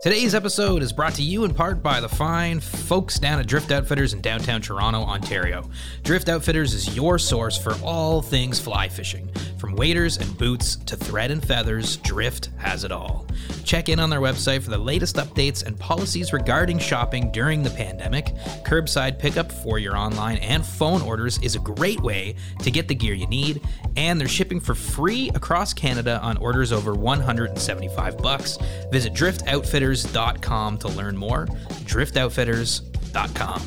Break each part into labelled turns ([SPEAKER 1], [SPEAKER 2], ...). [SPEAKER 1] Today's episode is brought to you in part by the fine folks down at Drift Outfitters in downtown Toronto, Ontario. Drift Outfitters is your source for all things fly fishing. From waders and boots to thread and feathers, Drift has it all. Check in on their website for the latest updates and policies regarding shopping during the pandemic. Curbside pickup for your online and phone orders is a great way to get the gear you need, and they're shipping for free across Canada on orders over 175 bucks. Visit driftoutfitters.com to learn more. driftoutfitters.com.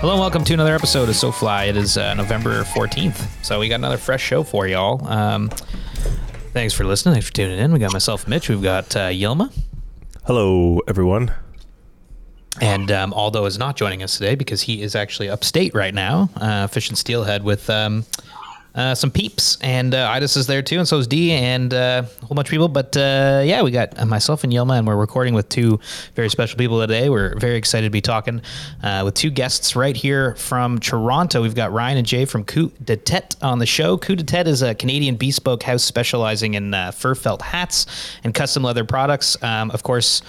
[SPEAKER 1] Hello and welcome to another episode of So Fly. It is uh, November 14th, so we got another fresh show for y'all. Um, thanks for listening. Thanks for tuning in. We got myself, Mitch. We've got uh, Yelma.
[SPEAKER 2] Hello, everyone.
[SPEAKER 1] And um, Aldo is not joining us today because he is actually upstate right now, uh, fishing steelhead with um, uh, some peeps. And uh, Idis is there too, and so is Dee, and uh, a whole bunch of people. But uh, yeah, we got uh, myself and Yelma, and we're recording with two very special people today. We're very excited to be talking uh, with two guests right here from Toronto. We've got Ryan and Jay from Coup de Tete on the show. Coup de Tete is a Canadian bespoke house specializing in uh, fur felt hats and custom leather products. Um, of course,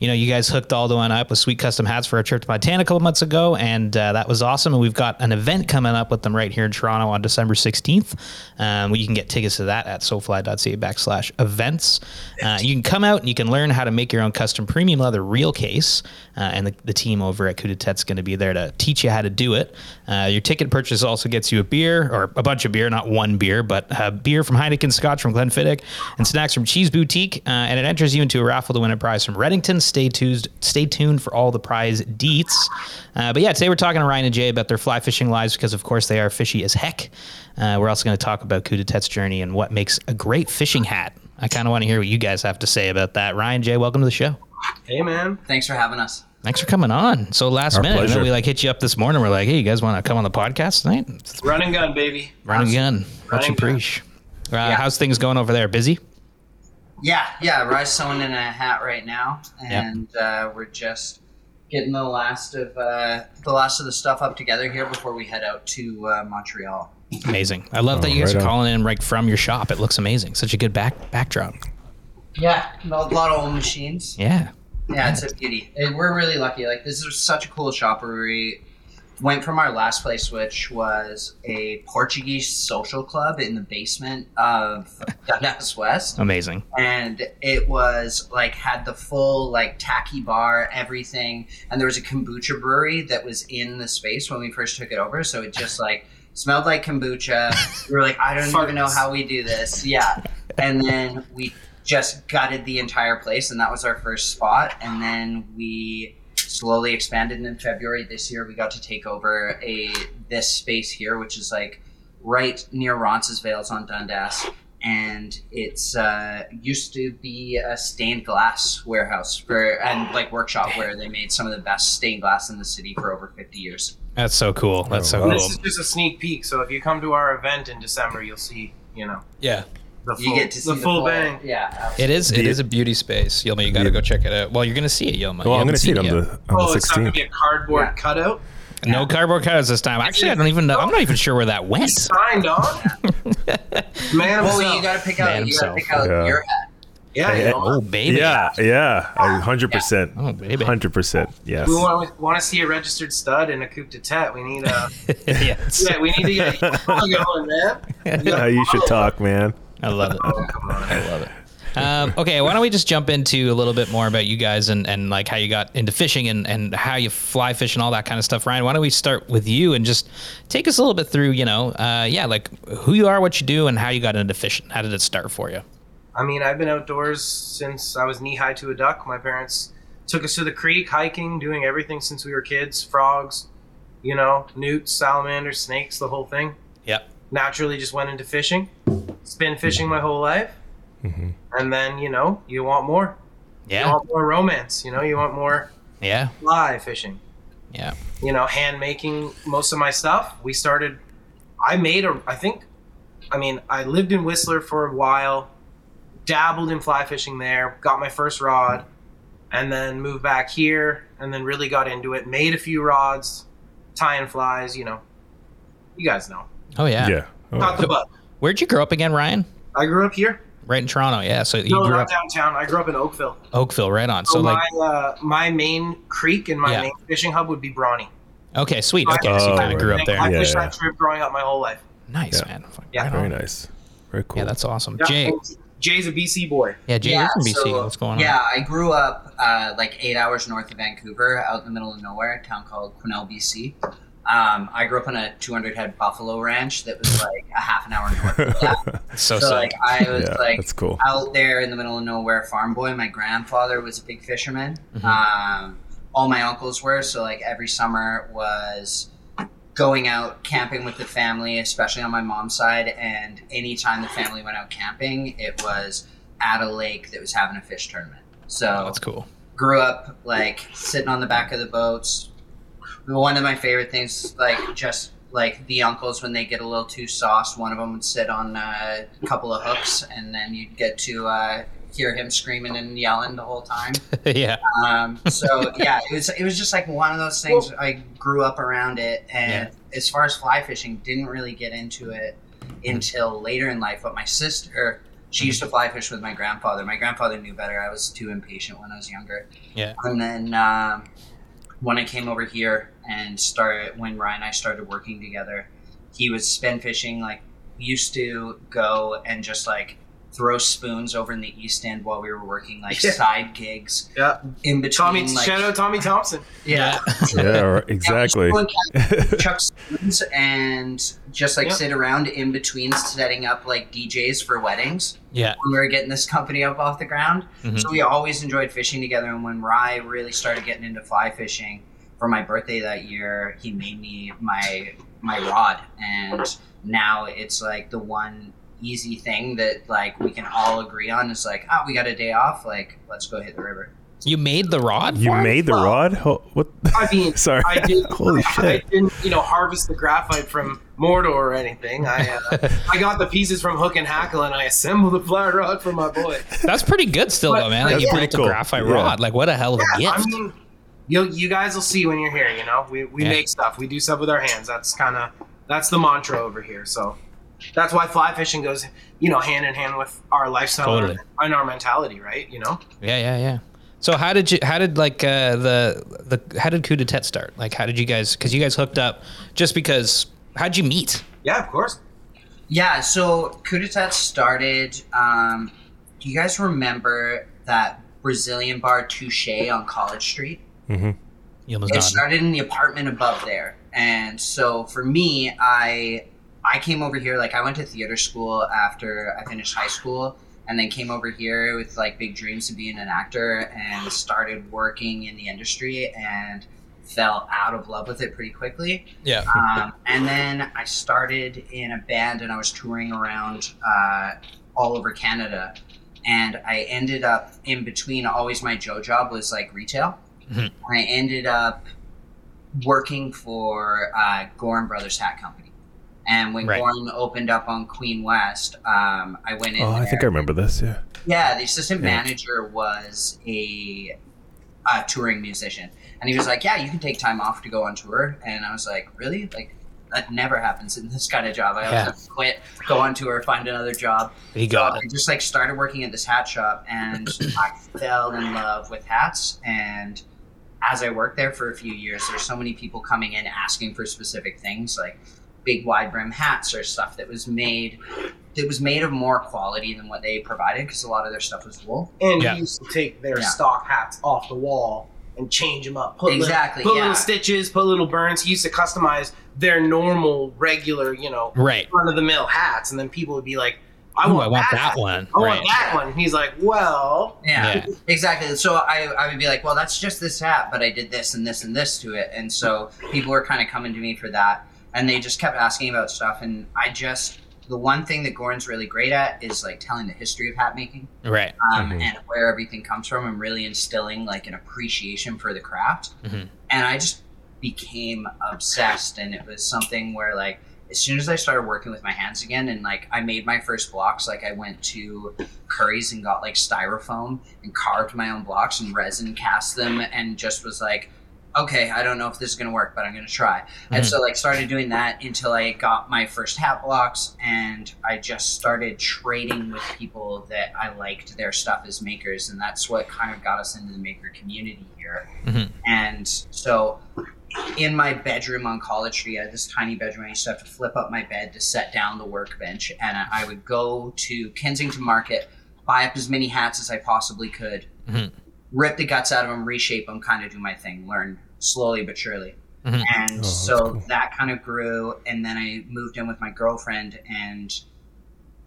[SPEAKER 1] you know, you guys hooked Aldo and I up with sweet custom hats for our trip to Montana a couple months ago, and uh, that was awesome. And we've got an event coming up with them right here in Toronto on December 16th. Um, you can get tickets to that at soulfly.ca backslash events. Uh, you can come out and you can learn how to make your own custom premium leather reel case, uh, and the, the team over at Coup de Tete is going to be there to teach you how to do it. Uh, your ticket purchase also gets you a beer or a bunch of beer, not one beer, but uh, beer from Heineken, scotch from Glenfiddich, and snacks from Cheese Boutique. Uh, and it enters you into a raffle to win a prize from Reddington. Stay tuned, stay tuned for all the prize deets. Uh, but yeah, today we're talking to Ryan and Jay about their fly fishing lives because, of course, they are fishy as heck. Uh, we're also going to talk about Coup de Tete's journey and what makes a great fishing hat. I kind of want to hear what you guys have to say about that. Ryan, Jay, welcome to the show.
[SPEAKER 3] Hey, man.
[SPEAKER 4] Thanks for having us.
[SPEAKER 1] Thanks for coming on. So last minute, I know
[SPEAKER 2] pleasure.
[SPEAKER 1] we like hit you up this morning. We're like, hey, you guys want to come on the podcast tonight?
[SPEAKER 3] Run and gun, baby.
[SPEAKER 1] Run again. What
[SPEAKER 3] Running
[SPEAKER 1] you
[SPEAKER 3] gun.
[SPEAKER 1] preach? Uh, How's things going over there? Busy?
[SPEAKER 4] Yeah, yeah. Rye's sewing in a hat right now, and uh, we're just getting the last of uh, the last of the stuff up together here before we head out to uh, Montreal.
[SPEAKER 1] Amazing. I love that you guys
[SPEAKER 2] Oh, right
[SPEAKER 1] are
[SPEAKER 2] on.
[SPEAKER 1] calling in like from your shop. It looks amazing. Such a good back backdrop.
[SPEAKER 4] Yeah, a lot of old machines.
[SPEAKER 1] Yeah.
[SPEAKER 4] Yeah, it's a beauty. And we're really lucky. Like this is such a cool shop where we went from our last place, which was a Portuguese social club in the basement of Dundas West.
[SPEAKER 1] Amazing.
[SPEAKER 4] and it was like had the full like tacky bar everything and there was a kombucha brewery that was in the space when we first took it over so it just like smelled like kombucha we were like i don't even know how we do this yeah and then we just gutted the entire place and that was our first spot and then we slowly expanded and in february this year we got to take over a this space here which is like right near roncesvalles on dundas and it's uh, used to be a stained glass warehouse for and like workshop where they made some of the best stained glass in the city for over 50 years
[SPEAKER 1] That's so cool. That's so
[SPEAKER 2] Oh, wow.
[SPEAKER 1] cool.
[SPEAKER 3] This is just a sneak peek. So if you come to our event in December, you'll see, you know,
[SPEAKER 1] Yeah.
[SPEAKER 3] the full,
[SPEAKER 4] you get to see
[SPEAKER 3] the full bang.
[SPEAKER 4] yeah
[SPEAKER 1] It is. It
[SPEAKER 2] The-
[SPEAKER 1] is a beauty space, Yilma. You got to
[SPEAKER 2] The-
[SPEAKER 1] go check it out. Well, you're gonna see it, Yilma. You
[SPEAKER 2] Well, I'm going
[SPEAKER 1] haven't
[SPEAKER 2] to see it
[SPEAKER 1] seen
[SPEAKER 2] on
[SPEAKER 1] yet.
[SPEAKER 2] the on
[SPEAKER 3] Oh,
[SPEAKER 2] the
[SPEAKER 3] it's not gonna
[SPEAKER 2] 16th.
[SPEAKER 3] be a cardboard
[SPEAKER 4] Yeah.
[SPEAKER 3] cutout.
[SPEAKER 1] No cardboard cutouts this time. Actually, I don't even know. I'm not even sure where that went.
[SPEAKER 3] Signed on. Man,
[SPEAKER 4] well
[SPEAKER 3] himself.
[SPEAKER 4] you gotta pick out
[SPEAKER 1] Man
[SPEAKER 4] you gotta
[SPEAKER 1] himself.
[SPEAKER 4] pick out
[SPEAKER 2] Yeah.
[SPEAKER 4] your hat
[SPEAKER 3] yeah.
[SPEAKER 2] Hey,
[SPEAKER 3] you
[SPEAKER 2] hey,
[SPEAKER 3] know,
[SPEAKER 1] Oh baby.
[SPEAKER 2] Yeah, yeah, a hundred percent,
[SPEAKER 1] Oh, baby.
[SPEAKER 2] hundred percent. Yes.
[SPEAKER 3] we want, want to see a registered stud and a coupe de tete. We need a
[SPEAKER 1] yes.
[SPEAKER 3] yeah. We need to get a going, man.
[SPEAKER 2] Uh, you should talk, man.
[SPEAKER 1] I love it.
[SPEAKER 3] Oh, come on.
[SPEAKER 1] um, okay, why don't we just jump into a little bit more about you guys and, and like how you got into fishing and, and how you fly fish and all that kind of stuff, Ryan? Why don't we start with you and just take us a little bit through, you know, uh, yeah, like who you are, what you do, and how you got into fishing. How did it start for you?
[SPEAKER 3] I mean, I've been outdoors since I was knee high to a duck. My parents took us to the creek, hiking, doing everything since we were kids frogs, you know, newts, salamanders, snakes, the whole thing.
[SPEAKER 1] Yep.
[SPEAKER 3] Naturally, just went into fishing. It's been fishing my whole life.
[SPEAKER 2] Mhm.
[SPEAKER 3] And then, you know, you want more. You
[SPEAKER 1] Yeah.
[SPEAKER 3] want more romance, you know, you want more
[SPEAKER 1] Yeah.
[SPEAKER 3] fly fishing
[SPEAKER 1] Yeah.
[SPEAKER 3] you know, hand making most of my stuff. We started, I made a, I think I mean, I lived in Whistler for a while, dabbled in fly fishing there, got my first rod, and then moved back here, and then really got into it. Made a few rods, tying flies. You know, you guys know.
[SPEAKER 1] Oh yeah.
[SPEAKER 2] Yeah. Oh,
[SPEAKER 3] Not the butt.
[SPEAKER 1] Where'd you grow up again, Ryan?
[SPEAKER 3] I grew up here.
[SPEAKER 1] Right in Toronto. Yeah. So you
[SPEAKER 3] No,
[SPEAKER 1] grew
[SPEAKER 3] not
[SPEAKER 1] up
[SPEAKER 3] downtown. I grew up in Oakville.
[SPEAKER 1] Oakville, right on. So
[SPEAKER 3] So
[SPEAKER 1] like,
[SPEAKER 3] my uh, my main creek and my
[SPEAKER 1] Yeah.
[SPEAKER 3] main fishing hub would be Brawny.
[SPEAKER 1] okay, sweet. Okay, so you
[SPEAKER 2] Oh,
[SPEAKER 1] kind of grew up
[SPEAKER 3] And I
[SPEAKER 1] there.
[SPEAKER 2] Yeah,
[SPEAKER 3] fished
[SPEAKER 2] yeah.
[SPEAKER 3] that trip growing up my whole life.
[SPEAKER 1] Nice
[SPEAKER 2] Yeah.
[SPEAKER 1] man. Fuck,
[SPEAKER 3] Yeah.
[SPEAKER 1] right
[SPEAKER 2] very
[SPEAKER 1] on.
[SPEAKER 2] nice. Very cool.
[SPEAKER 1] Yeah, that's awesome.
[SPEAKER 3] Yeah,
[SPEAKER 1] Jay.
[SPEAKER 3] and Jay's a BC boy.
[SPEAKER 1] Yeah, Jay you're from BC.
[SPEAKER 4] so-
[SPEAKER 1] What's going on?
[SPEAKER 4] Yeah, I grew up uh, like eight hours north of Vancouver, out in the middle of nowhere, a town called Quesnel, BC. Um, I grew up on a 200 head buffalo ranch that was like a half an hour north. Of that.
[SPEAKER 1] It's so,
[SPEAKER 4] so
[SPEAKER 1] sick.
[SPEAKER 4] like I was
[SPEAKER 2] Yeah,
[SPEAKER 4] like
[SPEAKER 2] that's cool.
[SPEAKER 4] out there in the middle of nowhere, farm boy. My grandfather was a big fisherman.
[SPEAKER 1] Mhm.
[SPEAKER 4] Um, all my uncles were. So like every summer was going out camping with the family, especially on my mom's side. And anytime the family went out camping, it was at a lake that was having a fish tournament. So
[SPEAKER 1] That's cool.
[SPEAKER 4] grew up like sitting on the back of the boats. One of my favorite things, like just like the uncles when they get a little too sauce, one of them would sit on uh, a couple of hooks, and then you'd get to uh, hear him screaming and yelling the whole time.
[SPEAKER 1] yeah.
[SPEAKER 4] Um, so yeah, it was it was just like one of those things. I grew up around it, and as far as fly fishing, didn't really get into it until later in life. But my sister, she used to fly fish with my grandfather. My grandfather knew better. I was too impatient when I was younger.
[SPEAKER 1] Yeah.
[SPEAKER 4] And then um, when I came over here and started, when Ryan and I started working together, he was spin fishing. Like used to go and just like throw spoons over in the East End while we were working like
[SPEAKER 3] Yeah.
[SPEAKER 4] side gigs
[SPEAKER 3] Yeah.
[SPEAKER 4] in between.
[SPEAKER 3] Tommy,
[SPEAKER 4] like,
[SPEAKER 3] shout out Tommy Thompson.
[SPEAKER 4] Yeah.
[SPEAKER 2] yeah, right,
[SPEAKER 4] Yeah, we just
[SPEAKER 2] exactly.
[SPEAKER 4] go and Chuck spoons and just like
[SPEAKER 3] Yep.
[SPEAKER 4] sit around in between setting up like DJs for weddings
[SPEAKER 1] Yeah.
[SPEAKER 4] when we were getting this company up off the ground.
[SPEAKER 1] Mhm.
[SPEAKER 4] So we always enjoyed fishing together. And when Rye really started getting into fly fishing for my birthday that year, he made me my my rod, and now it's like the one easy thing that like we can all agree on is like, oh, we got a day off, like let's go hit the river.
[SPEAKER 1] You made the rod?
[SPEAKER 2] You
[SPEAKER 1] for him?
[SPEAKER 2] made the
[SPEAKER 3] Well,
[SPEAKER 2] rod? Ho- What?
[SPEAKER 3] I mean,
[SPEAKER 2] Sorry.
[SPEAKER 3] I did.
[SPEAKER 2] Holy
[SPEAKER 3] I
[SPEAKER 2] shit.
[SPEAKER 3] didn't, you know, harvest the graphite from Mordor or anything. I uh, I got the pieces from Hook and Hackle, and I assembled a fly rod for my boy.
[SPEAKER 1] That's pretty good still,
[SPEAKER 3] But-
[SPEAKER 1] though, man. Like,
[SPEAKER 2] That's
[SPEAKER 1] you
[SPEAKER 2] pretty
[SPEAKER 1] built
[SPEAKER 2] cool.
[SPEAKER 1] a graphite
[SPEAKER 2] Yeah.
[SPEAKER 1] rod. Like, what a hell of a
[SPEAKER 3] Yeah, I
[SPEAKER 1] gift.
[SPEAKER 3] mean, you you guys will see when you're here. You know, we we
[SPEAKER 1] Yeah.
[SPEAKER 3] make stuff. We do stuff with our hands. That's kind of that's the mantra over here. So that's why fly fishing goes, you know, hand in hand with our lifestyle
[SPEAKER 1] Totally.
[SPEAKER 3] and our mentality, right? You know,
[SPEAKER 1] yeah, yeah, yeah. So how did you? How did like uh, the the? How did coup de tete start? Like, how did you guys? Because you guys hooked up just because. How'd you meet?
[SPEAKER 3] yeah, of course.
[SPEAKER 4] Yeah, so coup d'etat started. Um, do you guys remember that Brazilian bar Touche on College Street?
[SPEAKER 1] You almost
[SPEAKER 4] It
[SPEAKER 1] nodded.
[SPEAKER 4] started in the apartment above there, and so for me, I I came over here like I went to theater school after I finished high school, and then came over here with like big dreams of being an actor, and started working in the industry, and fell out of love with it pretty quickly
[SPEAKER 1] yeah.
[SPEAKER 4] um, and then I started in a band and I was touring around uh, all over Canada. And I ended up in between, always my Joe job was like retail.
[SPEAKER 1] Mhm.
[SPEAKER 4] I ended up working for uh, Gorham Brothers Hat Company. And when
[SPEAKER 1] Right.
[SPEAKER 4] Gorham opened up on Queen West, um, I went in.
[SPEAKER 2] Oh, I
[SPEAKER 4] there.
[SPEAKER 2] think I remember this. Yeah.
[SPEAKER 4] Yeah, the assistant
[SPEAKER 2] Yeah.
[SPEAKER 4] manager was a, a touring musician, and he was like, "Yeah, you can take time off to go on tour." And I was like, "Really? Like that never happens in this kind of job. I always
[SPEAKER 1] Yeah.
[SPEAKER 4] have to quit, go on tour, find another job."
[SPEAKER 1] He
[SPEAKER 4] So
[SPEAKER 1] got
[SPEAKER 4] I just like started working at this hat shop, and I fell in love with hats. And as I worked there for a few years, there's so many people coming in asking for specific things, like big wide brim hats or stuff that was made that was made of more quality than what they provided because a lot of their stuff was wool.
[SPEAKER 3] And
[SPEAKER 1] Yeah.
[SPEAKER 3] we used to take their
[SPEAKER 4] Yeah.
[SPEAKER 3] stock hats off the wall and change them up. Put
[SPEAKER 4] Exactly,
[SPEAKER 3] Little, put
[SPEAKER 4] yeah.
[SPEAKER 3] little stitches. Put little burns. He used to customize their normal, regular, you know,
[SPEAKER 1] it. Right.
[SPEAKER 3] run of the mill hats, and then people would be like, "I
[SPEAKER 1] Ooh,
[SPEAKER 3] want,
[SPEAKER 1] I want
[SPEAKER 3] that.
[SPEAKER 1] that one.
[SPEAKER 3] I
[SPEAKER 1] right.
[SPEAKER 3] want that one." And he's like, "Well,
[SPEAKER 4] Yeah,
[SPEAKER 1] Yeah.
[SPEAKER 4] exactly. So I, I would be like, well, that's just this hat, but I did this and this and this to it. And so people were kind of coming to me for that. And they just kept asking about stuff. And I just, the one thing that Goran's really great at is like telling the history of hat making
[SPEAKER 1] Right.
[SPEAKER 4] um,
[SPEAKER 2] Mhm.
[SPEAKER 4] and where everything comes from and really instilling like an appreciation for the craft
[SPEAKER 1] Mhm.
[SPEAKER 4] and i just became obsessed and it was something where like as soon as I started working with my hands again, and like I made my first blocks, like I went to Curry's and got like styrofoam and carved my own blocks and resin cast them, and just was like, okay, I don't know if this is gonna work, but I'm gonna try. And
[SPEAKER 1] Mhm.
[SPEAKER 4] so like started doing that until I got my first hat blocks, and I just started trading with people that I liked their stuff as makers, and that's what kind of got us into the maker community here.
[SPEAKER 1] Mhm.
[SPEAKER 4] And so in my bedroom on College Street, I had this tiny bedroom. I used to have to flip up my bed to set down the workbench, and I- I would go to Kensington Market, buy up as many hats as I possibly could,
[SPEAKER 1] Mhm.
[SPEAKER 4] rip the guts out of them, reshape them, kind of do my thing, learn slowly but surely.
[SPEAKER 1] Mhm.
[SPEAKER 4] And
[SPEAKER 2] Oh,
[SPEAKER 4] so
[SPEAKER 2] that's cool.
[SPEAKER 4] that kind of grew, and then I moved in with my girlfriend and.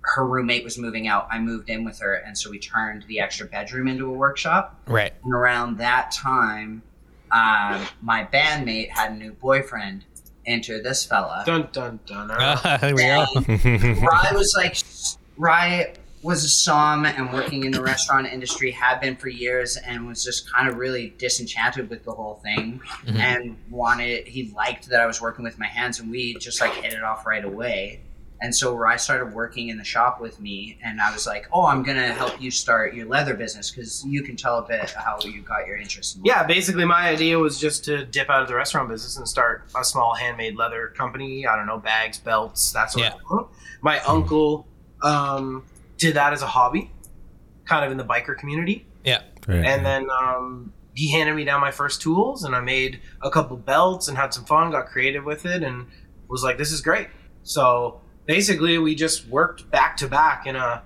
[SPEAKER 4] Her roommate was moving out. I moved in with her, and so we turned the extra bedroom into a workshop.
[SPEAKER 1] Right.
[SPEAKER 4] And around that time, um, my bandmate had a new boyfriend. Enter this fella.
[SPEAKER 3] Dun dun dun. Uh,
[SPEAKER 1] Uh, there we go.
[SPEAKER 4] And Rye was like, Rye was a som and working in the restaurant industry had been for years and was just kind of really disenchanted with the whole thing
[SPEAKER 1] Mhm.
[SPEAKER 4] and wanted he liked that I was working with my hands and we just like hit it off right away. And so Rye started working in the shop with me and I was like, "Oh, I'm going to help you start your leather business cuz you can tell a bit how you got your interest in
[SPEAKER 3] yeah, basically my idea was just to dip out of the restaurant business and start a small handmade leather company. I don't know, bags, belts, that sort of thing. My uncle um, did that as a hobby, kind of in the biker community. and then um, he handed me down my first tools and i made a couple belts and had some fun got creative with it and was like this is great so basically we just worked back to back in a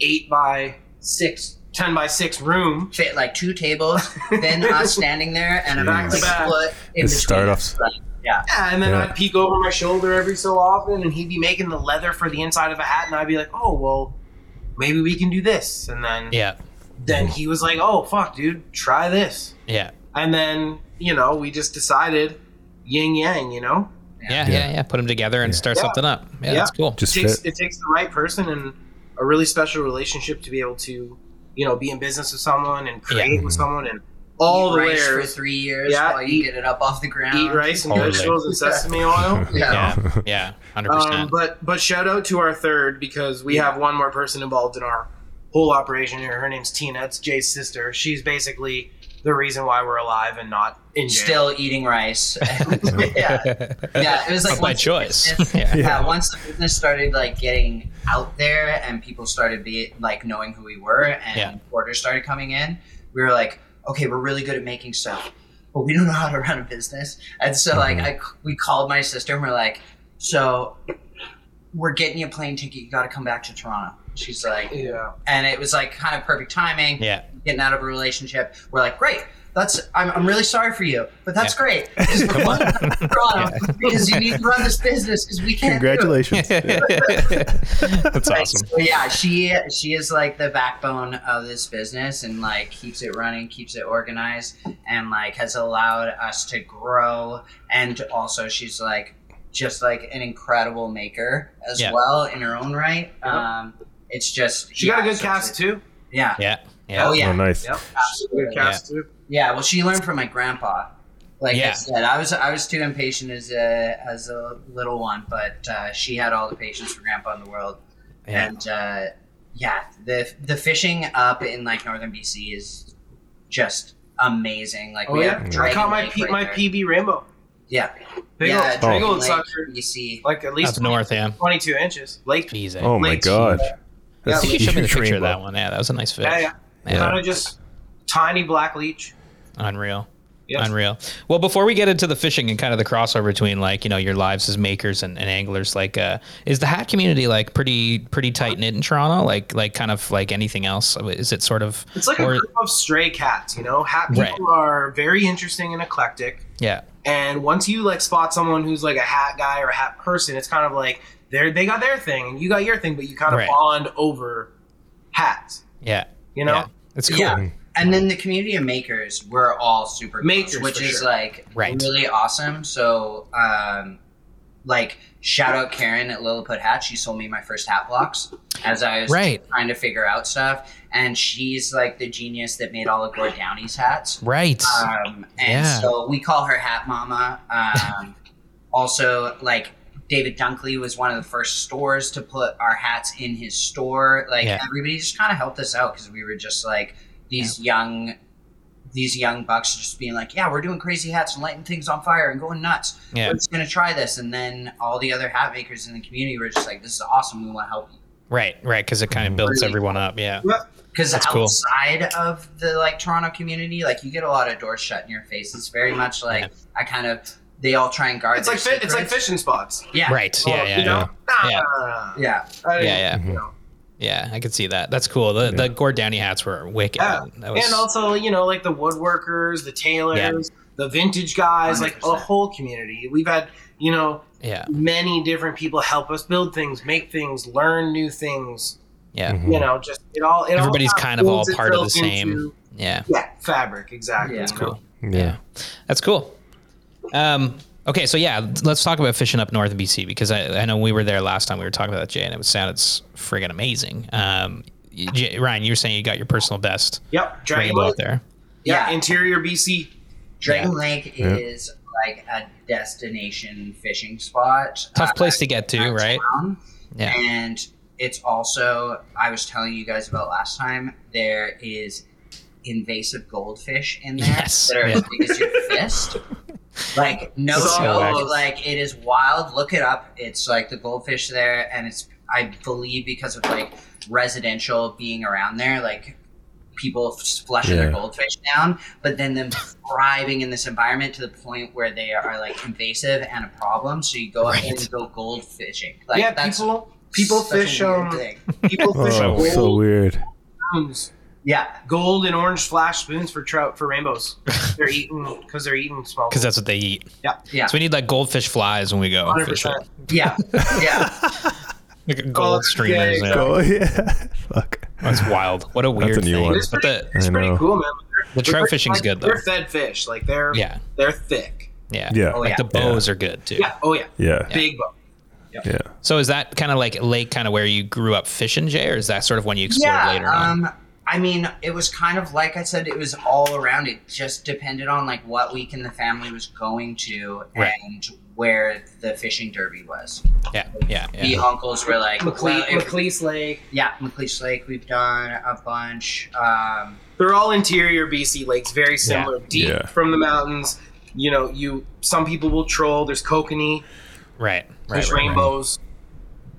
[SPEAKER 3] 8 by
[SPEAKER 4] six
[SPEAKER 3] ten by 6 room
[SPEAKER 4] fit like two tables, then us standing there and a
[SPEAKER 2] Back
[SPEAKER 4] back
[SPEAKER 2] to
[SPEAKER 4] like
[SPEAKER 3] back.
[SPEAKER 4] foot in
[SPEAKER 2] It started
[SPEAKER 4] between.
[SPEAKER 2] off-
[SPEAKER 4] Like,
[SPEAKER 3] yeah, and then
[SPEAKER 2] Yeah.
[SPEAKER 3] i'd peek over my shoulder every so often and he'd be making the leather for the inside of a hat and i'd be like oh well maybe we can do this and then
[SPEAKER 1] Yeah.
[SPEAKER 3] then he was like oh fuck dude try this
[SPEAKER 1] Yeah.
[SPEAKER 3] and then you know we just decided yin yang you know
[SPEAKER 1] Yeah.
[SPEAKER 2] Yeah.
[SPEAKER 1] Yeah. Yeah. Put them together and
[SPEAKER 2] Yeah.
[SPEAKER 1] start
[SPEAKER 3] Yeah.
[SPEAKER 1] something up. Yeah,
[SPEAKER 3] Yeah.
[SPEAKER 1] That's cool.
[SPEAKER 2] just
[SPEAKER 3] it takes
[SPEAKER 2] fit.
[SPEAKER 3] it takes the right person and a really special relationship to be able to you know be in business with someone and create with someone and all
[SPEAKER 4] eat
[SPEAKER 3] the
[SPEAKER 4] rice for
[SPEAKER 3] layers
[SPEAKER 4] three years
[SPEAKER 3] Yeah,
[SPEAKER 4] while you
[SPEAKER 3] eat-
[SPEAKER 4] get it up off the ground.
[SPEAKER 3] eat rice and
[SPEAKER 1] Totally.
[SPEAKER 3] vegetables and sesame oil
[SPEAKER 1] Yeah. Yeah. Hundred
[SPEAKER 3] um,
[SPEAKER 1] percent.
[SPEAKER 3] but but shout out to our third because we have one more person involved in our whole operation here her name's tina it's jay's sister she's basically the reason why we're alive and not in jail.
[SPEAKER 4] Still eating rice. yeah. Yeah. It was like
[SPEAKER 1] But by
[SPEAKER 4] once the
[SPEAKER 1] choice.
[SPEAKER 4] business-
[SPEAKER 1] Yeah.
[SPEAKER 4] yeah. Once the business started like getting out there and people started be like knowing who we were and
[SPEAKER 1] Yeah.
[SPEAKER 4] orders started coming in, we were like, okay, we're really good at making stuff, but we don't know how to run a business. And so like I we called my sister and we're like, so we're getting you a plane ticket. You got to come back to Toronto. She's like,
[SPEAKER 3] yeah
[SPEAKER 4] and it was like kind of perfect timing
[SPEAKER 1] Yeah.
[SPEAKER 4] getting out of a relationship. We're like, great. That's I'm, I'm really sorry for you, but that's
[SPEAKER 1] Yeah.
[SPEAKER 4] great. Just
[SPEAKER 1] Come on.
[SPEAKER 4] Toronto, because you need to run this business because we can't.
[SPEAKER 2] Congratulations. Yeah.
[SPEAKER 1] That's
[SPEAKER 4] Do it. Right,
[SPEAKER 1] awesome.
[SPEAKER 4] so yeah, she she is like the backbone of this business and like keeps it running, keeps it organized, and like has allowed us to grow. And also, she's like just like an incredible maker as
[SPEAKER 1] Yeah.
[SPEAKER 4] well in her own right. Um, it's just
[SPEAKER 3] she got
[SPEAKER 4] yeah,
[SPEAKER 3] a good
[SPEAKER 4] so
[SPEAKER 3] cast
[SPEAKER 4] it's-
[SPEAKER 3] too
[SPEAKER 4] Yeah.
[SPEAKER 1] Yeah. Yeah.
[SPEAKER 4] Oh yeah.
[SPEAKER 2] Oh, nice.
[SPEAKER 3] yep she's a good
[SPEAKER 4] Absolutely.
[SPEAKER 3] cast too
[SPEAKER 4] Yeah, well, she learned from my grandpa. Like
[SPEAKER 1] Yeah.
[SPEAKER 4] I said, I was I was too impatient as a as a little one, but uh, she had all the patience for grandpa in the world.
[SPEAKER 1] Yeah.
[SPEAKER 4] And uh, yeah, the the fishing up in like northern BC is just amazing. Like
[SPEAKER 3] Oh,
[SPEAKER 4] we
[SPEAKER 3] yeah.
[SPEAKER 4] have
[SPEAKER 2] I
[SPEAKER 4] Dragon
[SPEAKER 3] i caught my
[SPEAKER 4] Lake
[SPEAKER 3] P-
[SPEAKER 4] right
[SPEAKER 3] my
[SPEAKER 4] there.
[SPEAKER 3] pb rainbow
[SPEAKER 4] yeah
[SPEAKER 3] big
[SPEAKER 4] yeah
[SPEAKER 3] old, big
[SPEAKER 4] Dragon
[SPEAKER 3] old
[SPEAKER 4] Lake,
[SPEAKER 3] sucker
[SPEAKER 4] BC.
[SPEAKER 3] like at least
[SPEAKER 1] Up north. Yeah.
[SPEAKER 3] 22 inches lake
[SPEAKER 1] Easy.
[SPEAKER 2] Oh my
[SPEAKER 3] Late.
[SPEAKER 2] god. That's
[SPEAKER 1] I think you showed me the
[SPEAKER 2] huge
[SPEAKER 1] picture of that
[SPEAKER 2] rainbow.
[SPEAKER 1] one. Yeah, that was a nice fish.
[SPEAKER 3] yeah, yeah.
[SPEAKER 1] Yeah.
[SPEAKER 3] kind of just tiny black leech.
[SPEAKER 1] Unreal.
[SPEAKER 3] Yes.
[SPEAKER 1] Unreal. Well, before we get into the fishing and kind of the crossover between like, you know, your lives as makers and, and anglers, like uh is the hat community like pretty pretty tight knit in Toronto? Like like kind of like anything else? Uh, Is it sort of
[SPEAKER 3] It's like
[SPEAKER 1] or-
[SPEAKER 3] a group of stray cats, you know. Hat people
[SPEAKER 1] Right.
[SPEAKER 3] are very interesting and eclectic,
[SPEAKER 1] yeah.
[SPEAKER 3] and once you like spot someone who's like a hat guy or a hat person, it's kind of like they they got their thing and you got your thing, but you kind of
[SPEAKER 1] Right.
[SPEAKER 3] bond over hats,
[SPEAKER 1] Yeah.
[SPEAKER 3] you know.
[SPEAKER 1] Yeah. It's cool.
[SPEAKER 4] Yeah. And then the community of makers, we're all super close,
[SPEAKER 3] Makers,
[SPEAKER 4] which
[SPEAKER 3] for
[SPEAKER 4] is
[SPEAKER 3] sure.
[SPEAKER 4] like
[SPEAKER 1] Right.
[SPEAKER 4] really awesome. So, um, like, shout out Karen at Lilliput Hat. She sold me my first hat blocks as I was
[SPEAKER 1] Right.
[SPEAKER 4] trying to figure out stuff. And she's like the genius that made all of Gord Downey's hats.
[SPEAKER 1] Right.
[SPEAKER 3] Uh,
[SPEAKER 4] Um, and
[SPEAKER 1] Yeah.
[SPEAKER 4] so we call her Hat Mama. Um, also, like, David Dunkley was one of the first stores to put our hats in his store. Like
[SPEAKER 1] Yeah.
[SPEAKER 4] everybody just kind of helped us out because we were just like these young, these young bucks just being like, yeah, we're doing crazy hats and lighting things on fire and going nuts
[SPEAKER 1] Yeah.
[SPEAKER 4] we're just gonna try this and then all the other hat makers in the community were just like this is awesome we want to help you
[SPEAKER 1] Right, right, because it kind of builds
[SPEAKER 4] Really
[SPEAKER 1] everyone up. Yeah.
[SPEAKER 4] because
[SPEAKER 1] That's cool.
[SPEAKER 4] outside of the like toronto community like you get a lot of doors shut in your face it's very much like i kind of they all try and guard
[SPEAKER 3] It's like
[SPEAKER 4] their
[SPEAKER 3] fi- it's like
[SPEAKER 4] secrets.
[SPEAKER 3] fishing spots.
[SPEAKER 4] yeah
[SPEAKER 1] Right. Yeah, yeah,
[SPEAKER 3] you
[SPEAKER 1] yeah.
[SPEAKER 3] know? Nah,
[SPEAKER 1] Yeah.
[SPEAKER 3] nah, nah, nah.
[SPEAKER 4] yeah
[SPEAKER 3] I
[SPEAKER 1] Yeah,
[SPEAKER 3] mean,
[SPEAKER 1] yeah.
[SPEAKER 2] Mm-hmm.
[SPEAKER 1] Mm-hmm.
[SPEAKER 3] You know.
[SPEAKER 1] Yeah, I can see that. That's cool. The the Gordani hats were wicked.
[SPEAKER 3] Yeah.
[SPEAKER 1] That was
[SPEAKER 3] And also, you know, like the woodworkers, the tailors, the vintage guys, like a
[SPEAKER 4] 100%.
[SPEAKER 3] whole community. We've had, you know,
[SPEAKER 1] yeah,
[SPEAKER 3] many different people help us build things, make things, learn new things.
[SPEAKER 1] yeah,
[SPEAKER 2] Mhm.
[SPEAKER 3] You know, just it all. It all
[SPEAKER 1] Mm-hmm. Everybody's kind of all
[SPEAKER 3] builds
[SPEAKER 1] part of the
[SPEAKER 3] itself
[SPEAKER 1] same-
[SPEAKER 3] into-
[SPEAKER 1] yeah.
[SPEAKER 3] yeah, fabric exactly.
[SPEAKER 4] Yeah.
[SPEAKER 3] you
[SPEAKER 4] That's
[SPEAKER 3] know?
[SPEAKER 1] Cool.
[SPEAKER 2] Yeah.
[SPEAKER 1] That's cool. Um, okay, so yeah, let's talk about fishing up north in BC because I, I know we were there last time. We were talking about that, Jay, and it sounded s- friggin' amazing. Um, you- Jay, Ryan, you were saying you got your personal best bringing
[SPEAKER 3] Yep, Dragon
[SPEAKER 1] you
[SPEAKER 3] Ball.
[SPEAKER 1] out there.
[SPEAKER 3] Yeah,
[SPEAKER 4] Yeah.
[SPEAKER 3] interior BC.
[SPEAKER 4] dragon lake
[SPEAKER 2] Yeah.
[SPEAKER 4] is like a destination fishing spot
[SPEAKER 1] Tough
[SPEAKER 4] uh,
[SPEAKER 1] place to get to,
[SPEAKER 4] our
[SPEAKER 1] right?
[SPEAKER 4] town.
[SPEAKER 1] Yeah.
[SPEAKER 4] And it's also, I was telling you guys about last time, there is invasive goldfish in there
[SPEAKER 1] Yes,
[SPEAKER 4] that are
[SPEAKER 1] yeah.
[SPEAKER 4] as big as your fist. Like, no
[SPEAKER 3] So
[SPEAKER 4] joke.
[SPEAKER 3] wacky.
[SPEAKER 4] Like, it is wild. Look it up. It's like the goldfish there, and it's, I believe, because of like residential being around there, like, people f- flushing their
[SPEAKER 2] Yeah.
[SPEAKER 4] goldfish down but then them thriving in this environment to the point where they are like invasive and a problem so you go up there
[SPEAKER 1] Right.
[SPEAKER 4] and go gold fishing like
[SPEAKER 3] yeah,
[SPEAKER 4] that's
[SPEAKER 3] people people
[SPEAKER 4] such a
[SPEAKER 3] fish
[SPEAKER 4] weird
[SPEAKER 3] um
[SPEAKER 4] thing.
[SPEAKER 3] people fish
[SPEAKER 2] Oh,
[SPEAKER 3] gold
[SPEAKER 2] so weird.
[SPEAKER 3] spoons,
[SPEAKER 4] Yeah,
[SPEAKER 3] gold and orange flash spoons for trout for rainbows. they're eating because they're eating small.
[SPEAKER 1] Because that's what they eat.
[SPEAKER 4] yeah,
[SPEAKER 1] So we need like goldfish flies when we go
[SPEAKER 3] 100%.
[SPEAKER 1] fish up.
[SPEAKER 4] yeah, yeah.
[SPEAKER 1] Like
[SPEAKER 3] Oh,
[SPEAKER 1] gold streamers.
[SPEAKER 3] yeah,
[SPEAKER 1] Yeah,
[SPEAKER 2] Oh yeah. Fuck.
[SPEAKER 1] That's wild. What a weird
[SPEAKER 2] a new
[SPEAKER 1] thing.
[SPEAKER 2] one.
[SPEAKER 3] It's
[SPEAKER 1] But the
[SPEAKER 3] It's
[SPEAKER 2] I
[SPEAKER 3] pretty
[SPEAKER 2] know.
[SPEAKER 3] cool, man.
[SPEAKER 1] The trout fishing's good, though.
[SPEAKER 3] They're fed fish, like they're
[SPEAKER 1] yeah,
[SPEAKER 3] they're thick.
[SPEAKER 1] yeah,
[SPEAKER 2] Yeah.
[SPEAKER 4] Oh,
[SPEAKER 1] Like
[SPEAKER 4] yeah.
[SPEAKER 1] the bows are good too.
[SPEAKER 3] Yeah, oh yeah,
[SPEAKER 2] Yeah.
[SPEAKER 3] big bow.
[SPEAKER 2] Yeah.
[SPEAKER 1] So is that kind of like lake, kind of where you grew up fishing, Jay, or is that sort of one you explored
[SPEAKER 4] yeah.
[SPEAKER 1] later on?
[SPEAKER 4] um, I mean, it was kind of like I said, it was all around. It just depended on like what week in the family was going to
[SPEAKER 1] Right.
[SPEAKER 4] and where the fishing derby was.
[SPEAKER 1] Yeah, yeah,
[SPEAKER 4] The
[SPEAKER 1] yeah.
[SPEAKER 4] uncles were like, well,
[SPEAKER 3] McLe-
[SPEAKER 4] it-
[SPEAKER 3] McLeese Lake.
[SPEAKER 4] yeah, McLeish Lake. We've done a bunch. Um,
[SPEAKER 3] They're all interior BC lakes, very similar, deep
[SPEAKER 2] Yeah.
[SPEAKER 3] from the mountains. You know, you some people will troll. There's kokanee,
[SPEAKER 1] Right, right,
[SPEAKER 3] there's
[SPEAKER 1] right.
[SPEAKER 3] rainbows.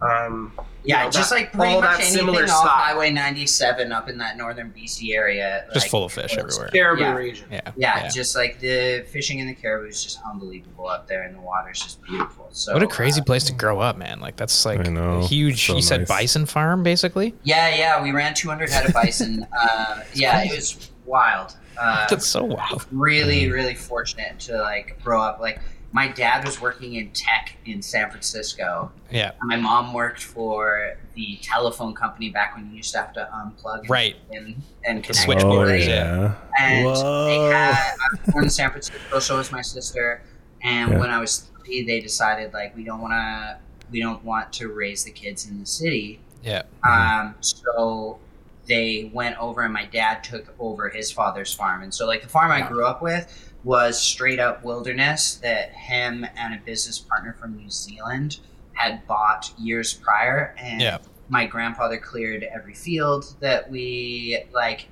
[SPEAKER 3] Um,
[SPEAKER 4] yeah,
[SPEAKER 3] You know,
[SPEAKER 4] just
[SPEAKER 3] that-
[SPEAKER 4] like pretty
[SPEAKER 3] all
[SPEAKER 4] much
[SPEAKER 3] that
[SPEAKER 4] anything
[SPEAKER 3] similar
[SPEAKER 4] off
[SPEAKER 3] stuff.
[SPEAKER 4] Highway 97 up in that northern BC area.
[SPEAKER 1] Just
[SPEAKER 4] like,
[SPEAKER 1] full of fish
[SPEAKER 4] it's-
[SPEAKER 1] everywhere.
[SPEAKER 3] Caribou
[SPEAKER 4] Yeah.
[SPEAKER 3] region.
[SPEAKER 1] Yeah,
[SPEAKER 4] Yeah, just like the fishing in the caribou is just unbelievable up there, and the water's just beautiful. So
[SPEAKER 1] What a
[SPEAKER 4] uh,
[SPEAKER 1] crazy place to
[SPEAKER 3] um,
[SPEAKER 1] grow up, man! Like that's like
[SPEAKER 2] I know.
[SPEAKER 1] a huge.
[SPEAKER 2] So
[SPEAKER 1] you said
[SPEAKER 2] nice.
[SPEAKER 1] bison farm, basically.
[SPEAKER 4] Yeah, yeah, we ran 200 head of bison. uh, yeah, it was wild. Uh,
[SPEAKER 1] That's so Mm-hmm. wild.
[SPEAKER 4] really, really fortunate to like grow up. Like my dad was working in tech in San Francisco.
[SPEAKER 1] Yeah,
[SPEAKER 4] and My mom worked for the telephone company back when you used to have to unplug and-
[SPEAKER 1] right.
[SPEAKER 4] and and
[SPEAKER 1] The
[SPEAKER 4] connect.
[SPEAKER 2] Oh
[SPEAKER 1] Switchboard,
[SPEAKER 4] right?
[SPEAKER 2] yeah.
[SPEAKER 4] And
[SPEAKER 2] Whoa.
[SPEAKER 4] they had, I was born in San Francisco, so was my sister. And
[SPEAKER 2] Yeah.
[SPEAKER 4] when I was three, they decided like we don't want to, we don't want to raise the kids in the city.
[SPEAKER 1] Yeah,
[SPEAKER 4] Um, so they went over, and my dad took over his father's farm. And so like the farm I grew up with was straight up wilderness that him and a business partner from New Zealand had bought years prior. And
[SPEAKER 1] Yeah.
[SPEAKER 4] my grandfather cleared every field that we like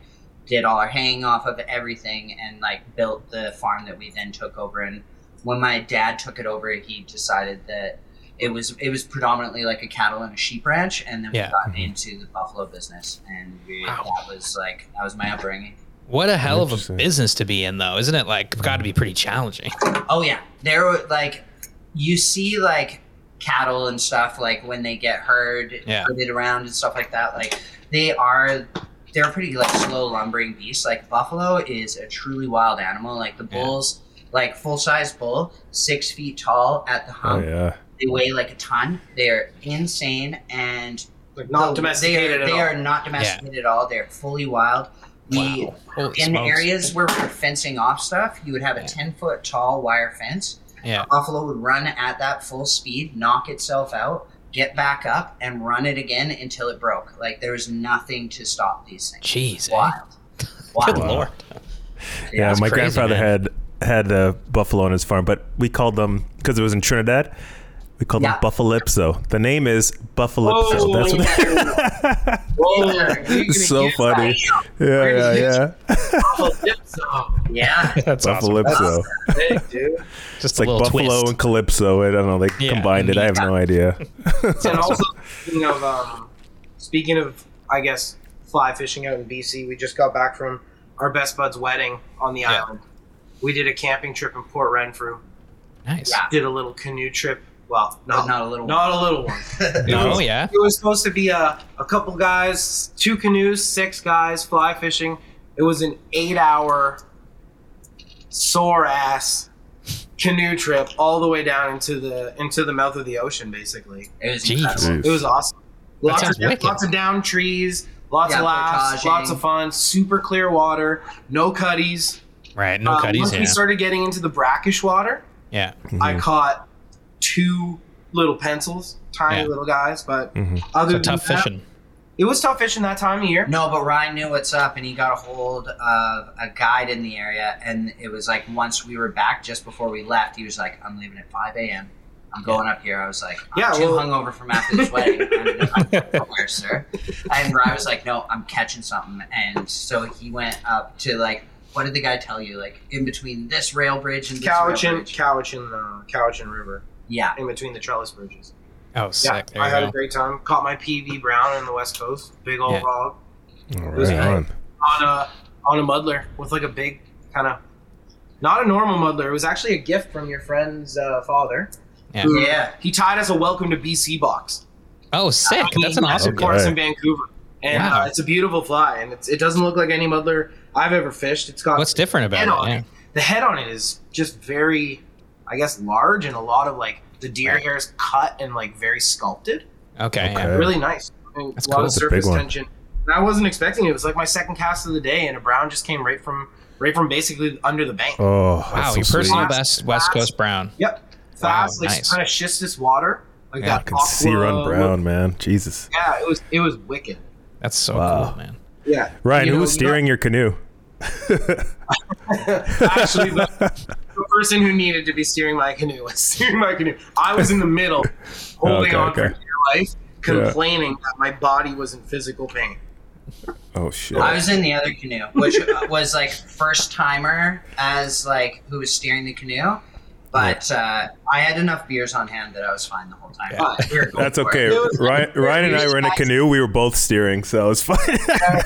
[SPEAKER 4] did all our hanging off of everything and like built the farm that we then took over and when my dad took it over he decided that it was it was predominantly like a cattle and a sheep ranch and then
[SPEAKER 1] Yeah. Mm-hmm.
[SPEAKER 4] we got
[SPEAKER 2] Mhm.
[SPEAKER 4] into the buffalo business and we,
[SPEAKER 1] Wow.
[SPEAKER 4] that was like that was my upbringing
[SPEAKER 1] what a hell of a
[SPEAKER 2] Interesting.
[SPEAKER 1] business to be in, though, isn't it? Like, got to be pretty challenging.
[SPEAKER 4] Oh yeah, there were like you see like cattle and stuff like when they get herd
[SPEAKER 1] Yeah.
[SPEAKER 4] herded around and stuff like that. Like they are they're pretty like slow lumbering beasts. Like buffalo is a truly wild animal. Like the
[SPEAKER 1] Yeah.
[SPEAKER 4] bulls, like full size bull, six feet tall at the
[SPEAKER 2] Oh
[SPEAKER 4] hump.
[SPEAKER 2] yeah.
[SPEAKER 4] They weigh like a ton. They're insane and
[SPEAKER 3] Like not
[SPEAKER 4] the-
[SPEAKER 3] domesticated
[SPEAKER 4] They are,
[SPEAKER 3] at
[SPEAKER 4] they
[SPEAKER 3] all.
[SPEAKER 4] are not domesticated at all. They're fully wild. We
[SPEAKER 1] Wow. Holy
[SPEAKER 4] in the
[SPEAKER 1] smokes.
[SPEAKER 4] areas where we were fencing off stuff, you would have a
[SPEAKER 1] Yeah.
[SPEAKER 4] 10 foot tall wire fence.
[SPEAKER 1] Yeah.
[SPEAKER 4] Buffalo would run at that full speed, knock itself out, get back up, and run it again until it broke. Like there was nothing to stop these things.
[SPEAKER 1] Jeez. eh?
[SPEAKER 4] Wild.
[SPEAKER 1] Good
[SPEAKER 4] Wild.
[SPEAKER 1] lord.
[SPEAKER 2] Yeah,
[SPEAKER 1] That's
[SPEAKER 2] my
[SPEAKER 1] crazy,
[SPEAKER 2] grandfather
[SPEAKER 1] man.
[SPEAKER 2] had had uh, buffalo on his farm, but we called them because it was in Trinidad. We call
[SPEAKER 4] Yeah.
[SPEAKER 2] them Buffalipso. The name is Buffalipso.
[SPEAKER 3] Whoa.
[SPEAKER 2] That's what
[SPEAKER 3] Whoa,
[SPEAKER 2] it's so funny. Yeah, yeah, yeah.
[SPEAKER 4] Yeah.
[SPEAKER 1] That's awesome.
[SPEAKER 2] Buffalipso.
[SPEAKER 3] uh, dude.
[SPEAKER 1] Just
[SPEAKER 2] It's
[SPEAKER 1] a
[SPEAKER 2] like
[SPEAKER 1] little
[SPEAKER 2] Buffalo
[SPEAKER 1] twist.
[SPEAKER 2] and Calypso. I don't know. They
[SPEAKER 1] Yeah.
[SPEAKER 2] combined it. I have no idea.
[SPEAKER 3] And also, speaking of, um, speaking of, I guess, fly fishing out in BC, we just got back from our best bud's wedding on the
[SPEAKER 1] Yeah.
[SPEAKER 3] island. We did a camping trip in Port Renfrew.
[SPEAKER 1] Nice.
[SPEAKER 4] Yeah.
[SPEAKER 3] Did a little canoe trip. Well,
[SPEAKER 4] But
[SPEAKER 3] not,
[SPEAKER 4] not a little one.
[SPEAKER 3] not a little one.
[SPEAKER 1] Oh yeah.
[SPEAKER 3] It was supposed to be a, a couple guys, two canoes, six guys fly fishing. It was an eight hour sore ass canoe trip all the way down into the into the mouth of the ocean basically.
[SPEAKER 4] It was
[SPEAKER 1] Jeez.
[SPEAKER 4] incredible.
[SPEAKER 3] It was awesome. Lots
[SPEAKER 1] sounds
[SPEAKER 3] of down,
[SPEAKER 1] wicked.
[SPEAKER 3] lots of down trees, lots
[SPEAKER 4] Yeah,
[SPEAKER 3] of laughs,
[SPEAKER 4] portaging.
[SPEAKER 3] lots of fun, super clear water, no cutties.
[SPEAKER 1] Right. No
[SPEAKER 3] Um,
[SPEAKER 1] cutties.
[SPEAKER 3] Once we
[SPEAKER 1] Yeah. Mm-hmm.
[SPEAKER 3] started getting into the brackish water,
[SPEAKER 1] yeah.
[SPEAKER 3] I caught two little pencils, tiny
[SPEAKER 1] Yeah.
[SPEAKER 3] little guys, but
[SPEAKER 2] Mhm.
[SPEAKER 3] other
[SPEAKER 1] So
[SPEAKER 3] than
[SPEAKER 1] tough
[SPEAKER 3] that,
[SPEAKER 1] fishing.
[SPEAKER 3] it was tough fishing that time of year.
[SPEAKER 4] No, but Ryan knew what's up, and he got a hold of a guide in the area. And it was like once we were back, just before we left, he was like, "I'm leaving at 5 a.m. I'm going up here." I was like, "I'm
[SPEAKER 3] Yeah,
[SPEAKER 4] too
[SPEAKER 3] well-
[SPEAKER 4] hungover from after this wedding. I'm not going nowhere, sir." And Ryan was like, "No, I'm catching something." And so he went up to like, "What did the guy tell you? Like in between this rail bridge and this rail
[SPEAKER 3] Cowichan,
[SPEAKER 4] bridge?"
[SPEAKER 3] Cowichan, uh, Cowichan River,
[SPEAKER 4] Yeah,
[SPEAKER 3] in between the trellis bridges.
[SPEAKER 1] Oh, sick.
[SPEAKER 3] yeah,
[SPEAKER 1] there
[SPEAKER 3] I
[SPEAKER 1] you
[SPEAKER 3] had
[SPEAKER 1] go.
[SPEAKER 3] a great time. Caught my PV brown on the west coast, big old
[SPEAKER 1] Yeah.
[SPEAKER 3] log
[SPEAKER 2] All
[SPEAKER 3] was
[SPEAKER 2] Mm-hmm. right,
[SPEAKER 3] great.
[SPEAKER 2] on.
[SPEAKER 3] on a on a muddler with like a big kind of not a normal muddler. It was actually a gift from your friend's uh, father.
[SPEAKER 1] Yeah.
[SPEAKER 3] who-
[SPEAKER 4] yeah.
[SPEAKER 3] He tied us a welcome to BC box.
[SPEAKER 1] Oh, sick. That's an awesome. gift.
[SPEAKER 2] Okay.
[SPEAKER 3] course in Vancouver, and
[SPEAKER 1] Wow.
[SPEAKER 3] uh, it's a beautiful fly, and it's, it doesn't look like any muddler I've ever fished. It's got
[SPEAKER 1] What's different
[SPEAKER 3] head
[SPEAKER 1] about
[SPEAKER 3] on
[SPEAKER 1] it?
[SPEAKER 3] it. The head on it is just very, I guess, large and a lot of like the deer
[SPEAKER 1] Right.
[SPEAKER 3] hairs cut and like very sculpted.
[SPEAKER 1] Yeah. Okay.
[SPEAKER 2] Okay.
[SPEAKER 1] Yeah.
[SPEAKER 2] Yeah.
[SPEAKER 3] Really nice. And
[SPEAKER 1] That's
[SPEAKER 3] a lot
[SPEAKER 1] cool.
[SPEAKER 3] of
[SPEAKER 1] That's
[SPEAKER 2] a big
[SPEAKER 3] surface
[SPEAKER 2] one.
[SPEAKER 3] tension. And I wasn't expecting it. It was like my second cast of the day, and a brown just came right from right from basically under the bank.
[SPEAKER 2] Oh,
[SPEAKER 1] Wow.
[SPEAKER 2] that's
[SPEAKER 1] your
[SPEAKER 2] so
[SPEAKER 1] personal
[SPEAKER 2] sweet.
[SPEAKER 3] Fast,
[SPEAKER 1] best West
[SPEAKER 3] fast.
[SPEAKER 1] Coast brown.
[SPEAKER 3] Yep, fast, like
[SPEAKER 1] nice.
[SPEAKER 3] kind of schistous water, like
[SPEAKER 1] Yeah,
[SPEAKER 2] I
[SPEAKER 3] that
[SPEAKER 2] can see
[SPEAKER 3] aqua
[SPEAKER 2] Ron
[SPEAKER 3] look.
[SPEAKER 2] Brown, man. Jesus.
[SPEAKER 3] Yeah, it was it was wicked.
[SPEAKER 1] That's so
[SPEAKER 2] Wow.
[SPEAKER 1] cool, man.
[SPEAKER 3] Yeah,
[SPEAKER 2] Ryan,
[SPEAKER 3] You
[SPEAKER 2] who
[SPEAKER 3] know,
[SPEAKER 2] was
[SPEAKER 3] you know-
[SPEAKER 2] steering your canoe?
[SPEAKER 3] Actually, the, the person who needed to be steering my canoe was steering my canoe. I was in the middle, holding
[SPEAKER 2] Okay,
[SPEAKER 3] on for
[SPEAKER 2] okay.
[SPEAKER 3] dear life, complaining that my body was in physical pain.
[SPEAKER 2] Oh shit.
[SPEAKER 4] I was in the other canoe, which uh, was like first timer as like who was steering the canoe. But uh, I had enough beers on hand that I was fine the whole time. But we were going
[SPEAKER 2] That's
[SPEAKER 4] for
[SPEAKER 2] okay.
[SPEAKER 4] it.
[SPEAKER 3] It was-
[SPEAKER 2] Ryan, Ryan and I were in a
[SPEAKER 4] guys-
[SPEAKER 2] canoe. We were both steering, so it's fine. yeah,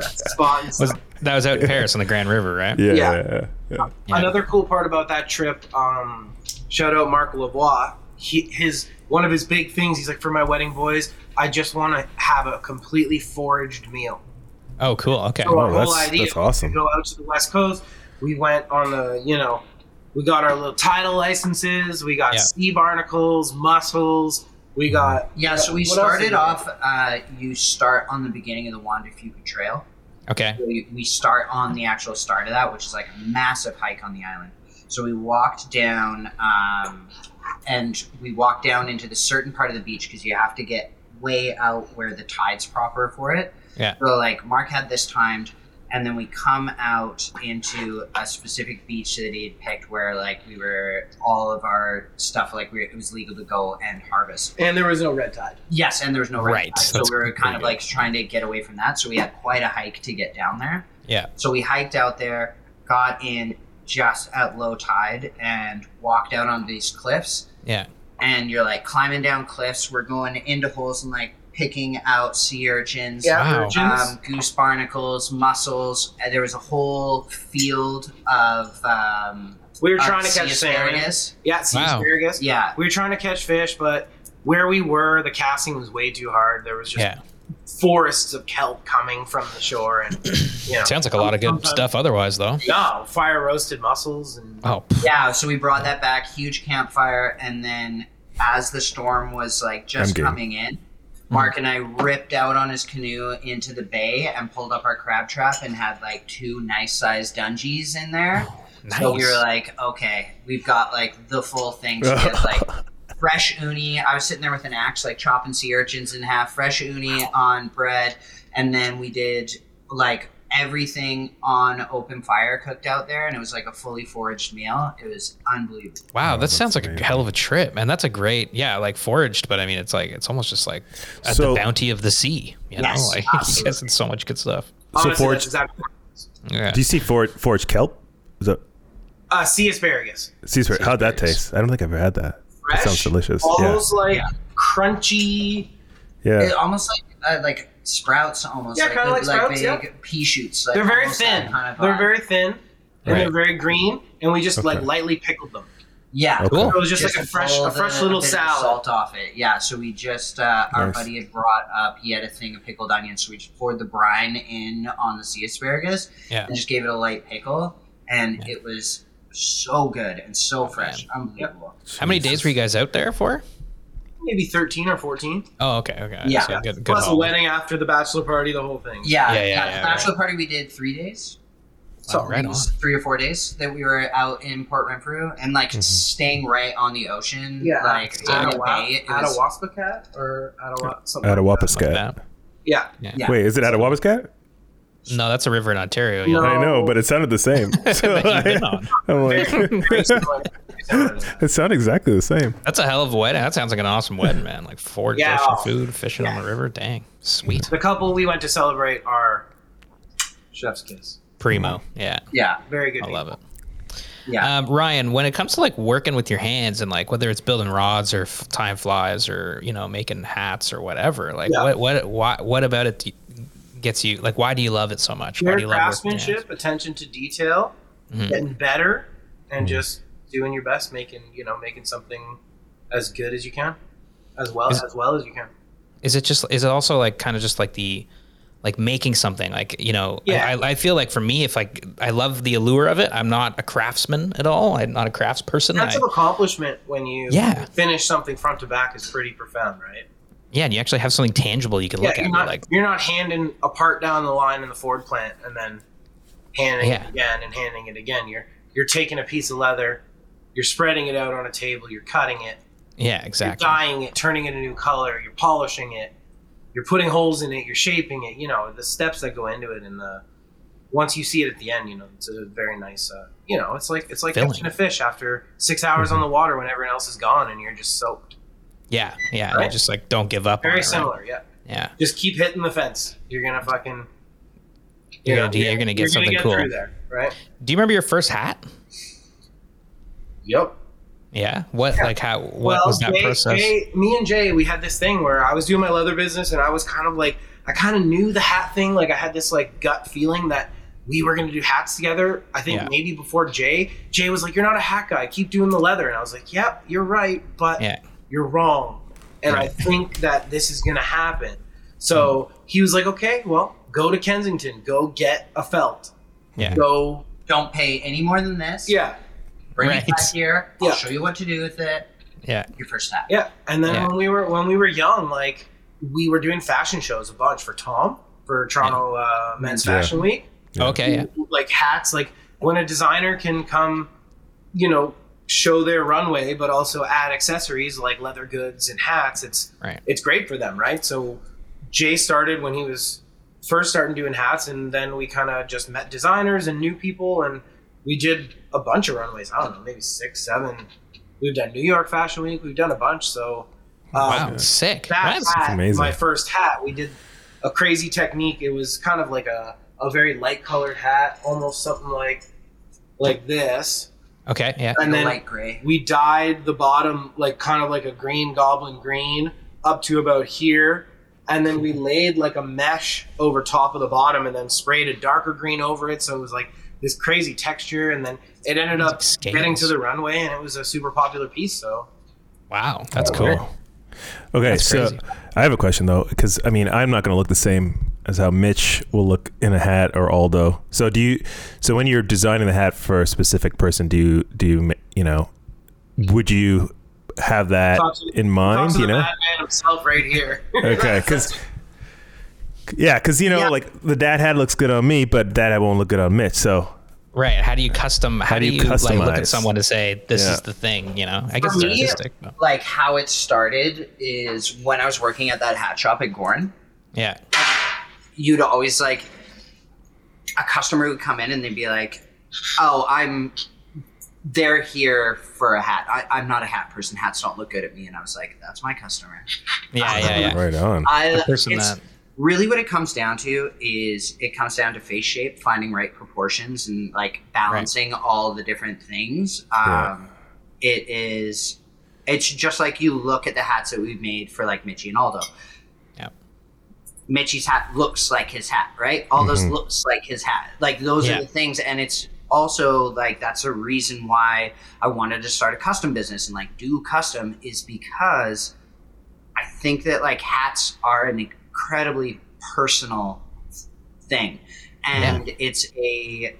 [SPEAKER 3] Spot and
[SPEAKER 1] Was
[SPEAKER 3] stuff.
[SPEAKER 1] that was out in Paris on the Grand River, right?
[SPEAKER 2] yeah,
[SPEAKER 3] Yeah.
[SPEAKER 2] yeah.
[SPEAKER 1] Yeah.
[SPEAKER 3] Another cool part about that trip, um, shout out Mark Lavoie. He, his one of his big things. He's like, for my wedding boys, I just want to have a completely foraged meal.
[SPEAKER 1] Oh, cool. Okay.
[SPEAKER 3] So our
[SPEAKER 2] Oh,
[SPEAKER 3] whole
[SPEAKER 2] that's-
[SPEAKER 3] idea
[SPEAKER 2] that's
[SPEAKER 3] was
[SPEAKER 2] awesome.
[SPEAKER 3] to go out to the West Coast. We went on the, you know, we got our little tidal licenses. We got
[SPEAKER 1] Yeah.
[SPEAKER 3] sea barnacles, mussels. We got
[SPEAKER 4] Yeah, so we
[SPEAKER 3] What else did
[SPEAKER 4] started
[SPEAKER 3] we
[SPEAKER 4] off. Uh, you start on the beginning of the Juan de Fuca Trail.
[SPEAKER 1] Okay.
[SPEAKER 4] We, we start on the actual start of that, which is like a massive hike on the island. So we walked down, um, and we walked down into the certain part of the beach because you have to get way out where the tide's proper for it.
[SPEAKER 1] Yeah.
[SPEAKER 4] So like Mark had this timed, and then we come out into a specific beach that he had picked where like we were all of our stuff like we, it was legal to go and harvest.
[SPEAKER 3] and there was no red tide.
[SPEAKER 4] Yes, and there's no right.
[SPEAKER 1] Right,
[SPEAKER 4] So
[SPEAKER 1] that's
[SPEAKER 4] we were kind of
[SPEAKER 1] pretty
[SPEAKER 4] like trying to get away from that. So we had quite a hike to get down there.
[SPEAKER 1] Yeah.
[SPEAKER 4] So we hiked out there, got in just at low tide, and walked out on these cliffs.
[SPEAKER 1] Yeah.
[SPEAKER 4] And you're like climbing down cliffs. We're going into holes and like picking out sea urchins.
[SPEAKER 1] Wow.
[SPEAKER 3] virgins.
[SPEAKER 4] Um, goose barnacles, mussels. And there was a whole field of um,
[SPEAKER 3] we were
[SPEAKER 4] of
[SPEAKER 3] trying to
[SPEAKER 4] sea
[SPEAKER 3] catch salmon.
[SPEAKER 4] asparagus.
[SPEAKER 3] Yeah, sea
[SPEAKER 1] Wow.
[SPEAKER 3] asparagus.
[SPEAKER 4] Yeah,
[SPEAKER 3] We were trying to catch fish, but where we were, the casting was way too hard. There was just
[SPEAKER 1] Yeah.
[SPEAKER 3] forests of kelp coming from the shore, and you know,
[SPEAKER 1] Sounds like a lot of good
[SPEAKER 3] sometimes-
[SPEAKER 1] stuff otherwise, though.
[SPEAKER 3] No fire roasted mussels and
[SPEAKER 1] Oh, pff,
[SPEAKER 4] Yeah, so we brought that back, huge campfire, and then as the storm was like
[SPEAKER 2] I'm
[SPEAKER 4] just
[SPEAKER 2] game.
[SPEAKER 4] coming in, Mark and I ripped out on his canoe into the bay and pulled up our crab trap and had like two nice sized dungeons in there.
[SPEAKER 1] nice.
[SPEAKER 4] So we were like, okay, we've got like the full thing. So we had like fresh uni. I was sitting there with an axe, like chopping sea urchins in half, fresh uni on bread. And then we did like everything on open fire cooked out there, and it was like a fully foraged meal. It was unbelievable.
[SPEAKER 1] Wow,
[SPEAKER 2] Oh,
[SPEAKER 1] that
[SPEAKER 2] that's
[SPEAKER 1] sounds like a
[SPEAKER 2] amazing.
[SPEAKER 1] hell of a trip, man. That's a great, yeah, like foraged, but I mean, it's like it's almost just like at
[SPEAKER 2] So-
[SPEAKER 1] the bounty of the sea, you know?
[SPEAKER 4] Yes,
[SPEAKER 1] like you
[SPEAKER 4] absolutely.
[SPEAKER 1] guys did so much good stuff.
[SPEAKER 2] So
[SPEAKER 3] Honestly,
[SPEAKER 2] forage-
[SPEAKER 3] that's exactly what it is.
[SPEAKER 1] Yeah,
[SPEAKER 2] Do you see for, forage kelp? Is that
[SPEAKER 3] uh, sea asparagus.
[SPEAKER 2] sea spray? How'd that
[SPEAKER 1] asparagus.
[SPEAKER 2] taste? I don't think I've ever had that.
[SPEAKER 3] Fresh,
[SPEAKER 2] That sounds delicious. Yeah.
[SPEAKER 3] Almost like crunchy.
[SPEAKER 2] Yeah.
[SPEAKER 4] It almost like uh, like sprouts, almost
[SPEAKER 3] Yeah,
[SPEAKER 4] like,
[SPEAKER 3] kinda
[SPEAKER 4] the-
[SPEAKER 3] like sprouts,
[SPEAKER 4] big
[SPEAKER 3] yeah.
[SPEAKER 4] pea shoots. Like
[SPEAKER 3] They're very
[SPEAKER 4] almost that
[SPEAKER 3] thin.
[SPEAKER 4] kind of
[SPEAKER 3] They're
[SPEAKER 4] vibe.
[SPEAKER 3] very thin, and
[SPEAKER 1] Right.
[SPEAKER 3] they're very green. And we just like
[SPEAKER 2] Okay.
[SPEAKER 3] lightly pickled them.
[SPEAKER 4] yeah.
[SPEAKER 2] Okay.
[SPEAKER 1] Cool.
[SPEAKER 3] It was just, like a
[SPEAKER 4] to
[SPEAKER 3] fresh,
[SPEAKER 4] pull
[SPEAKER 3] a fresh
[SPEAKER 4] the-
[SPEAKER 3] little
[SPEAKER 4] bit of
[SPEAKER 3] salad.
[SPEAKER 4] Salt off it, yeah. So we just uh, our
[SPEAKER 2] Nice.
[SPEAKER 4] buddy had brought up. He had a thing of pickled onions, so we just poured the brine in on the sea asparagus
[SPEAKER 1] yeah.
[SPEAKER 4] and just gave it a light pickle, and it was so good and so fresh, unbelievable.
[SPEAKER 1] How many days were you guys out there for?
[SPEAKER 3] Maybe thirteen or fourteen.
[SPEAKER 1] Oh, okay, okay.
[SPEAKER 4] Yeah.
[SPEAKER 1] so good, good
[SPEAKER 3] Plus a
[SPEAKER 1] haul.
[SPEAKER 3] wedding after the bachelor party, the whole thing.
[SPEAKER 1] Yeah,
[SPEAKER 4] Yeah,
[SPEAKER 1] yeah,
[SPEAKER 4] yeah,
[SPEAKER 1] yeah,
[SPEAKER 4] the bachelor party we did three days.
[SPEAKER 1] Wow, right
[SPEAKER 4] it
[SPEAKER 1] on.
[SPEAKER 4] was three or four days that we were out in Port Renfrew and like staying right on the ocean. like on the bay. It was-
[SPEAKER 3] Attawasacat or Attawa- something like that.
[SPEAKER 1] Like
[SPEAKER 2] Attawapiscat.
[SPEAKER 1] that.
[SPEAKER 3] Yeah.
[SPEAKER 4] Yeah.
[SPEAKER 2] Wait, is it Attawapiscat?
[SPEAKER 1] No, that's a river in Ontario. Yeah.
[SPEAKER 3] No.
[SPEAKER 2] I know, but it sounded the same. So
[SPEAKER 1] That you've
[SPEAKER 2] I,
[SPEAKER 1] been on.
[SPEAKER 2] am like,
[SPEAKER 3] yeah,
[SPEAKER 2] it sounded exactly the same.
[SPEAKER 1] That's a hell of a wedding. That sounds like an awesome wedding, man. Like foraged
[SPEAKER 3] Yeah.
[SPEAKER 1] ocean food, fishing on the river. Dang, sweet.
[SPEAKER 3] the couple we went to celebrate are chef's kiss.
[SPEAKER 1] Primo. Yeah,
[SPEAKER 4] yeah,
[SPEAKER 3] Very good.
[SPEAKER 1] I love it.
[SPEAKER 4] yeah.
[SPEAKER 1] Um, Ryan, when it comes to like working with your hands and like whether it's building rods or f- time flies or you know making hats or whatever, like
[SPEAKER 3] Yeah.
[SPEAKER 1] what what why, what about it do- gets you? Like, why do you love it so much? Why
[SPEAKER 3] Pure
[SPEAKER 1] do you love working with your hands? Mm-hmm.
[SPEAKER 3] craftsmanship, attention to detail, getting better, and just doing your best, making you know making something as good as you can, as well
[SPEAKER 1] Is-
[SPEAKER 3] as well as you can.
[SPEAKER 1] is it just is it also like kind of just like the like making something like you know
[SPEAKER 3] Yeah.
[SPEAKER 1] I, I feel like for me if like i love the allure of it i'm not a craftsman at all i'm not a craftsperson
[SPEAKER 3] Sense
[SPEAKER 1] I,
[SPEAKER 3] of accomplishment when you
[SPEAKER 1] Yeah.
[SPEAKER 3] finish something front to back is pretty profound, right?
[SPEAKER 1] yeah and you actually have something tangible you can look
[SPEAKER 3] yeah,
[SPEAKER 1] at
[SPEAKER 3] you're
[SPEAKER 1] and
[SPEAKER 3] not,
[SPEAKER 1] you're like
[SPEAKER 3] you're not handing a part down the line in the Ford plant and then handing
[SPEAKER 1] Yeah.
[SPEAKER 3] it again and handing it again. You're you're taking a piece of leather, you're spreading it out on a table, you're cutting it,
[SPEAKER 1] yeah
[SPEAKER 3] you're
[SPEAKER 1] exactly
[SPEAKER 3] dyeing it, turning it a new color, you're polishing it, you're putting holes in it, you're shaping it. You know the steps that go into it, and the once you see it at the end, you know it's a very nice. Uh, you know it's like it's like
[SPEAKER 1] Filling. Mm-hmm.
[SPEAKER 3] catching a fish after six hours on the water when everyone else is gone and you're just soaked.
[SPEAKER 1] yeah yeah and I
[SPEAKER 3] Right.
[SPEAKER 1] just like don't give up on it,
[SPEAKER 3] Very
[SPEAKER 1] right?
[SPEAKER 3] similar, yeah.
[SPEAKER 1] yeah
[SPEAKER 3] Just keep hitting the fence. You're gonna fucking.
[SPEAKER 1] You're
[SPEAKER 3] you
[SPEAKER 1] gonna
[SPEAKER 3] know,
[SPEAKER 1] do- you're gonna get something
[SPEAKER 3] get
[SPEAKER 1] cool.
[SPEAKER 3] through there, right?
[SPEAKER 1] do you remember your first hat
[SPEAKER 3] Yep.
[SPEAKER 1] yeah what like how what
[SPEAKER 3] well,
[SPEAKER 1] was that
[SPEAKER 3] Jay,
[SPEAKER 1] process
[SPEAKER 3] Jay, me and Jay, we had this thing where I was doing my leather business, and I was kind of like, I kind of knew the hat thing. Like I had this like gut feeling that we were gonna do hats together. I think
[SPEAKER 1] Yeah.
[SPEAKER 3] maybe before Jay, Jay was like, "You're not a hat guy. Keep doing the leather." And I was like, "Yep, you're right, but
[SPEAKER 1] yeah
[SPEAKER 3] you're wrong. And I
[SPEAKER 1] Right. Hmm.
[SPEAKER 3] think that this is going to happen. So he was like, okay, well, go to Kensington, go get a felt.
[SPEAKER 1] Yeah.
[SPEAKER 3] Go.
[SPEAKER 4] Don't pay any more than this.
[SPEAKER 3] Yeah.
[SPEAKER 4] bring
[SPEAKER 1] Right.
[SPEAKER 4] it back here. I'll
[SPEAKER 3] Yeah.
[SPEAKER 4] show you what to do with it.
[SPEAKER 1] yeah
[SPEAKER 4] Your first step.
[SPEAKER 3] Yeah. And then
[SPEAKER 1] Yeah.
[SPEAKER 3] when we were when we were young, like we were doing fashion shows a bunch for Tom for Toronto uh, Men's
[SPEAKER 2] Yeah.
[SPEAKER 3] Fashion Week.
[SPEAKER 2] Yeah.
[SPEAKER 1] okay yeah
[SPEAKER 3] Like hats, like when a designer can come, you know, show their runway, but also add accessories like leather goods and hats. It's
[SPEAKER 1] right
[SPEAKER 3] it's great for them, right? So Jay started when he was first starting doing hats, and then we kind of just met designers and new people, and we did a bunch of runways. I don't know, maybe six, seven. We've done New York Fashion Week. We've done a bunch. So um,
[SPEAKER 1] wow sick
[SPEAKER 3] that
[SPEAKER 1] That's-
[SPEAKER 3] hat,
[SPEAKER 2] amazing.
[SPEAKER 3] my first hat, we did a crazy technique. It was kind of like a, a very light colored hat, almost something like like this,
[SPEAKER 1] okay yeah
[SPEAKER 4] The
[SPEAKER 3] and then
[SPEAKER 4] light gray.
[SPEAKER 3] we dyed the bottom like kind of like a green goblin green up to about here and then we laid like a mesh over top of the bottom and then sprayed a darker green over it so it was like this crazy texture and then it ended up
[SPEAKER 1] It's like
[SPEAKER 3] getting to
[SPEAKER 1] scales.
[SPEAKER 3] the runway and it was a super popular piece so
[SPEAKER 1] wow that's
[SPEAKER 3] oh,
[SPEAKER 1] cool
[SPEAKER 2] Okay,
[SPEAKER 1] That's
[SPEAKER 2] so
[SPEAKER 1] crazy.
[SPEAKER 2] I have a question though, because I mean, I'm not going to look the same as how Mitch will look in a hat or Aldo. So do you? So when you're designing the hat for a specific person, do you do you, ma- you know? Would you have that
[SPEAKER 3] Talk to-
[SPEAKER 2] in
[SPEAKER 3] Talk
[SPEAKER 2] mind?
[SPEAKER 3] to
[SPEAKER 2] You
[SPEAKER 3] the
[SPEAKER 2] know?
[SPEAKER 3] madman himself right here
[SPEAKER 2] Okay, because yeah, because you know,
[SPEAKER 3] Yeah.
[SPEAKER 2] like the dad hat looks good on me, but dad hat won't look good on Mitch. So
[SPEAKER 1] Right. How do you custom? How, do
[SPEAKER 2] do you
[SPEAKER 1] you, like look
[SPEAKER 2] customize?
[SPEAKER 1] at someone to say this
[SPEAKER 2] Yeah.
[SPEAKER 1] is the thing? You know, I guess it's
[SPEAKER 4] me,
[SPEAKER 1] artistic. but-
[SPEAKER 4] Like how it started is when I was working at that hat shop at Gorn.
[SPEAKER 1] yeah.
[SPEAKER 4] You'd always like a customer would come in and they'd be like, "Oh, I'm they're here for a hat. I, I'm not a hat person. Hats don't look good at me." And I was like, "That's my customer."
[SPEAKER 1] Yeah, yeah, yeah.
[SPEAKER 2] Right on.
[SPEAKER 4] I
[SPEAKER 1] The person
[SPEAKER 4] it's-
[SPEAKER 1] that
[SPEAKER 4] really what it comes down to is it comes down to face shape, finding right proportions, and like balancing all the different things.
[SPEAKER 2] Yeah.
[SPEAKER 4] Um, It is. It's just like you look at the hats that we've made for like Mitchie and Aldo.
[SPEAKER 1] Yep.
[SPEAKER 4] Mitchie's hat looks like his hat, right? Aldo's looks like his hat. Like those
[SPEAKER 1] Yeah.
[SPEAKER 4] are the things, and it's also like that's a reason why I wanted to start a custom business and like do custom is because I think that like hats are an incredibly personal thing, and it's a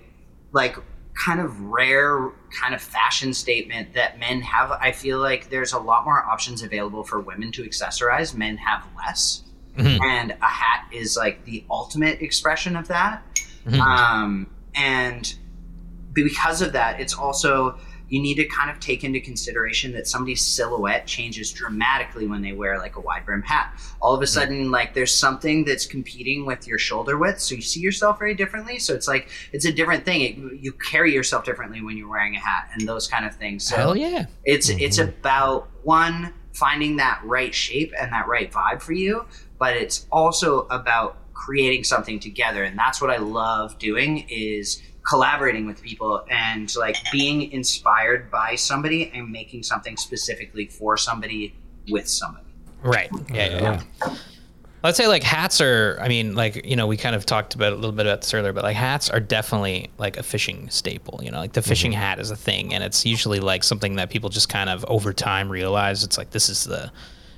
[SPEAKER 4] like kind of rare kind of fashion statement that men have. I feel like there's a lot more options available for women to accessorize. Men have less,
[SPEAKER 1] Mhm.
[SPEAKER 4] and a hat is like the ultimate expression of that.
[SPEAKER 1] Mhm.
[SPEAKER 4] Um, and because of that, it's also you need to kind of take into consideration that somebody's silhouette changes dramatically when they wear like a wide brim hat. All of a sudden, like there's something that's competing with your shoulder width, so you see yourself very differently. So it's like it's a different thing. It, you carry yourself differently when you're wearing a hat and those kind of things. So
[SPEAKER 1] hell yeah.
[SPEAKER 4] it's it's about one finding that right shape and that right vibe for you, but it's also about creating something together, and that's what I love doing is collaborating with people and like being inspired by somebody and making something specifically for somebody with somebody.
[SPEAKER 1] Right. Yeah, yeah, yeah. Let's say like hats are. I mean, like you know, we kind of talked about a little bit about this earlier, but like hats are definitely like a fishing staple. You know, like the fishing hat is a thing, and it's usually like something that people just kind of over time realize it's like this is the.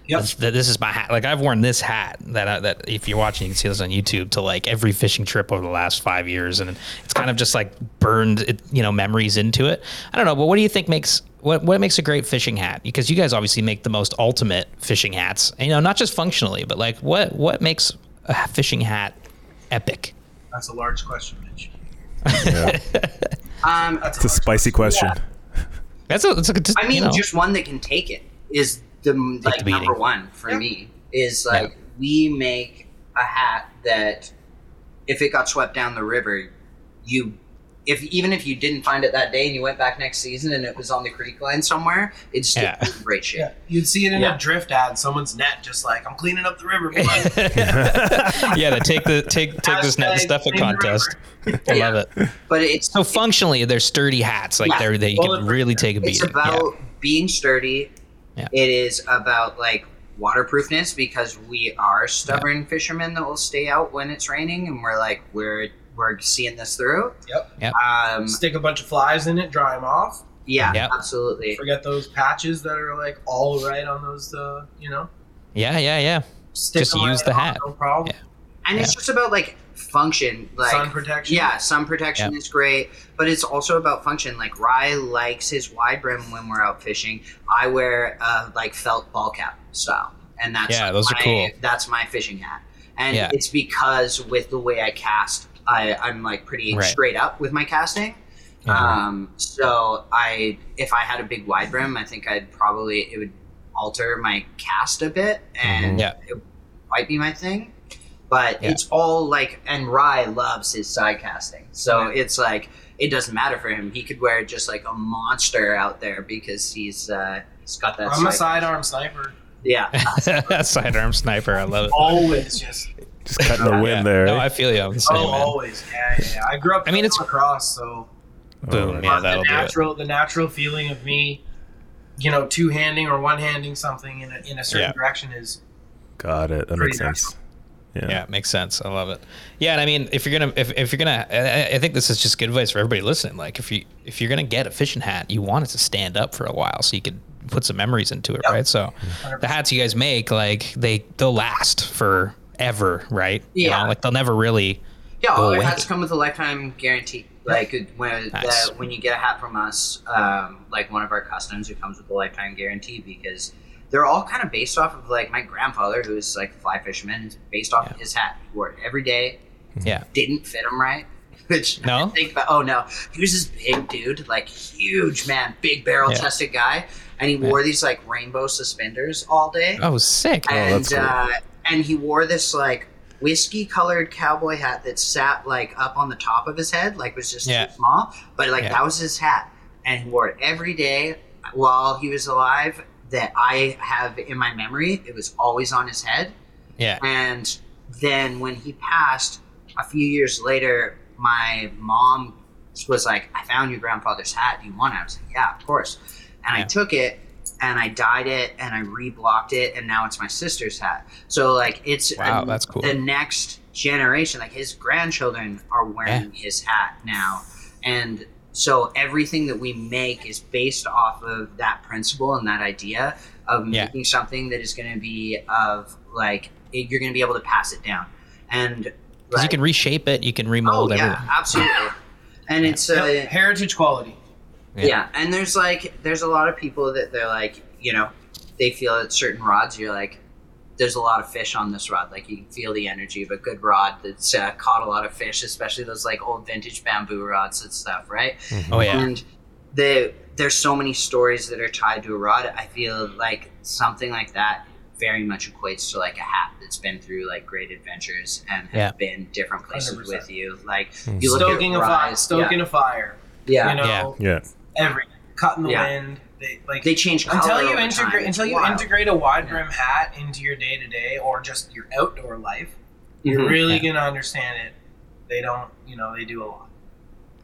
[SPEAKER 3] Yep.
[SPEAKER 1] This, that this is my hat. Like I've worn this hat that I, that if you're watching, you can see this on YouTube to like every fishing trip over the last five years, and it's kind of just like burned it, you know memories into it. I don't know, but what do you think makes what what makes a great fishing hat? Because you guys obviously make the most ultimate fishing hats. You know, not just functionally, but like what what makes a fishing hat epic?
[SPEAKER 3] That's a large question, Mitch.
[SPEAKER 2] Yeah.
[SPEAKER 4] Um,
[SPEAKER 2] It's a spicy question.
[SPEAKER 1] That's a, that's a good.
[SPEAKER 4] I mean,
[SPEAKER 1] you know.
[SPEAKER 4] just one that can take it is the like
[SPEAKER 1] the beating.
[SPEAKER 4] number one for me. Is like we make a hat that if it got swept down the river, you if even if you didn't find it that day and you went back next season and it was on the creek line somewhere, it's still
[SPEAKER 1] Yeah.
[SPEAKER 4] in great shape.
[SPEAKER 3] Yeah, you'd see it in
[SPEAKER 4] Yeah.
[SPEAKER 3] a drift ad. Someone's net, just like I'm cleaning up the river. blood."
[SPEAKER 1] yeah, the take the take take this net and
[SPEAKER 3] Hashtag
[SPEAKER 1] stuff it
[SPEAKER 3] clean the river.
[SPEAKER 1] contest. I love it.
[SPEAKER 4] But it's
[SPEAKER 1] So functionally, they're sturdy hats. Like
[SPEAKER 4] Yeah.
[SPEAKER 1] they're they
[SPEAKER 3] Well,
[SPEAKER 1] can really take a beating.
[SPEAKER 4] it's
[SPEAKER 1] yeah.
[SPEAKER 4] about being sturdy.
[SPEAKER 1] Yeah.
[SPEAKER 4] It is about like waterproofness because we are stubborn fishermen that will stay out when it's raining, and we're like we're we're seeing this through.
[SPEAKER 3] Yep.
[SPEAKER 1] Yep.
[SPEAKER 4] Um,
[SPEAKER 3] Stick a bunch of flies in it, dry them off.
[SPEAKER 4] yeah,
[SPEAKER 1] Yep.
[SPEAKER 4] absolutely.
[SPEAKER 3] Forget those patches that are like all right on those. Uh, you know,
[SPEAKER 1] yeah, yeah, yeah.
[SPEAKER 3] stick
[SPEAKER 1] Just
[SPEAKER 3] 'em right
[SPEAKER 1] use the
[SPEAKER 3] on,
[SPEAKER 1] hat.
[SPEAKER 3] No problem.
[SPEAKER 1] Yeah.
[SPEAKER 4] And it's just about like function, like
[SPEAKER 3] Sun protection.
[SPEAKER 4] Yeah, sun protection is great, but it's also about function. Like Rye likes his wide brim when we're out fishing. I wear uh, like felt ball cap style, and that's
[SPEAKER 1] Yeah,
[SPEAKER 4] like,
[SPEAKER 1] those are
[SPEAKER 4] my,
[SPEAKER 1] cool.
[SPEAKER 4] That's my fishing hat, and
[SPEAKER 1] Yeah.
[SPEAKER 4] it's because with the way I cast, I I'm like pretty
[SPEAKER 1] Right.
[SPEAKER 4] straight up with my casting.
[SPEAKER 1] Mm-hmm.
[SPEAKER 4] Um, so I, if I had a big wide brim, I think I'd probably it would alter my cast a bit, and
[SPEAKER 1] Mhm. Yeah.
[SPEAKER 4] it might be my thing. But
[SPEAKER 1] Yeah.
[SPEAKER 4] it's all like, and Rye loves his side casting, so it's like it doesn't matter for him. He could wear just like a monster out there because he's uh, he's got that.
[SPEAKER 3] I'm a
[SPEAKER 4] side-
[SPEAKER 3] sidearm sniper.
[SPEAKER 4] Yeah,
[SPEAKER 1] Sidearm sniper, I love it.
[SPEAKER 3] Always just.
[SPEAKER 2] Just cutting the wind
[SPEAKER 1] Yeah.
[SPEAKER 2] there.
[SPEAKER 1] No,
[SPEAKER 2] right?
[SPEAKER 1] I feel you. I'm the same,
[SPEAKER 3] Oh,
[SPEAKER 1] man.
[SPEAKER 3] always. Yeah, yeah. I grew up.
[SPEAKER 1] I mean, it's-
[SPEAKER 3] across. So
[SPEAKER 1] Boom.
[SPEAKER 2] Alright.
[SPEAKER 1] Yeah,
[SPEAKER 3] Uh, the
[SPEAKER 1] that'll do it.
[SPEAKER 3] natural, the natural feeling of me, you know, two handing or one handing something in a, in a certain
[SPEAKER 1] Yeah.
[SPEAKER 3] direction is
[SPEAKER 2] Got it. That
[SPEAKER 3] Pretty
[SPEAKER 2] makes sense. Yeah.
[SPEAKER 1] Yeah, it makes sense. I love it. Yeah, and I mean, if you're gonna, if, if you're gonna, I, I- I think this is just good advice for everybody listening. Like, if you if you're gonna get a fishing hat, you want it to stand up for a while so you can put some memories into it, right? So, the hats you guys make, like they they'll last forever, right? You
[SPEAKER 4] Yeah.
[SPEAKER 1] know, like they'll never really.
[SPEAKER 4] yeah.
[SPEAKER 1] Go
[SPEAKER 4] All our
[SPEAKER 1] away.
[SPEAKER 4] hats come with a lifetime guarantee. Like when
[SPEAKER 1] Nice.
[SPEAKER 4] the, when you get a hat from us, um, like one of our customs, it comes with a lifetime guarantee because they're all kind of based off of like my grandfather, who was like a fly fisherman, based off of his hat. He wore it every day.
[SPEAKER 1] Yeah.
[SPEAKER 4] didn't fit him right. Which I
[SPEAKER 1] No?
[SPEAKER 4] think about. Oh no, he was this big dude, like huge man, big barrel
[SPEAKER 1] Yeah.
[SPEAKER 4] chested guy, and he wore these like rainbow suspenders all day,
[SPEAKER 1] Oh, sick.
[SPEAKER 4] and
[SPEAKER 2] that's cool.
[SPEAKER 4] uh, and he wore this like whiskey colored cowboy hat that sat like up on the top of his head, like was just
[SPEAKER 1] Yeah.
[SPEAKER 4] too small. But like
[SPEAKER 1] Yeah.
[SPEAKER 4] that was his hat, and he wore it every day while he was alive. That I have in my memory, it was always on his head.
[SPEAKER 1] Yeah.
[SPEAKER 4] And then when he passed, a few years later, my mom was like, I found your grandfather's hat. Do you want it? I was like, Yeah, of course. And
[SPEAKER 1] Yeah.
[SPEAKER 4] I took it and I dyed it and I reblocked it and now it's my sister's hat. So like it's
[SPEAKER 1] Wow, that's cool.
[SPEAKER 4] the next generation, like his grandchildren are wearing his hat now. And so everything that we make is based off of that principle and that idea of
[SPEAKER 1] Yeah.
[SPEAKER 4] making something that is going to be of like it- you're going to be able to pass it down. And
[SPEAKER 1] Because you
[SPEAKER 4] like-
[SPEAKER 1] can reshape it, you can remold
[SPEAKER 4] oh yeah,
[SPEAKER 1] everything.
[SPEAKER 4] absolutely. And it's uh,
[SPEAKER 3] Yep, Heritage quality.
[SPEAKER 1] Yeah.
[SPEAKER 4] yeah. and there's like there's a lot of people that they're like you know they feel at certain rods you're like there's a lot of fish on this rod like you can feel the energy of a good rod that's uh, caught a lot of fish especially those like old vintage bamboo rods and stuff right
[SPEAKER 2] Mm-hmm.
[SPEAKER 1] Oh yeah.
[SPEAKER 4] and the there's so many stories that are tied to a rod i feel like something like that very much equates to like a hat that's been through like great adventures and have
[SPEAKER 1] Yeah.
[SPEAKER 4] been different places
[SPEAKER 3] 100%.
[SPEAKER 4] with you like
[SPEAKER 1] Oh,
[SPEAKER 2] Mhm.
[SPEAKER 4] you look
[SPEAKER 3] Stoking
[SPEAKER 4] at
[SPEAKER 3] a fire,
[SPEAKER 4] rods-
[SPEAKER 3] stoking a fire.
[SPEAKER 4] yeah,
[SPEAKER 3] You know,
[SPEAKER 1] Yeah.
[SPEAKER 2] Yeah.
[SPEAKER 3] everything. Cut in the
[SPEAKER 4] Yeah.
[SPEAKER 3] wind. They, like
[SPEAKER 4] they change color
[SPEAKER 3] until you
[SPEAKER 4] over time.
[SPEAKER 3] integrate
[SPEAKER 4] It's
[SPEAKER 3] until you
[SPEAKER 4] wild.
[SPEAKER 3] integrate a wide
[SPEAKER 4] Yeah.
[SPEAKER 3] brim hat into your day to day or just your outdoor life,
[SPEAKER 4] Mhm.
[SPEAKER 3] you're really gonna understand it. They don't, you know, they do a lot.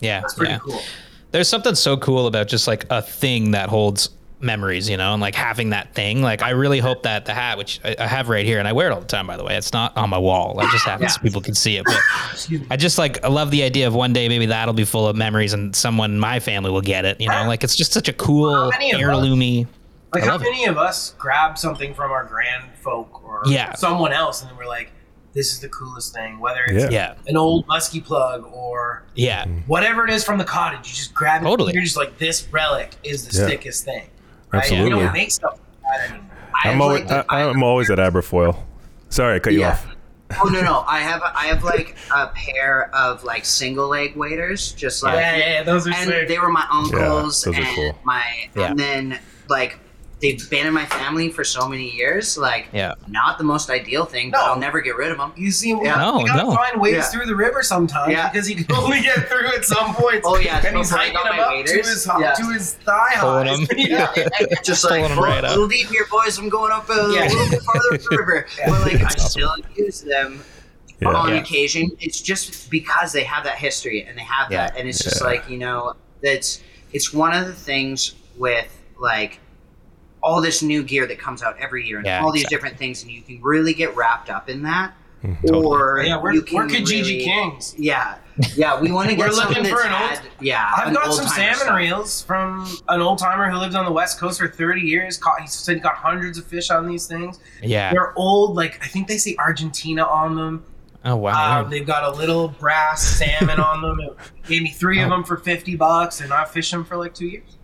[SPEAKER 1] Yeah.
[SPEAKER 3] That's pretty
[SPEAKER 1] yeah.
[SPEAKER 3] cool.
[SPEAKER 1] There's something so cool about just like a thing that holds memories, you know, and like having that thing. Like I really hope that the hat, which I, I have right here, and I wear it all the time, by the way. It's not on my wall. I just have it so people can see it. But
[SPEAKER 3] Excuse me.
[SPEAKER 1] I just like I love the idea of one day maybe that'll be full of memories and someone in my family will get it. You know, like it's just such a cool
[SPEAKER 3] How many of us?
[SPEAKER 1] heirloomy.
[SPEAKER 3] Like
[SPEAKER 1] I
[SPEAKER 3] how
[SPEAKER 1] love it.
[SPEAKER 3] many of us grab something from our grand folk or
[SPEAKER 1] Yeah.
[SPEAKER 3] someone else and then we're like, This is the coolest thing, whether it's
[SPEAKER 2] Yeah.
[SPEAKER 1] Yeah,
[SPEAKER 3] an old musky plug or
[SPEAKER 1] yeah,
[SPEAKER 3] whatever it is from the cottage, you just grab it
[SPEAKER 1] Totally.
[SPEAKER 3] and you're just like, This relic is the
[SPEAKER 2] Yeah.
[SPEAKER 3] sickest thing.
[SPEAKER 2] Absolutely.
[SPEAKER 3] We don't make stuff like that anymore.
[SPEAKER 4] I
[SPEAKER 2] I'm
[SPEAKER 4] have,
[SPEAKER 2] always,
[SPEAKER 4] like, the-
[SPEAKER 2] I, I'm always at Aberfoyle. Sorry, I cut you
[SPEAKER 4] Yeah.
[SPEAKER 2] off.
[SPEAKER 4] Oh no no! I have I have like a pair of like single leg waiters, just like
[SPEAKER 3] Yeah, yeah, yeah, those are
[SPEAKER 4] and
[SPEAKER 3] sick.
[SPEAKER 4] they were my uncles
[SPEAKER 2] Yeah, those are
[SPEAKER 4] and
[SPEAKER 2] cool.
[SPEAKER 4] my
[SPEAKER 1] Yeah.
[SPEAKER 4] and then like they've been in my family for so many years. Like
[SPEAKER 1] yeah.
[SPEAKER 4] not the most ideal thing, but
[SPEAKER 3] No.
[SPEAKER 4] I'll never get rid of them.
[SPEAKER 3] You see,
[SPEAKER 4] Yeah.
[SPEAKER 1] No,
[SPEAKER 3] you gotta
[SPEAKER 1] no.
[SPEAKER 3] find ways
[SPEAKER 4] Yeah.
[SPEAKER 3] through the river sometimes
[SPEAKER 4] Yeah.
[SPEAKER 3] because he can only get through at some point.
[SPEAKER 4] Oh, yeah,
[SPEAKER 3] and he's
[SPEAKER 4] so I
[SPEAKER 3] hiking
[SPEAKER 4] got
[SPEAKER 3] him
[SPEAKER 4] my
[SPEAKER 3] up to
[SPEAKER 4] waders.
[SPEAKER 3] his
[SPEAKER 4] Yeah.
[SPEAKER 3] to his thigh
[SPEAKER 1] Pulling
[SPEAKER 3] highs.
[SPEAKER 1] him.
[SPEAKER 3] Yeah.
[SPEAKER 4] Just
[SPEAKER 1] Pulling
[SPEAKER 4] like
[SPEAKER 1] them
[SPEAKER 4] "Well,
[SPEAKER 1] right
[SPEAKER 4] a
[SPEAKER 1] up."
[SPEAKER 4] little deep here, boys. I'm going up a
[SPEAKER 3] Yeah.
[SPEAKER 4] little bit farther up the river, but like I
[SPEAKER 1] That's awesome.
[SPEAKER 4] still use them.
[SPEAKER 2] Yeah.
[SPEAKER 4] on
[SPEAKER 1] Yeah.
[SPEAKER 4] occasion. It's just because they have that history and they have
[SPEAKER 1] Yeah.
[SPEAKER 4] that, and it's just like you know that's it's one of the things with like all this new gear that comes out every year and
[SPEAKER 1] Yeah,
[SPEAKER 4] all these
[SPEAKER 1] exactly.
[SPEAKER 4] different things, and you can really get wrapped up in that.
[SPEAKER 1] Mm-hmm. Totally.
[SPEAKER 4] Or
[SPEAKER 3] Oh, Yeah, we're,
[SPEAKER 4] you can
[SPEAKER 3] we're Kijiji
[SPEAKER 4] really-
[SPEAKER 3] Kings.
[SPEAKER 4] Yeah, yeah, we want to get
[SPEAKER 3] We're looking
[SPEAKER 4] something that's
[SPEAKER 3] for an old-
[SPEAKER 4] had- yeah,
[SPEAKER 3] I've
[SPEAKER 4] an
[SPEAKER 3] got some
[SPEAKER 4] old-timer
[SPEAKER 3] salmon
[SPEAKER 4] stuff.
[SPEAKER 3] reels from an old timer who lived on the west coast for 30 years. Caught, he said he got hundreds of fish on these things.
[SPEAKER 1] yeah.
[SPEAKER 3] They're old, like I think they say Argentina on them.
[SPEAKER 1] Oh wow.
[SPEAKER 3] Um, they've got a little brass salmon on them. It gave me three of
[SPEAKER 1] Oh.
[SPEAKER 3] them for 50 bucks, and I fished them for like two years.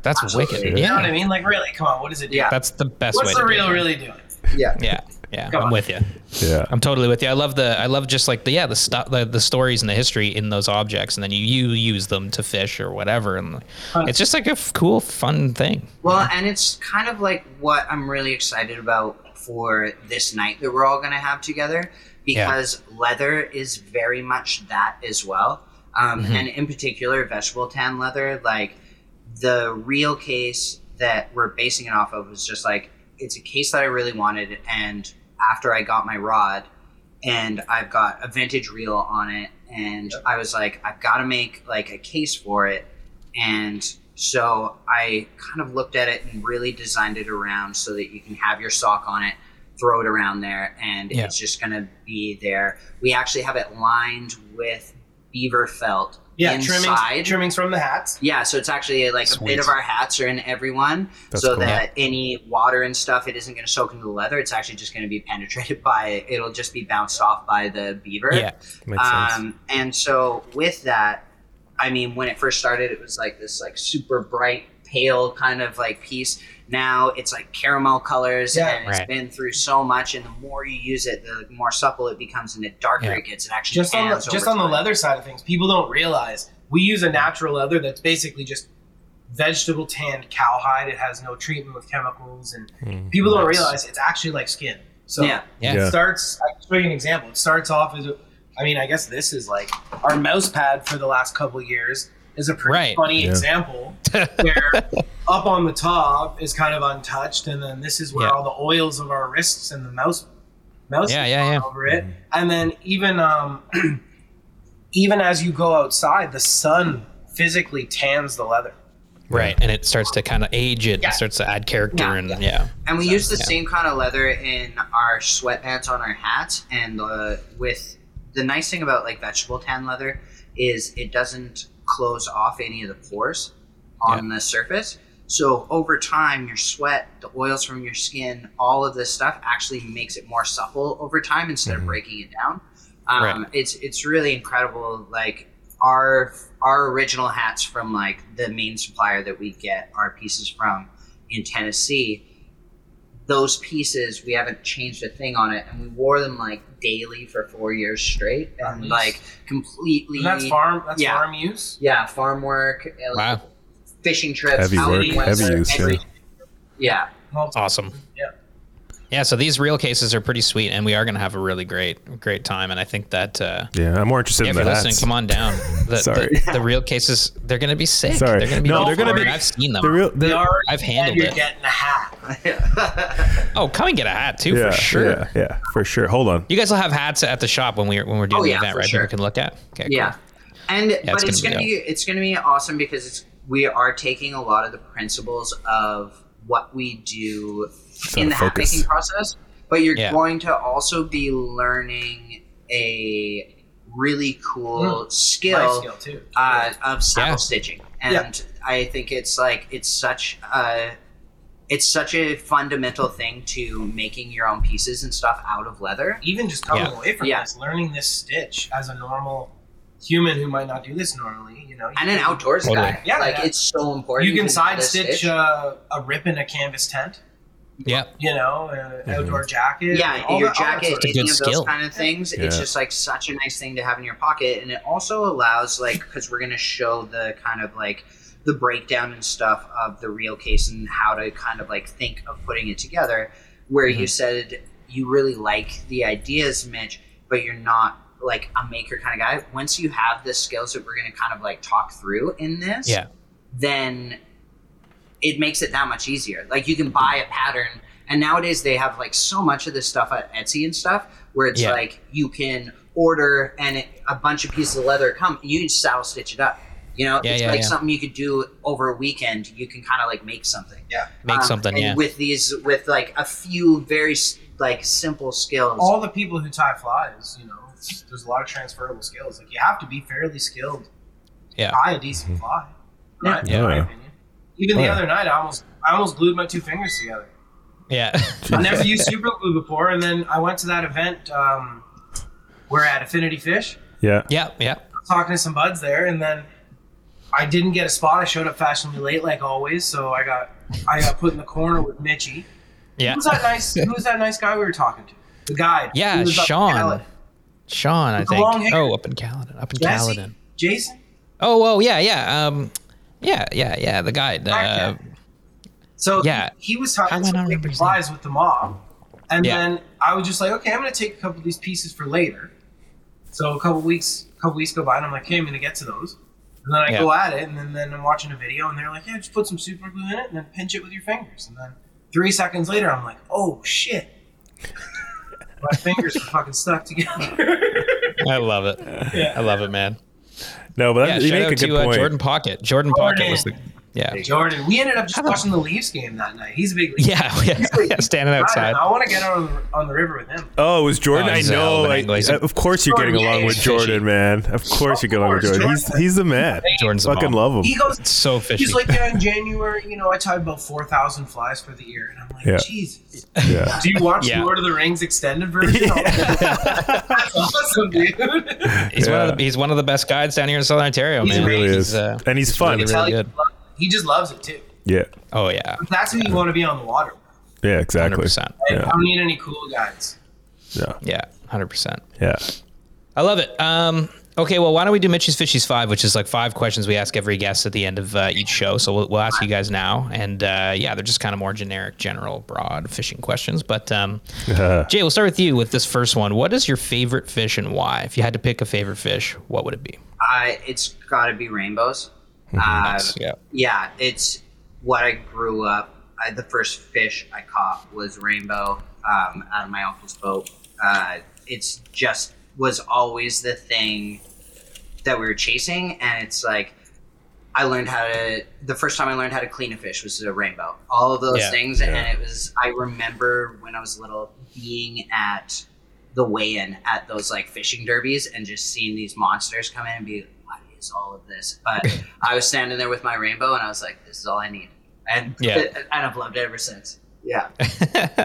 [SPEAKER 1] That's
[SPEAKER 4] absolutely.
[SPEAKER 1] wicked.
[SPEAKER 2] You
[SPEAKER 3] You know what I
[SPEAKER 1] Yeah.
[SPEAKER 3] mean? Like, really? Come on, what is it? do?
[SPEAKER 4] Yeah.
[SPEAKER 1] That's the best
[SPEAKER 3] What's
[SPEAKER 1] way.
[SPEAKER 3] the
[SPEAKER 1] to do
[SPEAKER 3] reel
[SPEAKER 1] it.
[SPEAKER 3] really doing?
[SPEAKER 4] Yeah,
[SPEAKER 1] Yeah. Yeah.
[SPEAKER 3] Come
[SPEAKER 1] I'm
[SPEAKER 3] on.
[SPEAKER 1] with you.
[SPEAKER 2] Yeah.
[SPEAKER 1] I'm totally with you. I love the I love just like the yeah the sto- the, the stories and the history in those objects, and then you, you use them to fish or whatever, and like,
[SPEAKER 3] Huh.
[SPEAKER 1] it's just like a f- cool fun thing.
[SPEAKER 4] Well, and it's kind of like what I'm really excited about for this night that we're all going to have together because leather is very much that as well. Um,
[SPEAKER 1] Mhm.
[SPEAKER 4] And in particular, vegetable tan leather, like the real case that we're basing it off of was just like, it's a case that I really wanted. And after I got my rod, and I've got a vintage reel on it, and I was like, I've got to make like a case for it. And so I kind of looked at it and really designed it around so that you can have your sock on it, throw it around there, and
[SPEAKER 1] Yeah.
[SPEAKER 4] it's just going to be there. We actually have it lined with beaver felt
[SPEAKER 3] Yeah,
[SPEAKER 4] inside.
[SPEAKER 3] trimmings, trimmings from the hats.
[SPEAKER 4] Yeah, so it's actually like a
[SPEAKER 1] Sweet.
[SPEAKER 4] bit of our hats are in everyone,
[SPEAKER 2] That's
[SPEAKER 4] so
[SPEAKER 2] cool.
[SPEAKER 4] that any water and stuff, it isn't going to soak into the leather. It's actually just going to be penetrated by. It'll just be bounced off by the beaver.
[SPEAKER 1] Yeah.
[SPEAKER 2] Makes sense.
[SPEAKER 4] Um, and so with that, I mean, when it first started, it was like this like super bright, pale kind of like piece. Now it's like caramel colors,
[SPEAKER 3] Yeah.
[SPEAKER 4] and it's
[SPEAKER 1] Right.
[SPEAKER 4] been through so much. And the more you use it, the more supple it becomes, and the darker
[SPEAKER 1] Yeah.
[SPEAKER 4] it gets. It actually
[SPEAKER 3] Just on the,
[SPEAKER 4] pans
[SPEAKER 3] just
[SPEAKER 4] over
[SPEAKER 3] on the
[SPEAKER 4] time.
[SPEAKER 3] leather side of things, people don't realize we use a natural leather that's basically just vegetable tanned cowhide. It has no treatment with chemicals, and
[SPEAKER 2] Mm.
[SPEAKER 3] people don't
[SPEAKER 1] Nice.
[SPEAKER 3] realize it's actually like skin. So
[SPEAKER 4] Yeah.
[SPEAKER 1] Yeah.
[SPEAKER 2] Yeah.
[SPEAKER 3] it starts. I can show you an example. It starts off as, a, I mean, I guess this is like our mouse pad for the last couple of years is a pretty
[SPEAKER 1] Right.
[SPEAKER 3] funny
[SPEAKER 2] Yeah.
[SPEAKER 3] example where up on the top is kind of untouched, and then this is where
[SPEAKER 1] Yeah.
[SPEAKER 3] all the oils of our wrists and the mouse mouse
[SPEAKER 1] Yeah,
[SPEAKER 3] is
[SPEAKER 1] yeah,
[SPEAKER 3] gone
[SPEAKER 1] yeah.
[SPEAKER 3] over it, and then even um, even as you go outside, the sun physically tans the leather.
[SPEAKER 1] Right, and it starts to kind of age it.
[SPEAKER 4] Yeah.
[SPEAKER 1] and starts to add character,
[SPEAKER 4] Yeah,
[SPEAKER 1] and
[SPEAKER 4] yeah.
[SPEAKER 1] yeah.
[SPEAKER 4] And we use the
[SPEAKER 1] yeah.
[SPEAKER 4] same kind of leather in our sweatpants on our hats, and uh, with the nice thing about like vegetable tan leather is it doesn't close off any of the pores on the surface. So over time, your sweat, the oils from your skin, all of this stuff actually makes it more supple over time instead of breaking it down. Um,
[SPEAKER 1] Mm-hmm. Right.
[SPEAKER 4] It's it's really incredible. Like our our original hats from like the main supplier that we get our pieces from in Tennessee those pieces we haven't changed a thing on it and we wore them like daily for four years straight
[SPEAKER 3] At
[SPEAKER 4] and
[SPEAKER 3] least.
[SPEAKER 4] like completely
[SPEAKER 3] And that's farm. That's
[SPEAKER 4] Yeah.
[SPEAKER 3] farm use.
[SPEAKER 4] yeah farm work uh, like,
[SPEAKER 1] Wow,
[SPEAKER 4] fishing trips
[SPEAKER 2] Heavy
[SPEAKER 4] out in
[SPEAKER 2] work,
[SPEAKER 4] the
[SPEAKER 2] heavy
[SPEAKER 4] woods,
[SPEAKER 2] use,
[SPEAKER 4] every-
[SPEAKER 2] yeah.
[SPEAKER 4] yeah
[SPEAKER 3] Well,
[SPEAKER 1] awesome.
[SPEAKER 3] Yeah.
[SPEAKER 1] Yeah, so these real cases are pretty sweet, and we are going to have a really great, great time. And I think that uh,
[SPEAKER 2] Yeah, I'm more interested
[SPEAKER 1] yeah, if
[SPEAKER 2] in
[SPEAKER 1] you're
[SPEAKER 2] the
[SPEAKER 1] listening,
[SPEAKER 2] hats.
[SPEAKER 1] come on down. The,
[SPEAKER 2] Sorry.
[SPEAKER 1] the, the real cases, they're going to be sick.
[SPEAKER 2] Sorry.
[SPEAKER 1] they're going to be
[SPEAKER 2] No,
[SPEAKER 1] they're
[SPEAKER 3] they're
[SPEAKER 1] going to be.
[SPEAKER 3] gonna
[SPEAKER 1] I've seen them.
[SPEAKER 2] The real, the,
[SPEAKER 3] They already
[SPEAKER 1] I've
[SPEAKER 3] said
[SPEAKER 1] handled
[SPEAKER 3] you're
[SPEAKER 1] it.
[SPEAKER 3] getting a hat.
[SPEAKER 1] Oh, come and get a hat too
[SPEAKER 2] yeah,
[SPEAKER 1] for sure.
[SPEAKER 2] Yeah, yeah, for sure. Hold on.
[SPEAKER 1] You guys will have hats at the shop when we're when we're doing
[SPEAKER 4] Oh,
[SPEAKER 1] the
[SPEAKER 4] yeah,
[SPEAKER 1] event,
[SPEAKER 4] for
[SPEAKER 1] right?
[SPEAKER 4] sure.
[SPEAKER 1] That we can look at. Okay, cool.
[SPEAKER 4] yeah and but
[SPEAKER 1] gonna
[SPEAKER 4] it's
[SPEAKER 1] be
[SPEAKER 4] gonna, be, it's gonna be awesome because it's we are taking a lot of the principles of what we do in
[SPEAKER 2] out
[SPEAKER 4] the
[SPEAKER 2] of focus.
[SPEAKER 4] hatmaking process but you're
[SPEAKER 1] Yeah.
[SPEAKER 4] going to also be learning a really cool
[SPEAKER 3] Hmm. Life
[SPEAKER 4] skill
[SPEAKER 3] skill too.
[SPEAKER 4] uh, of saddle
[SPEAKER 1] Yeah.
[SPEAKER 4] stitching, and I think it's like it's such a it's such a fundamental thing to making your own pieces and stuff out of leather.
[SPEAKER 3] even just coming
[SPEAKER 1] Yeah.
[SPEAKER 3] away from
[SPEAKER 4] Yeah.
[SPEAKER 3] this, learning this stitch as a normal human who might not do this normally, you know,
[SPEAKER 4] And
[SPEAKER 3] you,
[SPEAKER 4] an outdoors
[SPEAKER 1] Totally.
[SPEAKER 4] guy,
[SPEAKER 3] Yeah,
[SPEAKER 4] like
[SPEAKER 3] yeah.
[SPEAKER 4] it's so important.
[SPEAKER 3] you can
[SPEAKER 4] to
[SPEAKER 3] side
[SPEAKER 4] know this
[SPEAKER 3] stitch uh, a rip in a canvas tent,
[SPEAKER 1] Yeah.
[SPEAKER 3] you know, an
[SPEAKER 2] Mhm.
[SPEAKER 3] outdoor jacket,
[SPEAKER 4] yeah,
[SPEAKER 3] all
[SPEAKER 4] your
[SPEAKER 3] that- all that
[SPEAKER 4] jacket,
[SPEAKER 1] It's
[SPEAKER 3] sort of-
[SPEAKER 1] a
[SPEAKER 4] any
[SPEAKER 1] good
[SPEAKER 4] of
[SPEAKER 1] skill.
[SPEAKER 4] those kind of things. It's
[SPEAKER 2] Yeah.
[SPEAKER 4] just like such a nice thing to have in your pocket, and it also allows like because we're gonna show the kind of like the breakdown and stuff of the real case and how to kind of like think of putting it together. Where
[SPEAKER 1] Mm-hmm.
[SPEAKER 4] you said you really like the ideas, Mitch, but you're not like a maker kind of guy. Once you have the skills that we're gonna kind of like talk through in this,
[SPEAKER 1] Yeah.
[SPEAKER 4] then it makes it that much easier. Like you can buy a pattern, and nowadays they have like so much of this stuff at Etsy and stuff where it's
[SPEAKER 1] Yeah.
[SPEAKER 4] like you can order and it, a bunch of pieces of leather come. You can saddle stitch it up. You know,
[SPEAKER 1] Yeah,
[SPEAKER 4] it's
[SPEAKER 1] yeah,
[SPEAKER 4] like
[SPEAKER 1] yeah.
[SPEAKER 4] something you could do over a weekend. You can kind of like make something.
[SPEAKER 1] Make
[SPEAKER 4] Um,
[SPEAKER 1] something.
[SPEAKER 4] and
[SPEAKER 1] Yeah.
[SPEAKER 4] With these, with like a few very s- like simple skills.
[SPEAKER 3] all the people who tie flies, you know, it's- there's a lot of transferable skills. Like you have to be fairly skilled
[SPEAKER 1] Yeah.
[SPEAKER 3] to tie a decent fly.
[SPEAKER 4] Yeah.
[SPEAKER 3] Right, in my
[SPEAKER 2] Mm-hmm. Yeah.
[SPEAKER 3] opinion. Even
[SPEAKER 2] Oh,
[SPEAKER 3] the
[SPEAKER 2] yeah.
[SPEAKER 3] other night, I almost I almost glued my two fingers together.
[SPEAKER 1] yeah.
[SPEAKER 3] I never used super glue before, and then I went to that event. Um, we're at Affinity Fish.
[SPEAKER 2] Yeah,
[SPEAKER 1] yeah. Yeah.
[SPEAKER 3] talking to some buds there, and then I didn't get a spot. I showed up fashionably late, like always. So I got I got put in the corner with Mitchy.
[SPEAKER 1] Yeah.
[SPEAKER 3] Who's that nice? Who's that nice guy we were talking to? The guy.
[SPEAKER 1] Yeah,
[SPEAKER 3] who was up in
[SPEAKER 1] Sean.
[SPEAKER 3] Cali.
[SPEAKER 1] Sean, I
[SPEAKER 3] With the long
[SPEAKER 1] think.
[SPEAKER 3] hair.
[SPEAKER 1] Oh, up in Caledon. Up in
[SPEAKER 3] Jesse?
[SPEAKER 1] Caledon.
[SPEAKER 3] Jason.
[SPEAKER 1] Oh, oh, yeah, yeah. Um, yeah, yeah, yeah. The guy. Uh,
[SPEAKER 3] Black So
[SPEAKER 1] Yeah.
[SPEAKER 3] he, he was
[SPEAKER 1] How
[SPEAKER 3] talking
[SPEAKER 1] do I not
[SPEAKER 3] some big
[SPEAKER 1] remember his
[SPEAKER 3] flies with the mob, and
[SPEAKER 1] Yeah.
[SPEAKER 3] then I was just like, okay, I'm gonna take a couple of these pieces for later. So a couple weeks, a couple weeks go by, and I'm like, okay, I'm gonna get to those. And then I
[SPEAKER 1] Yeah.
[SPEAKER 3] go at it, and then, then I'm watching a video, and they're like, yeah, just put some super glue in it, and then pinch it with your fingers. And then three seconds later, I'm like, oh shit, my fingers are fucking stuck together.
[SPEAKER 1] I love it.
[SPEAKER 3] Yeah.
[SPEAKER 1] I love it, man.
[SPEAKER 2] no, but
[SPEAKER 1] Yeah,
[SPEAKER 2] that, you
[SPEAKER 1] shout
[SPEAKER 2] make
[SPEAKER 1] out
[SPEAKER 2] a
[SPEAKER 1] to
[SPEAKER 2] good
[SPEAKER 1] uh,
[SPEAKER 2] point.
[SPEAKER 1] Jordan Pocket. Jordan Pocket was the.
[SPEAKER 3] Jordan.
[SPEAKER 1] Yeah.
[SPEAKER 3] Jordan, we ended up just
[SPEAKER 1] I don't-
[SPEAKER 3] watching the Leafs game that night. He's a big Leafs
[SPEAKER 1] Yeah, yeah, yeah, standing
[SPEAKER 3] fan.
[SPEAKER 1] outside.
[SPEAKER 3] I want to get on the, on the river with him.
[SPEAKER 2] Oh, it was Jordan.
[SPEAKER 1] Oh,
[SPEAKER 2] I
[SPEAKER 1] he's a hell
[SPEAKER 2] know.
[SPEAKER 1] of an
[SPEAKER 2] I,
[SPEAKER 1] English.
[SPEAKER 2] uh, of course, you're getting
[SPEAKER 3] Jordan, yeah,
[SPEAKER 2] along with
[SPEAKER 3] he's
[SPEAKER 2] Jordan, man. Of course, you're getting along with
[SPEAKER 3] course,
[SPEAKER 2] Jordan. He's
[SPEAKER 3] Jordan.
[SPEAKER 2] he's the man.
[SPEAKER 1] Jordan's the
[SPEAKER 2] Fucking
[SPEAKER 1] ball.
[SPEAKER 2] love him.
[SPEAKER 3] He goes
[SPEAKER 1] It's so fishy.
[SPEAKER 3] He's like, yeah, in January, you know, I tied about 4,000 flies for the year. And I'm like,
[SPEAKER 2] Yeah.
[SPEAKER 3] Jesus.
[SPEAKER 2] Yeah.
[SPEAKER 3] Do you watch
[SPEAKER 1] Yeah.
[SPEAKER 3] Lord of the Rings extended version? That's awesome, dude.
[SPEAKER 1] he's, one
[SPEAKER 2] Yeah.
[SPEAKER 1] of the, he's one of the best guides down here in Southern Ontario,
[SPEAKER 3] He's
[SPEAKER 1] man.
[SPEAKER 2] He really
[SPEAKER 3] He's,
[SPEAKER 2] is,
[SPEAKER 1] uh,
[SPEAKER 2] and he's fun.
[SPEAKER 1] really, really good.
[SPEAKER 3] he just loves it, too.
[SPEAKER 2] Yeah,
[SPEAKER 1] Oh yeah,
[SPEAKER 3] That's who you want to be on the water. with.
[SPEAKER 2] yeah, exactly.
[SPEAKER 1] hundred percent.
[SPEAKER 3] Like,
[SPEAKER 2] Yeah.
[SPEAKER 3] I don't need any cool guys.
[SPEAKER 2] Yeah,
[SPEAKER 1] Yeah, hundred percent.
[SPEAKER 2] yeah.
[SPEAKER 1] I love it. Um, Okay, well, why don't we do Mitchy's Fishies Five, which is like five questions we ask every guest at the end of uh, each show. So we'll, we'll ask you guys now, and uh, yeah, they're just kind of more generic, general, broad fishing questions. But um, Jay, we'll start with you with this first one. What is your favorite fish and why? If you had to pick a favorite fish, what would it be?
[SPEAKER 4] Uh, it's got to be rainbows. Uh,
[SPEAKER 1] Yeah.
[SPEAKER 4] yeah, it's what I grew up. I, the first fish I caught was rainbow um, out of my uncle's boat. Uh, it's just was always the thing that we were chasing, and it's like I learned how to. The first time I learned how to clean a fish was a rainbow. All of those
[SPEAKER 1] Yeah,
[SPEAKER 4] things,
[SPEAKER 2] yeah.
[SPEAKER 4] and it was. I remember when I was little being at the weigh-in at those like fishing derbies and just seeing these monsters come in and be what is all of this but i was standing there with my rainbow and i was like this is all i need and
[SPEAKER 1] Yeah.
[SPEAKER 4] and i've loved it ever since yeah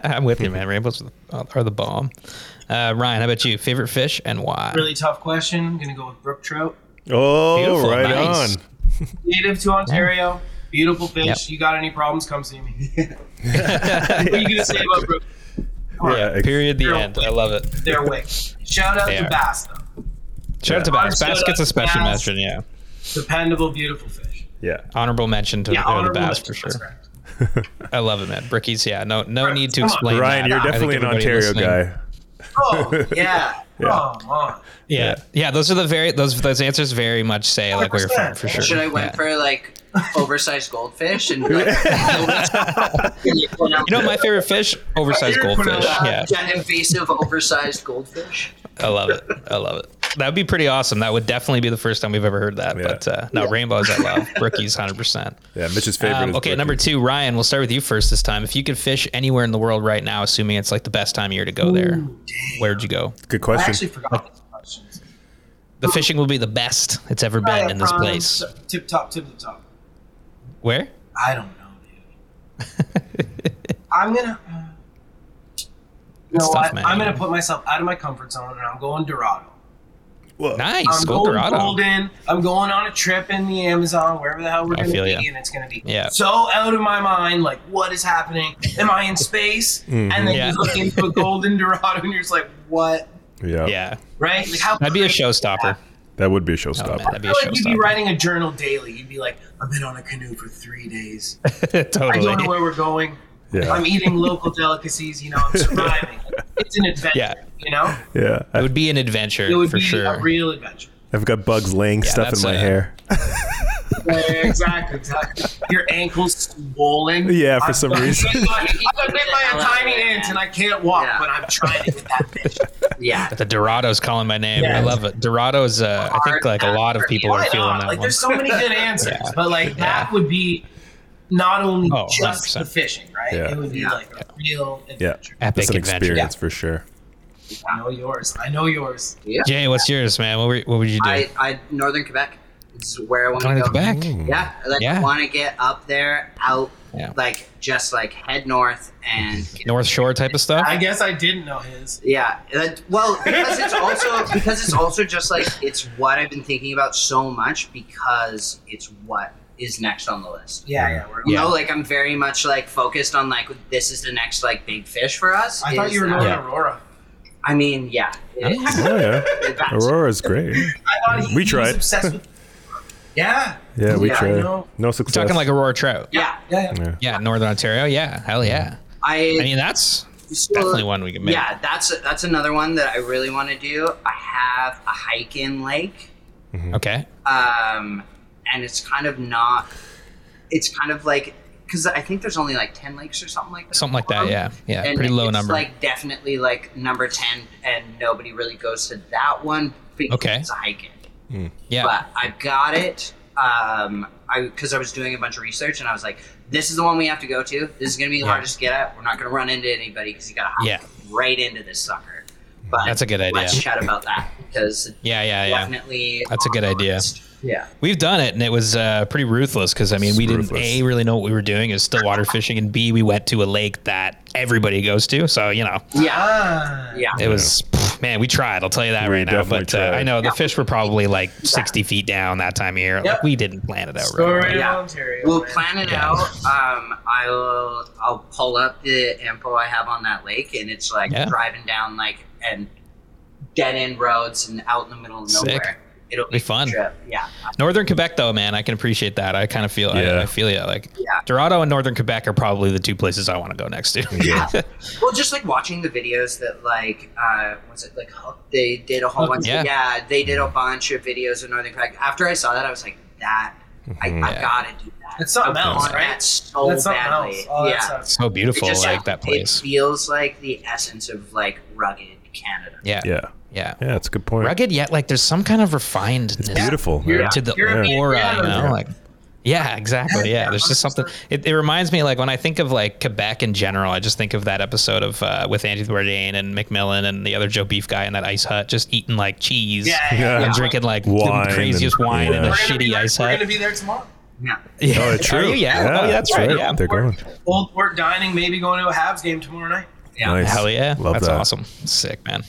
[SPEAKER 1] I'm with you, man. Rainbows are the bomb. Uh, Ryan, how about you? Favorite fish and why?
[SPEAKER 3] Really tough question. I'm gonna go with brook trout.
[SPEAKER 2] Oh,
[SPEAKER 1] Beautiful,
[SPEAKER 2] right
[SPEAKER 1] nice.
[SPEAKER 2] on.
[SPEAKER 3] Native to Ontario. Beautiful fish.
[SPEAKER 1] Yep.
[SPEAKER 3] You got any problems? Come see me. what are you gonna say about brook? Come on,
[SPEAKER 2] Yeah, ex-
[SPEAKER 1] Period. The end. I love it.
[SPEAKER 3] They're wicked. Shout out
[SPEAKER 1] They
[SPEAKER 3] to
[SPEAKER 1] are.
[SPEAKER 3] bass though.
[SPEAKER 1] Shout out to Bass.
[SPEAKER 3] Shout out
[SPEAKER 1] Bass gets a
[SPEAKER 3] to
[SPEAKER 1] special
[SPEAKER 3] Bass.
[SPEAKER 1] mention. Yeah.
[SPEAKER 3] Dependable, beautiful fish.
[SPEAKER 2] Yeah.
[SPEAKER 1] Honorable mention to
[SPEAKER 3] Yeah,
[SPEAKER 1] to the
[SPEAKER 3] honorable
[SPEAKER 1] Bass
[SPEAKER 3] mention,
[SPEAKER 1] for sure.
[SPEAKER 3] that's correct.
[SPEAKER 1] I love it, man. Brickies. Yeah. No. No
[SPEAKER 3] Right,
[SPEAKER 1] need to
[SPEAKER 3] come on.
[SPEAKER 1] explain.
[SPEAKER 2] Ryan,
[SPEAKER 1] that.
[SPEAKER 2] you're
[SPEAKER 1] I think
[SPEAKER 2] definitely an
[SPEAKER 1] everybody
[SPEAKER 2] Ontario
[SPEAKER 1] listening-
[SPEAKER 2] guy.
[SPEAKER 4] oh yeah
[SPEAKER 2] Yeah.
[SPEAKER 3] Come on.
[SPEAKER 1] Yeah. yeah. Those are the very those those answers very much say like where you're from
[SPEAKER 3] 100%.
[SPEAKER 1] for sure.
[SPEAKER 4] should i went
[SPEAKER 1] Yeah.
[SPEAKER 4] for like oversized goldfish and like, you
[SPEAKER 1] You know my favorite fish? Oversized
[SPEAKER 3] You're from,
[SPEAKER 1] goldfish.
[SPEAKER 3] uh,
[SPEAKER 1] Yeah.
[SPEAKER 4] invasive oversized goldfish
[SPEAKER 1] I love it. I love it. That would be pretty awesome. That would definitely be the first time we've ever heard that.
[SPEAKER 2] Yeah.
[SPEAKER 1] But uh, no, rainbows I love. Brookies, hundred percent.
[SPEAKER 2] Yeah, Mitch's favorite.
[SPEAKER 1] Um,
[SPEAKER 2] is
[SPEAKER 1] okay,
[SPEAKER 2] Brookie.
[SPEAKER 1] number two, Ryan. We'll start with you first this time. If you could fish anywhere in the world right now, assuming it's like the best time of year to go there, where'd you go?
[SPEAKER 2] Good
[SPEAKER 3] I
[SPEAKER 2] question.
[SPEAKER 3] actually forgot these questions.
[SPEAKER 1] The fishing will be the best it's ever been in this place.
[SPEAKER 3] Tip top, tip the top.
[SPEAKER 1] Where?
[SPEAKER 3] I don't know, dude. I'm gonna. uh, You know
[SPEAKER 1] It's tough,
[SPEAKER 3] what?
[SPEAKER 1] man.
[SPEAKER 3] I'm gonna put myself out of my comfort zone, and I'm going Dorado.
[SPEAKER 2] Whoa.
[SPEAKER 1] Nice,
[SPEAKER 3] I'm
[SPEAKER 1] go
[SPEAKER 3] going
[SPEAKER 1] Dorado.
[SPEAKER 3] golden. I'm going on a trip in the Amazon, wherever the hell we're
[SPEAKER 1] I
[SPEAKER 3] gonna
[SPEAKER 1] feel
[SPEAKER 3] be,
[SPEAKER 1] ya.
[SPEAKER 3] and it's gonna be
[SPEAKER 1] Yeah.
[SPEAKER 3] so out of my mind. Like, what is happening? Am I in space? And then
[SPEAKER 1] Yeah.
[SPEAKER 3] you look into a golden Dorado, and you're just like, what?
[SPEAKER 2] Yeah.
[SPEAKER 1] Yeah,
[SPEAKER 3] Right? Like, how
[SPEAKER 1] that'd be a
[SPEAKER 3] crazy is
[SPEAKER 1] showstopper.
[SPEAKER 3] that?
[SPEAKER 2] That would be a
[SPEAKER 1] Oh, man,
[SPEAKER 2] showstopper.
[SPEAKER 1] that'd be
[SPEAKER 3] I
[SPEAKER 1] a
[SPEAKER 3] feel like you'd be
[SPEAKER 1] showstopper.
[SPEAKER 3] writing a journal daily. You'd be like, I've been on a canoe for three days. I don't know
[SPEAKER 1] totally.
[SPEAKER 3] where we're going.
[SPEAKER 2] Yeah.
[SPEAKER 3] I'm eating local delicacies. You know, I'm surviving. it's an adventure.
[SPEAKER 1] Yeah.
[SPEAKER 3] You know,
[SPEAKER 2] yeah.
[SPEAKER 1] It
[SPEAKER 2] I,
[SPEAKER 1] would be an
[SPEAKER 3] it
[SPEAKER 1] adventure
[SPEAKER 3] would
[SPEAKER 1] for
[SPEAKER 3] be
[SPEAKER 1] sure.
[SPEAKER 3] a real adventure.
[SPEAKER 2] I've got bugs laying stuff in
[SPEAKER 1] that's
[SPEAKER 2] my
[SPEAKER 1] a-
[SPEAKER 2] hair.
[SPEAKER 3] Yeah, exactly, exactly. Your ankles swollen.
[SPEAKER 2] Yeah, for some
[SPEAKER 3] I've been
[SPEAKER 2] reason.
[SPEAKER 3] bit by- I've been bit by a tiny ant and I can't walk,
[SPEAKER 4] Yeah.
[SPEAKER 3] but I'm trying to get that fish.
[SPEAKER 4] yeah
[SPEAKER 1] the Dorado's calling my name.
[SPEAKER 3] Yeah.
[SPEAKER 1] I love it. Dorado's. Uh, I think like a lot of people are
[SPEAKER 3] Why
[SPEAKER 1] feeling
[SPEAKER 3] not?
[SPEAKER 1] that
[SPEAKER 3] Like,
[SPEAKER 1] one.
[SPEAKER 3] there's so many good answers,
[SPEAKER 1] Yeah.
[SPEAKER 3] but like that would be not only
[SPEAKER 1] Oh,
[SPEAKER 3] just
[SPEAKER 1] 100%.
[SPEAKER 3] the fishing, right?
[SPEAKER 2] Yeah.
[SPEAKER 3] It would be
[SPEAKER 4] Yeah.
[SPEAKER 3] like a real
[SPEAKER 2] Yeah.
[SPEAKER 3] adventure.
[SPEAKER 1] Epic
[SPEAKER 2] That's an
[SPEAKER 1] adventure.
[SPEAKER 2] experience for sure.
[SPEAKER 3] I know yours. I know yours.
[SPEAKER 1] Jay, what's yours, man? What, were, what would you do?
[SPEAKER 4] I, I northern quebec is where i want
[SPEAKER 1] Going
[SPEAKER 4] to
[SPEAKER 1] to
[SPEAKER 4] go
[SPEAKER 1] Quebec.
[SPEAKER 2] Hmm.
[SPEAKER 4] Yeah, like
[SPEAKER 1] Yeah.
[SPEAKER 4] want to get up there, out,
[SPEAKER 1] Yeah.
[SPEAKER 4] like just like head north and get-
[SPEAKER 1] North Shore type of stuff.
[SPEAKER 3] I guess I didn't know his.
[SPEAKER 4] yeah. That, well, because it's also because it's also just like it's what I've been thinking about so much because it's what is next on the list.
[SPEAKER 3] Yeah, yeah. We're,
[SPEAKER 4] You
[SPEAKER 1] Yeah.
[SPEAKER 4] know, like I'm very much like focused on like this is the next like big fish for us.
[SPEAKER 3] I thought
[SPEAKER 4] is
[SPEAKER 3] you were
[SPEAKER 4] that-
[SPEAKER 3] going
[SPEAKER 1] Yeah.
[SPEAKER 3] to Aurora.
[SPEAKER 4] I mean, yeah. It,
[SPEAKER 2] Oh yeah.
[SPEAKER 4] that's-
[SPEAKER 2] Aurora's great.
[SPEAKER 3] I thought he,
[SPEAKER 2] We
[SPEAKER 3] he
[SPEAKER 2] tried.
[SPEAKER 3] Was obsessed with, yeah.
[SPEAKER 2] Yeah, we
[SPEAKER 4] Yeah, I
[SPEAKER 2] tried.
[SPEAKER 3] know.
[SPEAKER 2] No success.
[SPEAKER 1] We're talking like Aurora Trout.
[SPEAKER 4] yeah,
[SPEAKER 3] Yeah.
[SPEAKER 2] Yeah.
[SPEAKER 1] Yeah, Northern Ontario. Yeah, hell yeah.
[SPEAKER 4] I,
[SPEAKER 1] I mean, that's
[SPEAKER 4] so-
[SPEAKER 1] definitely one we can make.
[SPEAKER 4] Yeah, that's that's another one that I really want to do. I have a hike in lake,
[SPEAKER 1] Okay.
[SPEAKER 4] um, and it's kind of not. It's kind of like because I think there's only like ten lakes or something like that.
[SPEAKER 1] Something like
[SPEAKER 3] Um,
[SPEAKER 1] that. Yeah. Yeah.
[SPEAKER 4] And
[SPEAKER 1] Pretty low
[SPEAKER 4] it's,
[SPEAKER 1] number.
[SPEAKER 4] Like definitely like number ten, and nobody really goes to that one because
[SPEAKER 1] Okay.
[SPEAKER 4] it's a hike in.
[SPEAKER 1] yeah.
[SPEAKER 4] But I got it. Um, I because I was doing a bunch of research and I was like, this is the one we have to go to. This is gonna be the
[SPEAKER 1] Yeah.
[SPEAKER 4] hardest to get at. We're not gonna run into anybody because you gotta hop
[SPEAKER 1] Yeah.
[SPEAKER 4] right into this sucker. But
[SPEAKER 1] That's a good
[SPEAKER 4] Let's
[SPEAKER 1] idea.
[SPEAKER 4] chat about that because
[SPEAKER 1] Yeah. Yeah. Yeah.
[SPEAKER 4] definitely
[SPEAKER 1] That's a good idea.
[SPEAKER 4] Yeah.
[SPEAKER 1] We've done it, and it was uh, pretty ruthless because I mean,
[SPEAKER 2] It's
[SPEAKER 1] we didn't
[SPEAKER 2] ruthless.
[SPEAKER 1] a really know what we were doing. It was still water fishing, and b we went to a lake that everybody goes to. So you know,
[SPEAKER 4] Yeah.
[SPEAKER 3] Ah.
[SPEAKER 4] Yeah.
[SPEAKER 1] it was pff, man, we tried. I'll tell you that
[SPEAKER 2] We
[SPEAKER 1] right now.
[SPEAKER 2] definitely
[SPEAKER 1] But uh, I
[SPEAKER 2] tried.
[SPEAKER 1] know the fish were probably like sixty feet down that time of year. Like,
[SPEAKER 3] Yep.
[SPEAKER 1] we didn't plan it out.
[SPEAKER 3] Story
[SPEAKER 1] Right.
[SPEAKER 3] of
[SPEAKER 4] Yeah.
[SPEAKER 3] Ontario.
[SPEAKER 4] We'll
[SPEAKER 3] man.
[SPEAKER 4] plan it
[SPEAKER 1] Yeah.
[SPEAKER 4] out. Um, I'll I'll pull up the info I have on that lake, and it's like
[SPEAKER 1] Yeah.
[SPEAKER 4] driving down like and dead end roads and out in the middle of
[SPEAKER 1] Sick.
[SPEAKER 4] nowhere. it'll
[SPEAKER 1] Be fun.
[SPEAKER 4] Trip. Yeah.
[SPEAKER 1] Northern Quebec, though, man, I can appreciate that. I kind of feel,
[SPEAKER 2] Yeah.
[SPEAKER 1] I, I feel you. Like
[SPEAKER 4] Yeah.
[SPEAKER 1] Dorado and Northern Quebec are probably the two places I want to go next to.
[SPEAKER 4] Yeah. well, just like watching the videos that like uh was it like Hook- they did a whole
[SPEAKER 3] Hook,
[SPEAKER 4] bunch.
[SPEAKER 1] yeah.
[SPEAKER 4] Yeah. they did a bunch of videos of Northern Craig. After I saw that, I was like, that I,
[SPEAKER 2] Mhm.
[SPEAKER 4] I gotta do that.
[SPEAKER 3] It's something
[SPEAKER 4] I
[SPEAKER 3] else,
[SPEAKER 4] want
[SPEAKER 3] right?
[SPEAKER 4] that so
[SPEAKER 3] That's something
[SPEAKER 4] badly.
[SPEAKER 3] else. All
[SPEAKER 4] yeah.
[SPEAKER 3] that stuff.
[SPEAKER 1] so
[SPEAKER 4] It
[SPEAKER 1] beautiful,
[SPEAKER 4] just-
[SPEAKER 1] like that
[SPEAKER 4] It
[SPEAKER 1] place.
[SPEAKER 4] feels like the essence of like rugged Canada.
[SPEAKER 1] Yeah, yeah,
[SPEAKER 2] Yeah. Yeah, that's a good point.
[SPEAKER 1] Rugged yet, like there's some kind of refinedness
[SPEAKER 2] It's beautiful. man.
[SPEAKER 4] Yeah.
[SPEAKER 1] to the
[SPEAKER 3] European
[SPEAKER 1] aura, you
[SPEAKER 3] gathering.
[SPEAKER 1] know, like. Yeah, exactly. Yeah, there's just something. It, it reminds me, like when I think of like Quebec in general, I just think of that episode of uh, with Andy Bourdain and McMillan and the other Joe Beef guy in that ice hut, just eating like cheese
[SPEAKER 3] Yeah, yeah,
[SPEAKER 2] Yeah.
[SPEAKER 1] and
[SPEAKER 3] yeah.
[SPEAKER 1] drinking like
[SPEAKER 2] Wine
[SPEAKER 1] the craziest
[SPEAKER 2] and-
[SPEAKER 1] wine in a
[SPEAKER 2] yeah.
[SPEAKER 3] We're gonna be
[SPEAKER 1] shitty
[SPEAKER 3] there-
[SPEAKER 1] ice
[SPEAKER 3] We're
[SPEAKER 1] hut.
[SPEAKER 3] gonna be there tomorrow.
[SPEAKER 4] Yeah.
[SPEAKER 2] Oh,
[SPEAKER 1] Are
[SPEAKER 2] it's true.
[SPEAKER 1] you? Yeah. Oh, yeah, that's, right. Yeah.
[SPEAKER 2] They're going.
[SPEAKER 3] Old Port dining, maybe going to a Habs game tomorrow night.
[SPEAKER 4] Yeah.
[SPEAKER 2] Nice.
[SPEAKER 1] Hell yeah.
[SPEAKER 2] Love
[SPEAKER 1] That's
[SPEAKER 2] that.
[SPEAKER 1] awesome. Sick, man.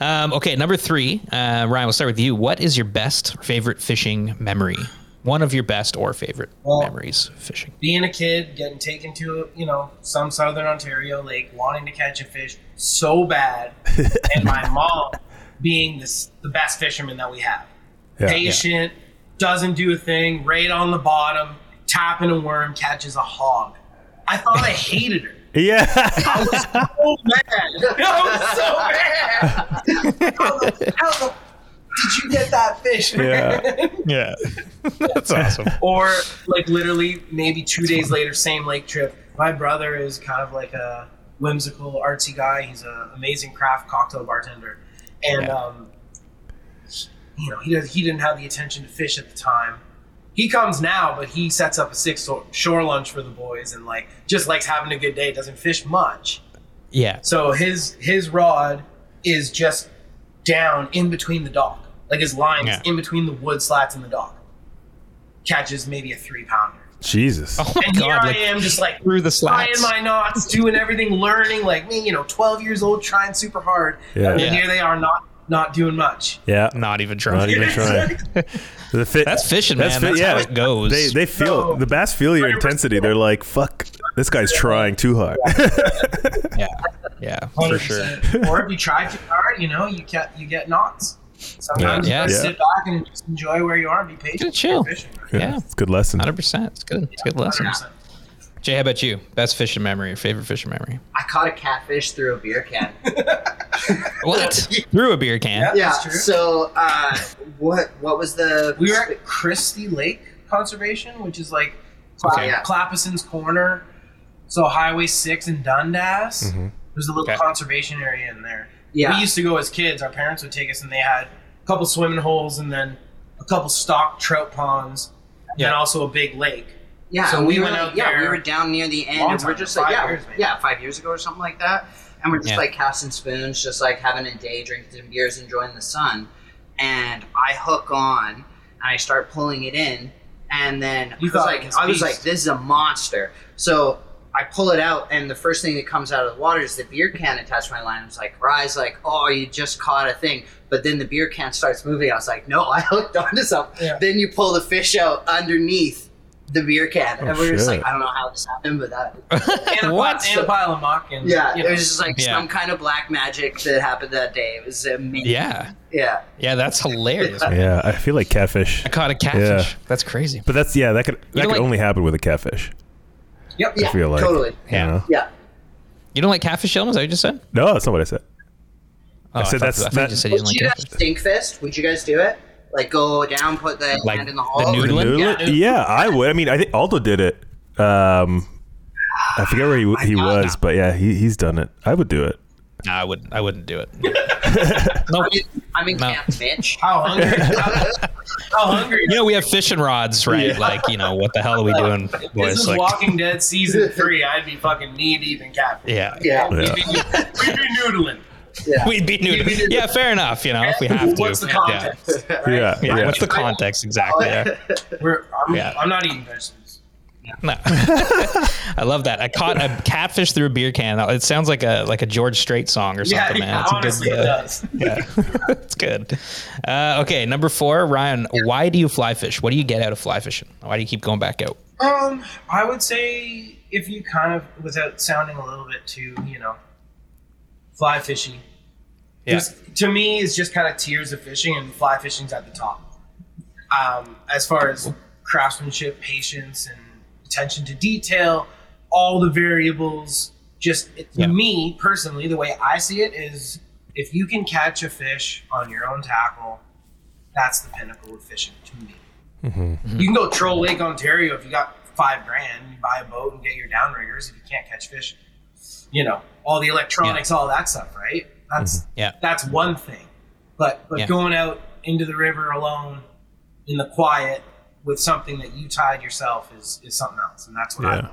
[SPEAKER 1] Um, okay, number three. Uh, Ryan, we'll start with you. What is your best or favorite fishing memory? One of your best or favorite
[SPEAKER 3] Well-
[SPEAKER 1] memories fishing.
[SPEAKER 3] Being a kid, getting taken to you know some southern Ontario lake, wanting to catch a fish so bad, and my mom being this, the best fisherman that we have.
[SPEAKER 2] Yeah.
[SPEAKER 3] patient, doesn't do a thing, right on the bottom, tapping a worm, catches a hog. I thought I hated her.
[SPEAKER 2] Yeah.
[SPEAKER 3] Oh man, I was so mad. I was like, How the- did you get that fish? man?
[SPEAKER 1] Yeah. That's awesome.
[SPEAKER 3] Or like literally, maybe two days later, same lake trip. My brother is kind of like a whimsical, artsy guy. He's an amazing craft cocktail bartender, and
[SPEAKER 1] Yeah.
[SPEAKER 3] um, you know he does, he didn't have the attention to fish at the time. He comes now, but he sets up a six shore lunch for the boys, and like just likes having a good day. Doesn't fish much,
[SPEAKER 1] Yeah.
[SPEAKER 3] so his his rod is just down in between the dock. Like his line
[SPEAKER 1] Yeah.
[SPEAKER 3] is in between the wood slats and the dock. Catches maybe a three pounder.
[SPEAKER 2] Jesus.
[SPEAKER 1] Oh my
[SPEAKER 3] And here
[SPEAKER 1] god.
[SPEAKER 3] I
[SPEAKER 1] Like,
[SPEAKER 3] am just like
[SPEAKER 1] through the
[SPEAKER 3] tying
[SPEAKER 1] slats.
[SPEAKER 3] my knots, doing everything, learning, like me, you know, twelve years old, trying super hard.
[SPEAKER 2] Yeah.
[SPEAKER 3] And
[SPEAKER 1] Yeah.
[SPEAKER 3] here they are not not doing much.
[SPEAKER 2] Yeah.
[SPEAKER 1] Not even trying.
[SPEAKER 2] Not even trying. The fi-
[SPEAKER 1] That's fishing, man. That's how it goes.
[SPEAKER 2] They they feel
[SPEAKER 3] So-
[SPEAKER 2] the bass feel your intensity. They're like, fuck, this guy's trying too hard.
[SPEAKER 1] yeah. Yeah. For sure.
[SPEAKER 3] 100%. or if you try too hard, you know, you get you get knots. Sometimes
[SPEAKER 1] Yeah.
[SPEAKER 3] you
[SPEAKER 1] Yeah.
[SPEAKER 3] just sit back and just enjoy where you are and be patient.
[SPEAKER 1] Good chill.
[SPEAKER 3] You're fishing, right?
[SPEAKER 1] Yeah.
[SPEAKER 2] It's a good lesson.
[SPEAKER 1] Hundred percent. It's good. It's a good lesson.
[SPEAKER 3] 100%.
[SPEAKER 1] Jay, how about you? Best fishing memory or favorite fishing memory?
[SPEAKER 4] I caught a catfish through a beer can.
[SPEAKER 1] What? Through a beer can.
[SPEAKER 3] Yeah.
[SPEAKER 4] yeah.
[SPEAKER 3] That's true.
[SPEAKER 4] So uh, what what was the
[SPEAKER 3] We were at Christie Lake Conservation, which is like Cla-
[SPEAKER 1] Okay.
[SPEAKER 3] Clappison's Corner, so Highway Six in Dundas. There's a little
[SPEAKER 1] Mm-hmm. Okay.
[SPEAKER 3] conservation area in there.
[SPEAKER 4] Yeah.
[SPEAKER 3] We used to go as kids. Our parents would take us, and they had a couple swimming holes, and then a couple stocked trout ponds, and then
[SPEAKER 1] Yeah.
[SPEAKER 3] also a big lake.
[SPEAKER 4] Yeah,
[SPEAKER 3] So
[SPEAKER 4] and
[SPEAKER 3] we
[SPEAKER 4] we, were
[SPEAKER 3] went
[SPEAKER 4] like-
[SPEAKER 3] out
[SPEAKER 4] yeah,
[SPEAKER 3] there
[SPEAKER 4] we were down near the end,
[SPEAKER 3] long
[SPEAKER 4] and we're
[SPEAKER 3] time,
[SPEAKER 4] just
[SPEAKER 3] five
[SPEAKER 4] like, yeah,
[SPEAKER 3] years, maybe.
[SPEAKER 4] yeah, five years ago or something like that. And we're just
[SPEAKER 1] Yeah.
[SPEAKER 4] like casting spoons, just like having a day, drinking beers, enjoying the sun. And I hook on, and I start pulling it in, and then
[SPEAKER 3] You
[SPEAKER 4] I was
[SPEAKER 3] thought
[SPEAKER 4] like,
[SPEAKER 3] it was
[SPEAKER 4] I was
[SPEAKER 3] beast.
[SPEAKER 4] like, this is a monster. So I pull it out, and the first thing that comes out of the water is the beer can attached to my line. I was like, Rise, like, oh, you just caught a thing. But then the beer can starts moving. I was like, no, I hooked onto something.
[SPEAKER 3] Yeah.
[SPEAKER 4] Then you pull the fish out underneath the beer can.
[SPEAKER 2] Oh,
[SPEAKER 4] and we were just
[SPEAKER 2] shit.
[SPEAKER 4] like, I don't know how this happened, but that.
[SPEAKER 3] And a,
[SPEAKER 1] What?
[SPEAKER 3] Pile, and a pile of muck. And,
[SPEAKER 4] Yeah,
[SPEAKER 3] you know,
[SPEAKER 4] it was just like
[SPEAKER 1] Yeah.
[SPEAKER 4] some kind of black magic that happened that day. It was amazing.
[SPEAKER 1] Yeah.
[SPEAKER 4] Yeah.
[SPEAKER 1] Yeah. That's hilarious. I
[SPEAKER 2] Yeah, I feel like catfish.
[SPEAKER 1] caught a catfish.
[SPEAKER 2] Yeah.
[SPEAKER 1] That's crazy.
[SPEAKER 2] But that's yeah, that could that
[SPEAKER 1] know,
[SPEAKER 2] could
[SPEAKER 1] like-
[SPEAKER 2] only happen with a catfish.
[SPEAKER 3] yep.
[SPEAKER 4] Yeah,
[SPEAKER 2] feel like-
[SPEAKER 4] totally.
[SPEAKER 1] Yeah.
[SPEAKER 2] You know?
[SPEAKER 4] Yeah.
[SPEAKER 1] You don't like catfish, Sheldon? Is that what you just said?
[SPEAKER 2] No, that's not what I said.
[SPEAKER 1] Oh,
[SPEAKER 2] I said
[SPEAKER 1] thought-
[SPEAKER 2] that's-
[SPEAKER 1] I thought you
[SPEAKER 2] that-
[SPEAKER 1] just said you
[SPEAKER 4] Would
[SPEAKER 1] didn't like
[SPEAKER 4] you guys
[SPEAKER 1] catfish.
[SPEAKER 4] stink fist? Would you guys do it? Like go down, put the
[SPEAKER 1] Like
[SPEAKER 4] hand in the
[SPEAKER 1] the
[SPEAKER 4] hole.
[SPEAKER 1] noodle-
[SPEAKER 2] Noodle
[SPEAKER 1] Yeah.
[SPEAKER 2] it? Yeah, I would. I mean, I think Aldo did it. Um, I forget where he, he was, but yeah, he, he's done it. I would do it.
[SPEAKER 1] No, I wouldn't. I wouldn't do it. no.
[SPEAKER 4] I'm in
[SPEAKER 1] No.
[SPEAKER 4] camp, bitch.
[SPEAKER 3] How hungry? how, how hungry?
[SPEAKER 1] You know, we have fishing rods, right? Like, you know, what the hell are we doing,
[SPEAKER 3] This
[SPEAKER 1] boys?
[SPEAKER 3] is
[SPEAKER 1] Like,
[SPEAKER 3] Walking Dead season three. I'd be fucking knee deep in catfish.
[SPEAKER 1] yeah.
[SPEAKER 4] Yeah.
[SPEAKER 2] Yeah.
[SPEAKER 3] We'd, be, we'd be noodling.
[SPEAKER 1] We'd be new.
[SPEAKER 3] We'd be new.
[SPEAKER 1] Yeah, fair enough. You know, if we have to.
[SPEAKER 3] What's the
[SPEAKER 1] Yeah.
[SPEAKER 3] context? right?
[SPEAKER 2] Yeah,
[SPEAKER 1] Yeah.
[SPEAKER 2] yeah.
[SPEAKER 1] What's the context exactly? Yeah.
[SPEAKER 3] We're, I'm,
[SPEAKER 1] Yeah.
[SPEAKER 3] I'm not eating vegetables.
[SPEAKER 1] No. I love that. I caught a catfish through a beer can. It sounds like a like a George Strait song or something, man. It's a good,
[SPEAKER 3] honestly,
[SPEAKER 1] uh,
[SPEAKER 3] it does.
[SPEAKER 1] It's good. Uh, okay, number four, Ryan. Why do you fly fish? What do you get out of fly fishing? Why do you keep going back out?
[SPEAKER 3] Um, I would say if you kind of, without sounding a little bit too, you know, fly fishy,
[SPEAKER 1] Yeah.
[SPEAKER 3] It's- to me, it's just kind of tiers of fishing, and fly fishing's at the top. Um, as far as craftsmanship, patience, and attention to detail, all the variables. Just it,
[SPEAKER 1] Yeah.
[SPEAKER 3] me personally, the way I see it is, if you can catch a fish on your own tackle, that's the pinnacle of fishing to me.
[SPEAKER 1] Mm-hmm.
[SPEAKER 3] You can go troll Lake Ontario if you got five grand, you buy a boat and get your downriggers. If you can't catch fish, you know all the electronics, all that stuff, right? That's
[SPEAKER 1] Mm-hmm. Yeah.
[SPEAKER 3] that's one thing. But but
[SPEAKER 1] Yeah.
[SPEAKER 3] going out into the river alone in the quiet with something that you tied yourself is is something else, and that's what I
[SPEAKER 2] Yeah.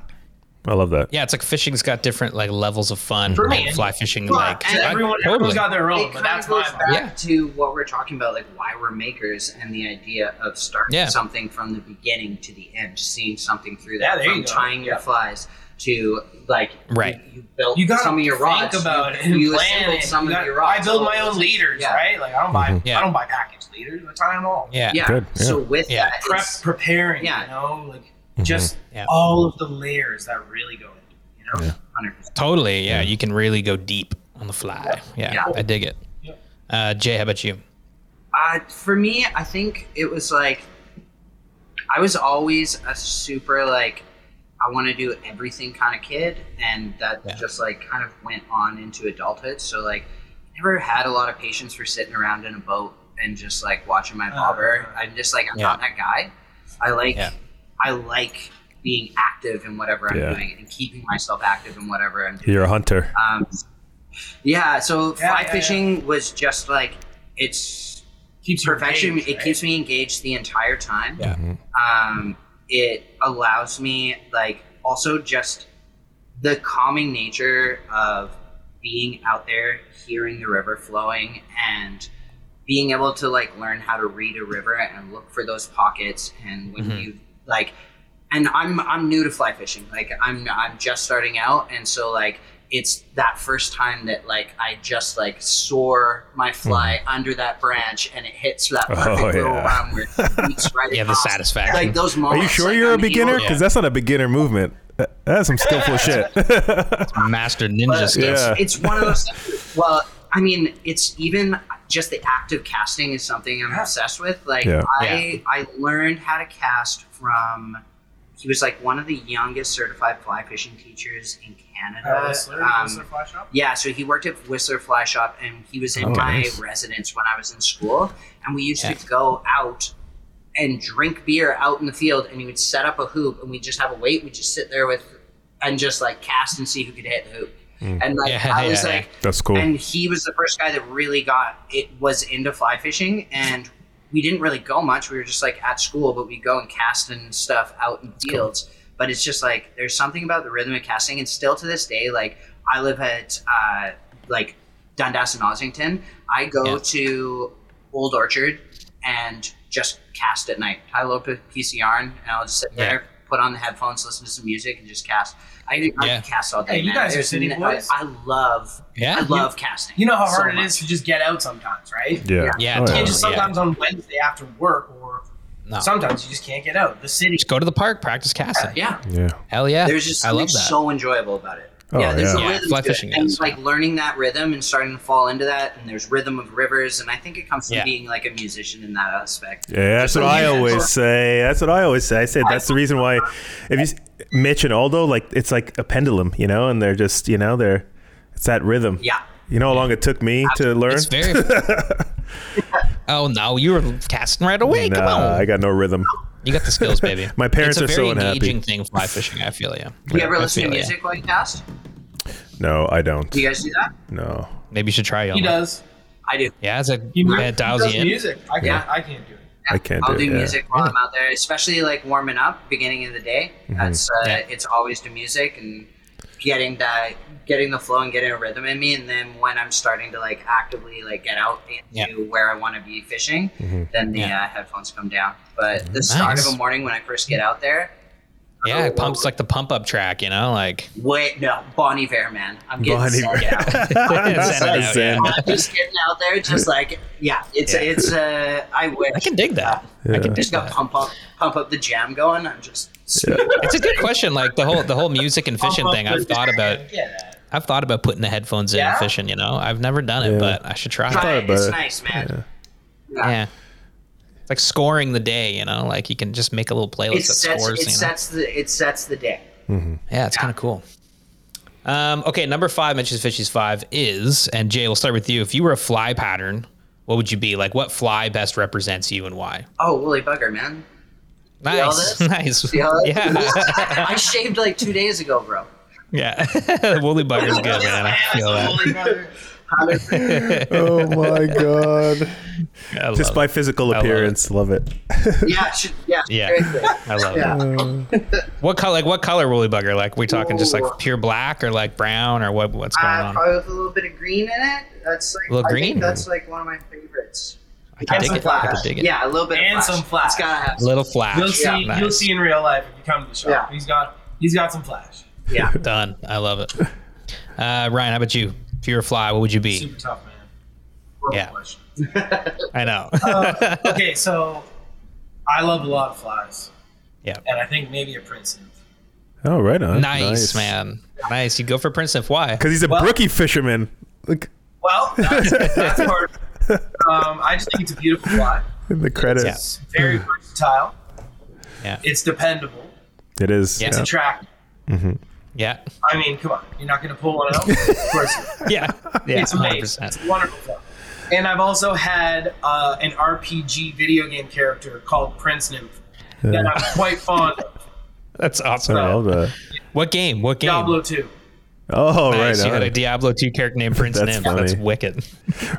[SPEAKER 2] I love that.
[SPEAKER 1] Yeah, it's like fishing's got different like levels of fun.
[SPEAKER 3] For me,
[SPEAKER 1] and fly fishing,
[SPEAKER 3] Well,
[SPEAKER 1] like
[SPEAKER 3] and
[SPEAKER 1] I-
[SPEAKER 3] everyone,
[SPEAKER 1] totally.
[SPEAKER 3] everyone's got their own,
[SPEAKER 4] it
[SPEAKER 3] but
[SPEAKER 4] kind
[SPEAKER 3] that's
[SPEAKER 4] of
[SPEAKER 3] my
[SPEAKER 4] goes back
[SPEAKER 1] Yeah.
[SPEAKER 4] to what we're talking about, like why we're makers and the idea of starting
[SPEAKER 1] Yeah.
[SPEAKER 4] something from the beginning to the end, seeing something through
[SPEAKER 3] Yeah,
[SPEAKER 4] that,
[SPEAKER 3] there
[SPEAKER 4] from
[SPEAKER 3] you go.
[SPEAKER 4] tying your
[SPEAKER 3] Yeah.
[SPEAKER 4] flies to like
[SPEAKER 1] Right.
[SPEAKER 4] you, you built
[SPEAKER 3] You gotta
[SPEAKER 4] some of your rods.
[SPEAKER 3] Think about
[SPEAKER 4] you,
[SPEAKER 3] it. And
[SPEAKER 4] you
[SPEAKER 3] plan
[SPEAKER 4] assembled
[SPEAKER 3] it.
[SPEAKER 4] some
[SPEAKER 3] You
[SPEAKER 4] of
[SPEAKER 3] gotta-
[SPEAKER 4] your rods.
[SPEAKER 3] I build my
[SPEAKER 4] all
[SPEAKER 3] own
[SPEAKER 4] those-
[SPEAKER 3] leaders,
[SPEAKER 4] Yeah.
[SPEAKER 3] right? Like I don't buy
[SPEAKER 1] Mm-hmm. Yeah.
[SPEAKER 3] I don't buy packaged leaders. I tie them all.
[SPEAKER 1] yeah,
[SPEAKER 4] Yeah.
[SPEAKER 2] Good, yeah.
[SPEAKER 4] So with
[SPEAKER 1] Yeah.
[SPEAKER 4] that,
[SPEAKER 3] Prep
[SPEAKER 4] it's-
[SPEAKER 3] preparing,
[SPEAKER 4] Yeah.
[SPEAKER 3] you know, like just
[SPEAKER 1] Mm-hmm. Yeah.
[SPEAKER 3] all of the layers that really go into, it, you know.
[SPEAKER 2] Yeah.
[SPEAKER 4] 100%.
[SPEAKER 1] totally. Yeah, you can really go deep on the fly. Yeah,
[SPEAKER 4] Yeah.
[SPEAKER 1] I dig it.
[SPEAKER 3] Yeah.
[SPEAKER 1] Uh, Jay, how about you?
[SPEAKER 4] Uh, for me, I think it was like I was always a super like I want to do everything kind of kid, and that
[SPEAKER 1] Yeah.
[SPEAKER 4] just like kind of went on into adulthood. So like, never had a lot of patience for sitting around in a boat and just like watching my bobber.
[SPEAKER 3] Uh,
[SPEAKER 4] I'm just like I'm
[SPEAKER 1] Yeah.
[SPEAKER 4] not that guy. I like
[SPEAKER 1] Yeah.
[SPEAKER 4] I like being active in whatever I'm
[SPEAKER 2] Yeah.
[SPEAKER 4] doing and keeping myself active in whatever I'm doing.
[SPEAKER 2] You're a hunter.
[SPEAKER 4] Um, yeah, so
[SPEAKER 3] Yeah,
[SPEAKER 4] fly
[SPEAKER 3] yeah, yeah.
[SPEAKER 4] fishing was just like it's
[SPEAKER 3] Keeps you
[SPEAKER 4] perfection.
[SPEAKER 3] engaged,
[SPEAKER 4] it
[SPEAKER 3] right?
[SPEAKER 4] keeps me engaged the entire time.
[SPEAKER 1] Yeah.
[SPEAKER 4] Um, it allows me like also just the calming nature of being out there, hearing the river flowing, and being able to like learn how to read a river and look for those pockets.
[SPEAKER 2] Mm-hmm.
[SPEAKER 4] And when
[SPEAKER 1] Mhm.
[SPEAKER 4] you like, and I'm I'm new to fly fishing. Like I'm I'm just starting out, and so like it's that first time that like I just like soar my fly under that branch and it hits that
[SPEAKER 2] Mm-hmm. Oh,
[SPEAKER 4] perfect little
[SPEAKER 2] yeah.
[SPEAKER 4] round where it meets right
[SPEAKER 1] Yeah, the
[SPEAKER 4] across.
[SPEAKER 1] satisfaction.
[SPEAKER 4] Like those
[SPEAKER 2] Are
[SPEAKER 4] moments.
[SPEAKER 2] you sure
[SPEAKER 4] like,
[SPEAKER 2] you're a
[SPEAKER 4] I'm able-
[SPEAKER 2] beginner? Because
[SPEAKER 1] Yeah.
[SPEAKER 2] that's not a beginner movement. That- That's some skillful shit.
[SPEAKER 1] Master ninja skills.
[SPEAKER 2] Yeah.
[SPEAKER 4] it's one of those things. Well, I mean, it's even just the act of casting is something I'm obsessed with. Like
[SPEAKER 2] Yeah.
[SPEAKER 4] I I learned how to cast from he was like one of the youngest certified fly fishing teachers in Canada.
[SPEAKER 3] Uh, Whistler,
[SPEAKER 4] Um,
[SPEAKER 3] Whistler Fly Shop.
[SPEAKER 4] yeah, so he worked at Whistler Fly Shop and he was in
[SPEAKER 2] Oh,
[SPEAKER 4] my
[SPEAKER 2] nice.
[SPEAKER 4] residence when I was in school. And we used
[SPEAKER 1] Yeah.
[SPEAKER 4] to go out and drink beer out in the field and he would set up a hoop and we'd just have a weight. We'd just sit there with and just like cast and see who could hit the hoop. And like,
[SPEAKER 1] Mm. Yeah,
[SPEAKER 4] I was
[SPEAKER 1] yeah,
[SPEAKER 4] like,
[SPEAKER 2] That's cool.
[SPEAKER 4] and he was the first guy that really got it was into fly fishing and we didn't really go much. We were just like at school, but we'd go and cast and stuff out in fields. But it's just like there's something about the rhythm of casting and still to this day, like I live at uh like Dundas and Ossington. I go
[SPEAKER 1] Yeah.
[SPEAKER 4] to Old Orchard and just cast at night. I load a piece of yarn and I'll just sit
[SPEAKER 1] Yeah.
[SPEAKER 4] there, put on the headphones, listen to some music and just cast. I, I
[SPEAKER 1] Yeah.
[SPEAKER 4] could cast all day.
[SPEAKER 3] Hey, you
[SPEAKER 4] man.
[SPEAKER 3] guys are
[SPEAKER 4] There's
[SPEAKER 3] city
[SPEAKER 4] n-
[SPEAKER 3] boys.
[SPEAKER 4] I love I
[SPEAKER 1] Yeah.
[SPEAKER 4] love casting.
[SPEAKER 3] You know how hard
[SPEAKER 4] so
[SPEAKER 3] it is
[SPEAKER 4] much.
[SPEAKER 3] to just get out sometimes, right?
[SPEAKER 2] yeah.
[SPEAKER 1] Yeah,
[SPEAKER 2] Oh,
[SPEAKER 1] totally.
[SPEAKER 3] And just
[SPEAKER 1] Yeah.
[SPEAKER 3] sometimes on Wednesday after work, or
[SPEAKER 1] No.
[SPEAKER 3] sometimes you just can't get out. The city,
[SPEAKER 1] Just go to the park, practice casting.
[SPEAKER 4] Yeah.
[SPEAKER 2] Yeah.
[SPEAKER 1] Hell yeah.
[SPEAKER 4] There's just
[SPEAKER 1] I
[SPEAKER 4] something
[SPEAKER 1] love that.
[SPEAKER 4] so enjoyable about it.
[SPEAKER 2] Oh,
[SPEAKER 4] yeah, there's
[SPEAKER 2] yeah.
[SPEAKER 4] a
[SPEAKER 1] Yeah,
[SPEAKER 4] rhythm
[SPEAKER 1] fly
[SPEAKER 4] to it,
[SPEAKER 1] fishing
[SPEAKER 4] and,
[SPEAKER 1] is.
[SPEAKER 4] like learning that rhythm and starting to fall into that. And there's rhythm of rivers, and I think it comes from
[SPEAKER 1] Yeah.
[SPEAKER 4] being like a musician in that aspect.
[SPEAKER 2] Yeah, that's what I always say. That's what I always say. I said that's the reason why, if you, s- Mitch and Aldo, like it's like a pendulum, you know, and they're just, you know, they're, it's that rhythm.
[SPEAKER 4] Yeah.
[SPEAKER 2] You know how long it took me to learn?
[SPEAKER 1] It's very. oh no, you were casting right away. Come
[SPEAKER 2] Nah,
[SPEAKER 1] on,
[SPEAKER 2] I got no rhythm.
[SPEAKER 1] you got the skills, baby.
[SPEAKER 2] My parents
[SPEAKER 1] it's a
[SPEAKER 2] are
[SPEAKER 1] very
[SPEAKER 2] so unhappy.
[SPEAKER 1] engaging thing fly fishing. I feel you.
[SPEAKER 4] Do you ever
[SPEAKER 1] I
[SPEAKER 4] listen to
[SPEAKER 1] feel ya.
[SPEAKER 4] music while you cast?
[SPEAKER 2] No, I don't.
[SPEAKER 4] Do you guys do that?
[SPEAKER 2] No.
[SPEAKER 1] Maybe you should try
[SPEAKER 3] he
[SPEAKER 1] Yoma.
[SPEAKER 3] does.
[SPEAKER 4] I do.
[SPEAKER 1] Yeah, it's a
[SPEAKER 3] He mu-
[SPEAKER 1] yeah, it dials
[SPEAKER 3] does
[SPEAKER 1] you in.
[SPEAKER 3] music. I can't.
[SPEAKER 4] Yeah.
[SPEAKER 3] I can't do it.
[SPEAKER 2] I can't do
[SPEAKER 4] I'll
[SPEAKER 2] it,
[SPEAKER 4] do,
[SPEAKER 2] yeah. Mm-hmm.
[SPEAKER 4] music while
[SPEAKER 1] Yeah.
[SPEAKER 4] I'm out there, especially like warming up, beginning of the day. That's uh,
[SPEAKER 1] Yeah.
[SPEAKER 4] it's always the music and getting that, getting the flow and getting a rhythm in me. And then when I'm starting to like actively like get out into where I want to be fishing,
[SPEAKER 2] Mm-hmm.
[SPEAKER 4] then the
[SPEAKER 1] Yeah. Mm-hmm.
[SPEAKER 4] uh, headphones come down. But the start of
[SPEAKER 1] Nice.
[SPEAKER 4] a morning when I first get out there,
[SPEAKER 1] Yeah, it pumps like the pump up track. You know, like
[SPEAKER 4] wait, no, Bonnie Vare, man, I'm getting
[SPEAKER 2] Bonnie
[SPEAKER 4] sent
[SPEAKER 2] Vare.
[SPEAKER 4] out.
[SPEAKER 1] Zen it out,
[SPEAKER 2] Zen.
[SPEAKER 1] yeah.
[SPEAKER 4] I'm just getting out there, just like yeah, it's
[SPEAKER 1] Yeah.
[SPEAKER 4] it's uh, I wish
[SPEAKER 1] I can dig that. I
[SPEAKER 2] Yeah.
[SPEAKER 1] can dig
[SPEAKER 4] just got
[SPEAKER 1] that.
[SPEAKER 4] pump up, pump up the jam going. I'm just.
[SPEAKER 1] It's a good question. Like the whole the whole music and fishing
[SPEAKER 3] Pump up
[SPEAKER 1] thing. I've
[SPEAKER 3] the-
[SPEAKER 1] thought about.
[SPEAKER 3] Yeah.
[SPEAKER 1] I've thought about putting the headphones in and
[SPEAKER 4] Yeah?
[SPEAKER 1] fishing. You know, I've never done it,
[SPEAKER 2] Yeah.
[SPEAKER 1] but I should try.
[SPEAKER 4] Try
[SPEAKER 2] thought
[SPEAKER 4] it.
[SPEAKER 2] about
[SPEAKER 4] It's
[SPEAKER 2] it.
[SPEAKER 4] nice, man.
[SPEAKER 2] Yeah.
[SPEAKER 4] Yeah.
[SPEAKER 1] Yeah. It's like scoring the day, you know, like you can just make a little
[SPEAKER 4] It
[SPEAKER 1] playlist that
[SPEAKER 4] sets
[SPEAKER 1] scores. you
[SPEAKER 4] it
[SPEAKER 1] know?
[SPEAKER 4] sets the it sets the day.
[SPEAKER 1] Yeah, it's kind of cool. Um, okay, number five, Mitch's Fishies five is, and Jay, we'll start with you. If you were a fly pattern, what would you be? Like, what fly best represents you and why?
[SPEAKER 4] Oh, woolly bugger, man. all
[SPEAKER 1] Nice,
[SPEAKER 4] this?
[SPEAKER 1] nice,
[SPEAKER 4] See how that-
[SPEAKER 1] yeah,
[SPEAKER 4] I shaved like two days ago, bro.
[SPEAKER 1] yeah. Woolly bugger's good, man. I feel that.
[SPEAKER 4] Woolly bugger.
[SPEAKER 2] oh my god!
[SPEAKER 1] I love
[SPEAKER 2] Just by
[SPEAKER 1] it.
[SPEAKER 2] physical
[SPEAKER 1] I love it.
[SPEAKER 2] appearance, love it.
[SPEAKER 4] Yeah, should, yeah,
[SPEAKER 1] Yeah.
[SPEAKER 4] seriously.
[SPEAKER 1] I love
[SPEAKER 4] Yeah.
[SPEAKER 1] it. What color? Like, what color woolly bugger? Like, we talking just like
[SPEAKER 4] Ooh.
[SPEAKER 1] pure black or like brown or what? What's going
[SPEAKER 4] Uh,
[SPEAKER 1] on?
[SPEAKER 4] probably with a little bit of green in it. That's like
[SPEAKER 1] A little
[SPEAKER 4] I
[SPEAKER 1] green?
[SPEAKER 4] Think that's like one of my favorites.
[SPEAKER 1] I can
[SPEAKER 4] and
[SPEAKER 1] dig
[SPEAKER 4] some
[SPEAKER 1] it. I
[SPEAKER 4] flash.
[SPEAKER 1] can dig it.
[SPEAKER 4] Yeah, a little bit
[SPEAKER 3] And
[SPEAKER 4] of flash.
[SPEAKER 3] some flash.
[SPEAKER 4] It's gotta have.
[SPEAKER 1] Little flash.
[SPEAKER 3] You'll see.
[SPEAKER 1] Yeah,
[SPEAKER 3] You'll
[SPEAKER 1] nice.
[SPEAKER 3] see in real life if you come to the shop.
[SPEAKER 4] Yeah.
[SPEAKER 3] He's got. He's got some flash.
[SPEAKER 4] Yeah.
[SPEAKER 1] Done. I love it. Uh, Ryan, how about you? If you were a fly, what would you be?
[SPEAKER 3] Super tough man.
[SPEAKER 1] Yeah.
[SPEAKER 3] Question.
[SPEAKER 1] I know.
[SPEAKER 3] Uh, okay, so I love a lot of flies,
[SPEAKER 1] yeah.
[SPEAKER 3] and I think maybe a Princeton.
[SPEAKER 2] Oh, right on.
[SPEAKER 1] Nice, man. Nice. You go for Princeton. Why?
[SPEAKER 2] Because he's a
[SPEAKER 3] Well-
[SPEAKER 2] brookie fisherman. Look
[SPEAKER 3] Well, that's, that's part. Um, I just think it's a beautiful fly.
[SPEAKER 2] in the credits.
[SPEAKER 3] It's very versatile.
[SPEAKER 1] Yeah.
[SPEAKER 3] It's dependable.
[SPEAKER 2] It is.
[SPEAKER 1] Yeah.
[SPEAKER 2] yeah.
[SPEAKER 3] It's attractive.
[SPEAKER 1] Yeah.
[SPEAKER 3] I mean, come on, you're not going to pull one out. of course. not.
[SPEAKER 1] Yeah. Yeah.
[SPEAKER 3] It's amazing.
[SPEAKER 1] 100%.
[SPEAKER 3] It's a wonderful fly. And I've also had uh, an RPG video game character called Prince Nymph that I'm quite fond of.
[SPEAKER 1] That's awesome.
[SPEAKER 2] I love that.
[SPEAKER 1] What game? What game?
[SPEAKER 3] Diablo 2.
[SPEAKER 2] Oh,
[SPEAKER 1] Nice.
[SPEAKER 2] right
[SPEAKER 1] you had
[SPEAKER 2] on.
[SPEAKER 1] a Diablo 2 character named Prince
[SPEAKER 2] That's
[SPEAKER 1] Nymph.
[SPEAKER 2] funny.
[SPEAKER 1] That's wicked.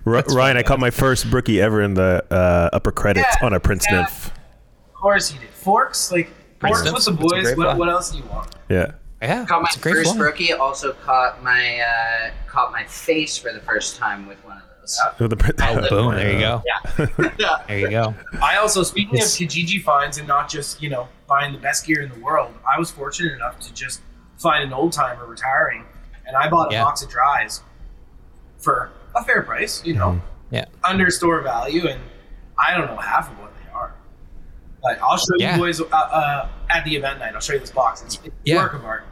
[SPEAKER 2] R- Ryan, I caught my first brookie ever in the uh, upper credits
[SPEAKER 3] Yeah,
[SPEAKER 2] on a Prince
[SPEAKER 3] yeah.
[SPEAKER 2] Nymph.
[SPEAKER 3] Of course he did. Forks, like,
[SPEAKER 1] Prince
[SPEAKER 3] forks
[SPEAKER 1] Nymph.
[SPEAKER 3] with
[SPEAKER 1] It's a
[SPEAKER 3] the boys.
[SPEAKER 1] great fly.
[SPEAKER 3] What, what else do you want?
[SPEAKER 2] Yeah.
[SPEAKER 1] Yeah.
[SPEAKER 4] Caught my
[SPEAKER 1] it's a great
[SPEAKER 4] first
[SPEAKER 1] fly.
[SPEAKER 4] rookie. Also caught my uh, caught my face for the first time with one of those.
[SPEAKER 2] Oh, the Prince-
[SPEAKER 1] Oh, boom. There you go.
[SPEAKER 4] Yeah.
[SPEAKER 3] Yeah.
[SPEAKER 1] There you go.
[SPEAKER 3] I also, speaking
[SPEAKER 1] It's-
[SPEAKER 3] of Kijiji finds and not just, you know, buying the best gear in the world, I was fortunate enough to just find an old timer retiring and I bought a
[SPEAKER 1] Yeah.
[SPEAKER 3] box of dries for a fair price, you know,
[SPEAKER 1] Mm-hmm. Yeah.
[SPEAKER 3] under store value. And I don't know half of what they are. But I'll show
[SPEAKER 1] Yeah.
[SPEAKER 3] you boys uh, uh, at the event night. I'll show you this box. It's, it's
[SPEAKER 1] Yeah.
[SPEAKER 3] work of art.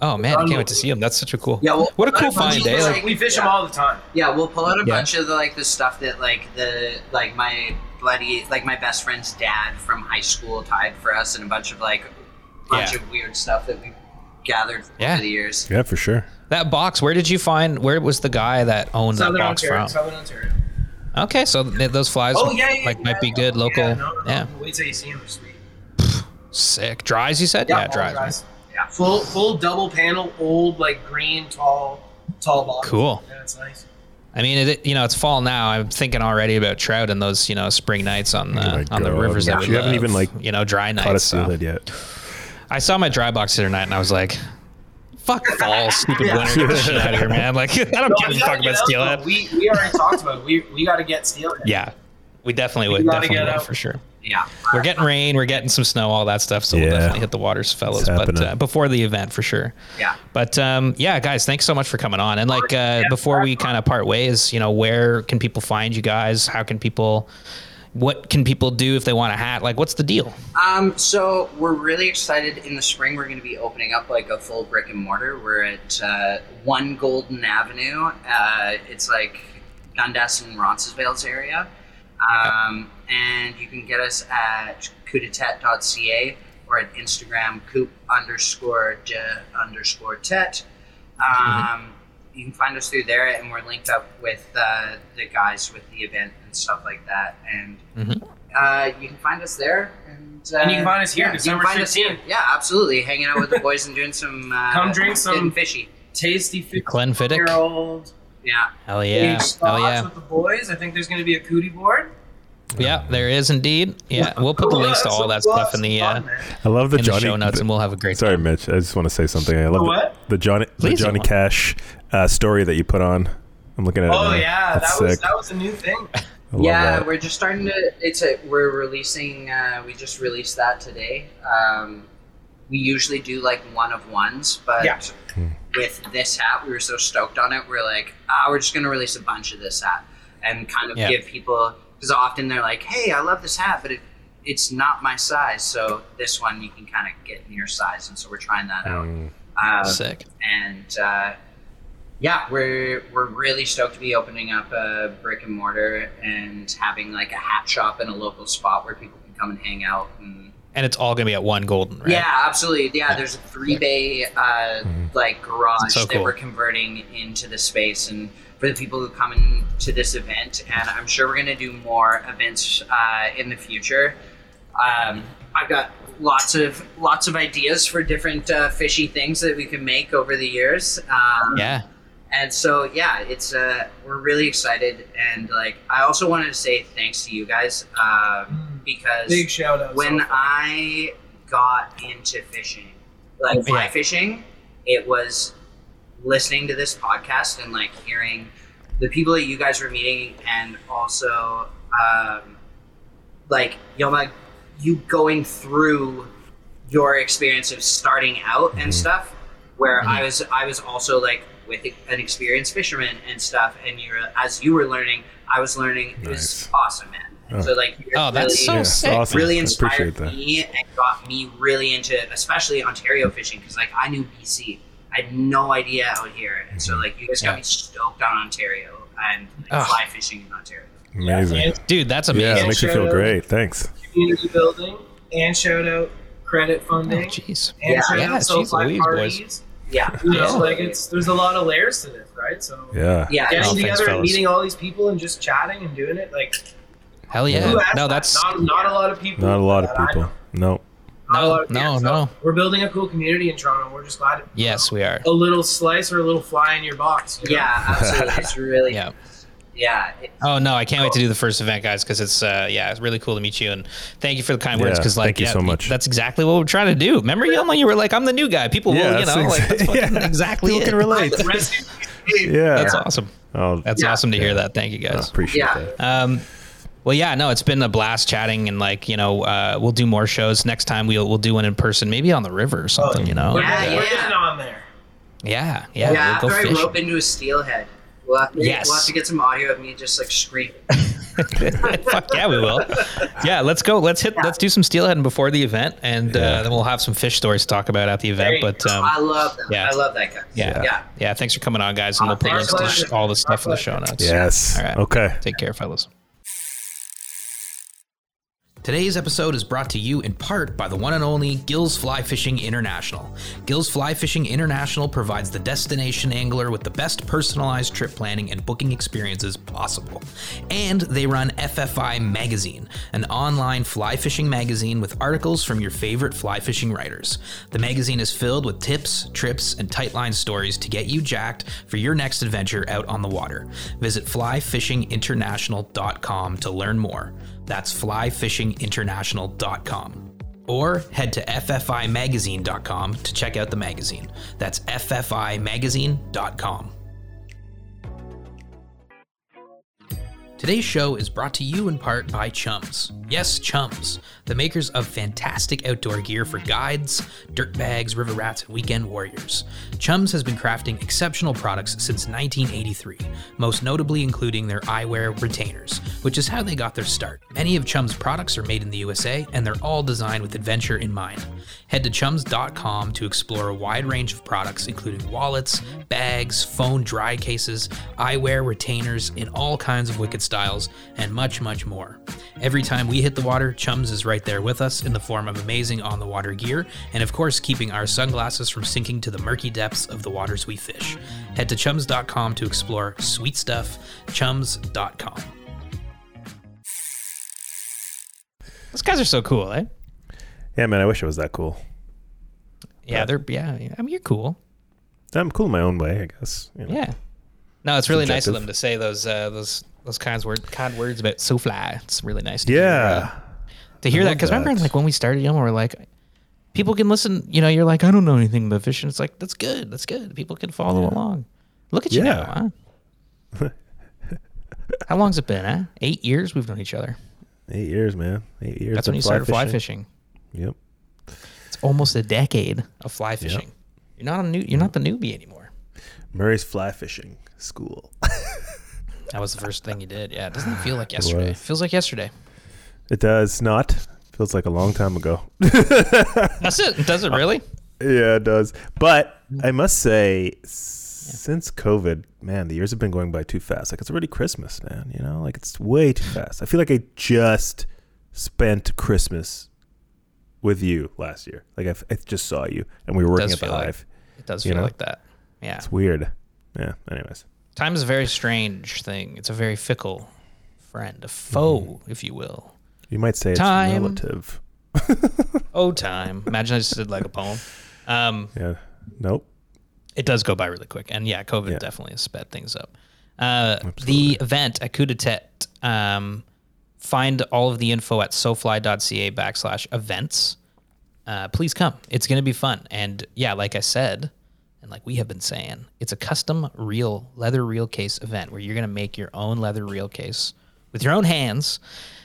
[SPEAKER 1] Oh, man. I can't wait to see him. That's such a cool.
[SPEAKER 4] Yeah, well,
[SPEAKER 1] what a cool
[SPEAKER 4] like,
[SPEAKER 1] find,
[SPEAKER 4] Jesus,
[SPEAKER 1] eh? Like,
[SPEAKER 4] like-
[SPEAKER 3] we fish
[SPEAKER 4] yeah.
[SPEAKER 3] them all the time.
[SPEAKER 4] Yeah, we'll pull out a
[SPEAKER 1] Yeah.
[SPEAKER 4] bunch of the like the stuff that like the like my bloody like my best friend's dad from high school tied for us, and a bunch of like bunch
[SPEAKER 1] Yeah.
[SPEAKER 4] of weird stuff that we gathered
[SPEAKER 1] Yeah.
[SPEAKER 4] over the years.
[SPEAKER 2] Yeah, for sure.
[SPEAKER 1] that box, where did you find, where was the guy that owned that
[SPEAKER 3] Southern
[SPEAKER 1] box
[SPEAKER 3] Ontario.
[SPEAKER 1] from?
[SPEAKER 3] Southern Ontario.
[SPEAKER 1] Okay. So th- those flies
[SPEAKER 3] Oh, yeah, yeah.
[SPEAKER 1] like
[SPEAKER 3] yeah,
[SPEAKER 1] might be
[SPEAKER 3] yeah.
[SPEAKER 1] good local.
[SPEAKER 3] Yeah.
[SPEAKER 1] Yeah.
[SPEAKER 3] no, no, no. Wait till you see them. They're sweet.
[SPEAKER 1] Sick. Dries, you said?
[SPEAKER 3] all
[SPEAKER 1] yeah dries. man.
[SPEAKER 3] Yeah, full full double panel, old like green tall tall box.
[SPEAKER 1] Cool.
[SPEAKER 3] Yeah, it's nice.
[SPEAKER 1] I mean, it, you know, it's fall now. I'm thinking already about trout and those, you know, spring nights on
[SPEAKER 2] Oh
[SPEAKER 1] the
[SPEAKER 2] my
[SPEAKER 1] on the
[SPEAKER 2] God.
[SPEAKER 1] rivers. that we
[SPEAKER 2] You haven't
[SPEAKER 1] love,
[SPEAKER 2] even, like,
[SPEAKER 1] you know dry
[SPEAKER 2] Caught a
[SPEAKER 1] nights. so.
[SPEAKER 2] steelhead yet.
[SPEAKER 1] I saw my dry box the other night, and I was like, "Fuck fall, stupid winter, get the shit out of here, man!" Like, I don't give a
[SPEAKER 3] We
[SPEAKER 1] fuck
[SPEAKER 3] gotta
[SPEAKER 1] about
[SPEAKER 3] get out,
[SPEAKER 1] steelhead.
[SPEAKER 3] though. We we already talked about it. we we got to get steelhead.
[SPEAKER 1] yeah, we definitely would,
[SPEAKER 3] gotta
[SPEAKER 1] definitely
[SPEAKER 3] get
[SPEAKER 1] would
[SPEAKER 3] out.
[SPEAKER 1] for sure.
[SPEAKER 4] Yeah,
[SPEAKER 1] We're getting rain, we're getting some snow, all that stuff. So
[SPEAKER 2] Yeah.
[SPEAKER 1] we'll definitely hit the waters, fellas. But
[SPEAKER 2] happening.
[SPEAKER 1] uh, before the event, for sure.
[SPEAKER 4] yeah.
[SPEAKER 1] But um, yeah, guys, thanks so much for coming on. And like uh, before we kind of part ways, you know, where can people find you guys? How can people? What can people do if they want a hat? Like, what's the deal?
[SPEAKER 4] Um, so we're really excited. In the spring, we're going to be opening up like a full brick and mortar. We're at uh, One Golden Avenue. Uh, it's like Dundas and Roncesvalles area, um, and you can get us at coudetet.ca or at Instagram coop underscore de underscore tet. Um, You can find us through there, and we're linked up with uh, the guys with the event and stuff like that. And uh, you can find us there. And, uh,
[SPEAKER 3] And you can find us here,
[SPEAKER 4] yeah, you
[SPEAKER 3] December
[SPEAKER 4] can find us here.
[SPEAKER 3] 16th.
[SPEAKER 4] Yeah, absolutely. Hanging out with the boys and doing some. Uh,
[SPEAKER 3] Come drink some-
[SPEAKER 4] getting fishy.
[SPEAKER 3] Tasty
[SPEAKER 1] Glenn Fiddick?
[SPEAKER 3] year old.
[SPEAKER 4] Yeah.
[SPEAKER 1] Hell yeah! Hell yeah!
[SPEAKER 3] with the boys. I think there's going to be a cootie board.
[SPEAKER 1] Yeah, there is indeed. Yeah, we'll put the links to all that stuff in the uh,
[SPEAKER 3] Fun, man.
[SPEAKER 2] I love the
[SPEAKER 1] in the
[SPEAKER 2] Johnny.
[SPEAKER 1] show notes, and we'll have a great.
[SPEAKER 2] Sorry,
[SPEAKER 1] time.
[SPEAKER 2] Mitch. I just want to say something. I love
[SPEAKER 3] The
[SPEAKER 2] the,
[SPEAKER 3] what?
[SPEAKER 2] the Johnny the
[SPEAKER 1] Please,
[SPEAKER 2] Johnny
[SPEAKER 1] you-
[SPEAKER 2] Cash uh, story that you put on. I'm looking at it.
[SPEAKER 3] Oh
[SPEAKER 2] now.
[SPEAKER 3] yeah,
[SPEAKER 2] That's
[SPEAKER 3] that was
[SPEAKER 2] sick.
[SPEAKER 3] that was a new thing.
[SPEAKER 2] I love
[SPEAKER 4] yeah,
[SPEAKER 2] that.
[SPEAKER 4] we're just starting to. It's a. We're releasing. Uh, we just released that today. Um, we usually do like one of ones, but
[SPEAKER 3] Yeah.
[SPEAKER 2] Hmm.
[SPEAKER 4] with this hat, we were so stoked on it. We're like, ah, we're just gonna release a bunch of this hat and kind of
[SPEAKER 1] Yeah.
[SPEAKER 4] give people because often they're like, hey, I love this hat, but it, it's not my size. So this one
[SPEAKER 2] Hmm.
[SPEAKER 4] you can kind of get in your size, and so we're trying that out.
[SPEAKER 2] Mm.
[SPEAKER 4] Um,
[SPEAKER 1] Sick.
[SPEAKER 4] and uh, yeah, we're we're really stoked to be opening up a brick and mortar and having like a hat shop in a local spot where people can come and hang out. And
[SPEAKER 1] And it's all going to be at one golden, right? Mm-hmm.
[SPEAKER 4] yeah, absolutely. Yeah, there's a three bay uh, like garage
[SPEAKER 1] So
[SPEAKER 4] that
[SPEAKER 1] cool.
[SPEAKER 4] we're converting into the space and. For the people who come in to this event, and I'm sure we're going to do more events uh, in the future. Um, I've got lots of lots of ideas for different uh, fishy things that we can make over the years. Um,
[SPEAKER 1] Yeah.
[SPEAKER 4] and so yeah, it's uh, we're really excited, and like I also wanted to say thanks to you guys um, because
[SPEAKER 3] Mm. Big shout out.
[SPEAKER 4] when
[SPEAKER 3] so far.
[SPEAKER 4] I got into fishing, like fly
[SPEAKER 1] Yeah.
[SPEAKER 4] fishing, it was listening to this podcast and like hearing the people that you guys were meeting, and also um, like Yoma, you going through your experience of starting out and stuff. Where I was, I was also like with e, an experienced fisherman and stuff, and you were as you were learning, I was learning. It was
[SPEAKER 2] Nice.
[SPEAKER 4] awesome, man.
[SPEAKER 2] Oh.
[SPEAKER 4] So like, you're
[SPEAKER 1] Oh, that's
[SPEAKER 4] really-
[SPEAKER 1] so sick.
[SPEAKER 2] awesome.
[SPEAKER 4] really
[SPEAKER 2] I appreciate
[SPEAKER 4] inspired
[SPEAKER 2] that.
[SPEAKER 4] me and got me really into especially Ontario fishing because like I knew BC, I had no idea out here, and so like you guys got
[SPEAKER 1] Mm-hmm. Yeah.
[SPEAKER 4] me stoked on Ontario and like,
[SPEAKER 1] Ugh.
[SPEAKER 4] fly fishing in Ontario.
[SPEAKER 2] Amazing. Yeah,
[SPEAKER 3] and
[SPEAKER 1] Dude, that's
[SPEAKER 2] it
[SPEAKER 1] amazing.
[SPEAKER 2] makes you feel great. Thanks.
[SPEAKER 3] community building and shout out credit funding.
[SPEAKER 1] Oh, Jeez.
[SPEAKER 3] and
[SPEAKER 4] Yeah.
[SPEAKER 3] shout
[SPEAKER 1] Yeah,
[SPEAKER 3] out so
[SPEAKER 1] geez
[SPEAKER 3] fly
[SPEAKER 1] Louise, boys.
[SPEAKER 3] parties.
[SPEAKER 4] Yeah,
[SPEAKER 3] You know,
[SPEAKER 1] Yeah.
[SPEAKER 3] like it's there's a lot of layers to this, right? So
[SPEAKER 2] Yeah.
[SPEAKER 4] yeah,
[SPEAKER 3] getting
[SPEAKER 1] Oh, thanks,
[SPEAKER 3] together and
[SPEAKER 1] fellas.
[SPEAKER 3] meeting all these people and just chatting and doing it, like
[SPEAKER 1] Hell yeah.
[SPEAKER 3] who has
[SPEAKER 1] No,
[SPEAKER 3] that?
[SPEAKER 1] that's
[SPEAKER 3] not, not a lot of people.
[SPEAKER 2] Not a lot
[SPEAKER 3] that
[SPEAKER 2] of
[SPEAKER 3] I
[SPEAKER 2] people.
[SPEAKER 3] know.
[SPEAKER 2] No.
[SPEAKER 3] Not a
[SPEAKER 1] no,
[SPEAKER 3] lot of-
[SPEAKER 1] no,
[SPEAKER 3] yeah, so
[SPEAKER 1] no.
[SPEAKER 3] We're building a cool community in Toronto. We're just glad
[SPEAKER 1] Yes, we are.
[SPEAKER 3] a little slice or a little fly in your box. you know?
[SPEAKER 4] yeah, absolutely. It's really
[SPEAKER 1] Yeah.
[SPEAKER 4] yeah. It,
[SPEAKER 1] Oh no, I can't wait to do the first event, guys, because it's uh, yeah, it's really cool to meet you, and thank you for the kind words.
[SPEAKER 2] Yeah,
[SPEAKER 1] Because like,
[SPEAKER 2] thank you
[SPEAKER 1] yeah,
[SPEAKER 2] so much.
[SPEAKER 1] That's exactly what we're trying to do. Remember, Yelma, you were like, "I'm the new guy." People will, you know, like that's fucking
[SPEAKER 2] yeah.
[SPEAKER 1] exactly.
[SPEAKER 2] People
[SPEAKER 1] it.
[SPEAKER 2] can relate.
[SPEAKER 3] Rescue team.
[SPEAKER 2] Yeah.
[SPEAKER 1] That's awesome.
[SPEAKER 2] Oh,
[SPEAKER 1] That's
[SPEAKER 4] Yeah.
[SPEAKER 1] awesome to hear that. Thank you,
[SPEAKER 2] I
[SPEAKER 1] guys.
[SPEAKER 2] appreciate
[SPEAKER 4] Yeah.
[SPEAKER 2] that.
[SPEAKER 1] Um, well, yeah, no, it's been a blast chatting, and like, you know, uh, we'll do more shows next time. We'll we'll do one in person, maybe on the river or something. You know,
[SPEAKER 3] We're,
[SPEAKER 4] Oh, Yeah,
[SPEAKER 3] we're
[SPEAKER 4] yeah.
[SPEAKER 3] getting on there.
[SPEAKER 1] yeah, yeah.
[SPEAKER 4] yeah,
[SPEAKER 1] we'll
[SPEAKER 4] after
[SPEAKER 1] go
[SPEAKER 4] I
[SPEAKER 1] fishing.
[SPEAKER 4] rope into a steelhead. We'll have, to,
[SPEAKER 1] Yes.
[SPEAKER 4] we'll have to get some audio of me just like screaming.
[SPEAKER 1] Fuck yeah, we will. Yeah, let's go. Let's hit. Let's do some steelheading before the event, and uh,
[SPEAKER 2] Yeah.
[SPEAKER 1] then we'll have some fish stories to talk about at the
[SPEAKER 3] There
[SPEAKER 1] event.
[SPEAKER 3] you
[SPEAKER 1] But
[SPEAKER 3] go.
[SPEAKER 1] um,
[SPEAKER 4] I love that.
[SPEAKER 1] yeah.
[SPEAKER 4] I love that guy.
[SPEAKER 1] Yeah.
[SPEAKER 4] yeah.
[SPEAKER 1] yeah, thanks for coming on, guys, and we'll put
[SPEAKER 3] Our
[SPEAKER 1] links to sh-
[SPEAKER 3] pleasure.
[SPEAKER 1] all the stuff in
[SPEAKER 3] Our
[SPEAKER 1] the show notes.
[SPEAKER 2] Yes.
[SPEAKER 1] All right.
[SPEAKER 2] Okay.
[SPEAKER 1] Take care, fellas.
[SPEAKER 5] Today's episode is brought to you in part by the one and only Gills Fly Fishing International. Gills Fly Fishing International provides the destination angler with the best personalized trip planning and booking experiences possible. And they run FFI Magazine, an online fly fishing magazine with articles from your favorite fly fishing writers. The magazine is filled with tips, trips, and tightline stories to get you jacked for your next adventure out on the water. Visit flyfishinginternational.com to learn more. That's flyfishinginternational.com. Or head to ffimagazine.com to check out the magazine. That's ffimagazine.com. Today's show is brought to you in part by Chums. Yes, Chums, the makers of fantastic outdoor gear for guides, dirt bags, river rats, and weekend warriors. Chums has been crafting exceptional products since 1983, most notably including their eyewear retainers, which is how they got their start. Many of Chums' products are made in the USA, and they're all designed with adventure in mind. Head to chums.com to explore a wide range of products, including wallets, bags, phone dry cases, eyewear, retainers in all kinds of wicked styles, and much, much more. Every time we hit the water, Chums is right there with us in the form of amazing on the water gear, and of course, keeping our sunglasses from sinking to the murky depths of the waters we fish. Head to chums.com to explore sweet stuff. Chums.com.
[SPEAKER 1] Those guys are so cool, eh?
[SPEAKER 2] Yeah, man. I wish it was that cool.
[SPEAKER 1] Yeah, they're yeah. yeah. I mean, you're cool.
[SPEAKER 2] I'm cool in my own way, I guess. you know.
[SPEAKER 1] Yeah. No, it's really nice of
[SPEAKER 2] Subjective.
[SPEAKER 1] them to say those uh, those those kinds word kind words about so fly. It's really nice. To hear, uh,
[SPEAKER 2] Yeah.
[SPEAKER 1] to hear
[SPEAKER 2] I
[SPEAKER 1] that
[SPEAKER 2] love
[SPEAKER 1] because remember
[SPEAKER 2] that.
[SPEAKER 1] like when we started Yelma, we're like people can listen you know you're like i don't know anything about fishing it's like that's good that's good people can follow along look at you
[SPEAKER 2] Yeah.
[SPEAKER 1] now huh? how long's it been huh eight years we've known each other
[SPEAKER 2] Eight years, man. Eight years.
[SPEAKER 1] that's
[SPEAKER 2] of
[SPEAKER 1] when you started fly fishing
[SPEAKER 2] Yep.
[SPEAKER 1] it's almost a decade of fly fishing you're not a new you're not the newbie anymore
[SPEAKER 2] Murray's Fly Fishing School.
[SPEAKER 1] that was the first thing you did yeah it doesn't feel like yesterday it
[SPEAKER 2] was.
[SPEAKER 1] feels like yesterday
[SPEAKER 2] it does not. Feels like a long time ago.
[SPEAKER 1] that's Uh, it does it really Mm-hmm.
[SPEAKER 2] Yeah, it does. But I must say, s- Since COVID, man, the years have been going by too fast. Like it's already Christmas, man. You know, like it's way too fast. I feel like I just spent Christmas with you last year. Like I, f- I just saw you, and we were working
[SPEAKER 1] Does
[SPEAKER 2] at the
[SPEAKER 1] feel like-
[SPEAKER 2] Hive.
[SPEAKER 1] It does
[SPEAKER 2] You
[SPEAKER 1] feel
[SPEAKER 2] know?
[SPEAKER 1] like that. Yeah.
[SPEAKER 2] It's weird. Yeah. Anyways,
[SPEAKER 1] Time is a very strange thing. It's a very fickle friend, a foe, if you will.
[SPEAKER 2] you might say it's
[SPEAKER 1] Time.
[SPEAKER 2] relative.
[SPEAKER 1] Oh, time. Imagine I just did like a poem. Um,
[SPEAKER 2] Yeah. Nope.
[SPEAKER 1] it does go by really quick. And yeah, COVID
[SPEAKER 2] Yeah.
[SPEAKER 1] definitely has sped things up. Uh, the event at Coup de Tete, um, find all of the info at sofly.ca backslash events. Uh, please come. It's going to be fun. And yeah, like I said, and like we have been saying, it's a custom reel, leather reel case event where you're going to make your own leather reel case with your own hands.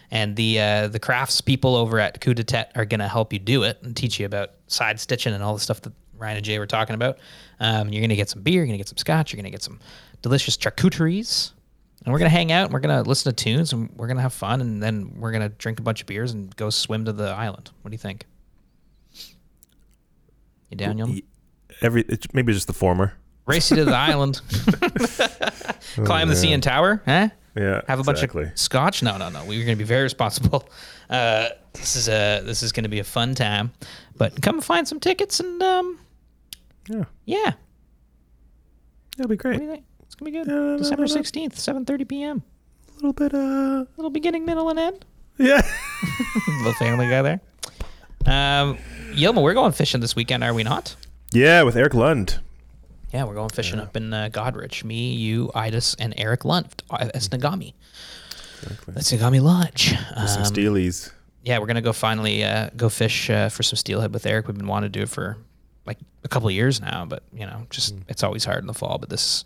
[SPEAKER 1] And the uh, the crafts people over at Coup de Tete are going to help you do it and teach you about side stitching and all the stuff that Ryan and Jay were talking about. Um, you're going to get some beer, you're going to get some scotch, you're going to get some delicious charcuteries and we're gonna hang out and we're gonna listen to tunes and we're gonna have fun and then we're gonna drink a bunch of beers and go swim to the island. What do you think? You down, Yum?
[SPEAKER 2] Every it, maybe it's just the former.
[SPEAKER 1] Race you to the island. Climb the CN Tower, huh?
[SPEAKER 2] Yeah.
[SPEAKER 1] Have a
[SPEAKER 2] exactly.
[SPEAKER 1] bunch of scotch. No, no, no. We are gonna be very responsible. Uh, this is a this is gonna be a fun time. But come find some tickets and um,
[SPEAKER 2] Yeah.
[SPEAKER 1] yeah.
[SPEAKER 2] That'll be great.
[SPEAKER 1] What do you think? It's gonna be good.
[SPEAKER 2] No, no, no,
[SPEAKER 1] December
[SPEAKER 2] no, no.
[SPEAKER 1] sixteenth, seven thirty p.m.
[SPEAKER 2] A little bit. Uh.
[SPEAKER 1] Little beginning, middle, and end.
[SPEAKER 2] Yeah.
[SPEAKER 1] little family guy there. Um, Yilma, we're going fishing this weekend, are we not?
[SPEAKER 2] yeah. With Eric Lund.
[SPEAKER 1] Yeah, we're going fishing up in uh, Godrich. Me, you, Idis, and Eric uh, Lund as Nagami. That's Nagami Lodge.
[SPEAKER 2] Some
[SPEAKER 1] Um,
[SPEAKER 2] Steelies.
[SPEAKER 1] yeah, we're gonna go finally uh, go fish uh, for some steelhead with Eric. We've been wanting to do it for like a couple of years now, but you know, just it's always hard in the fall. But this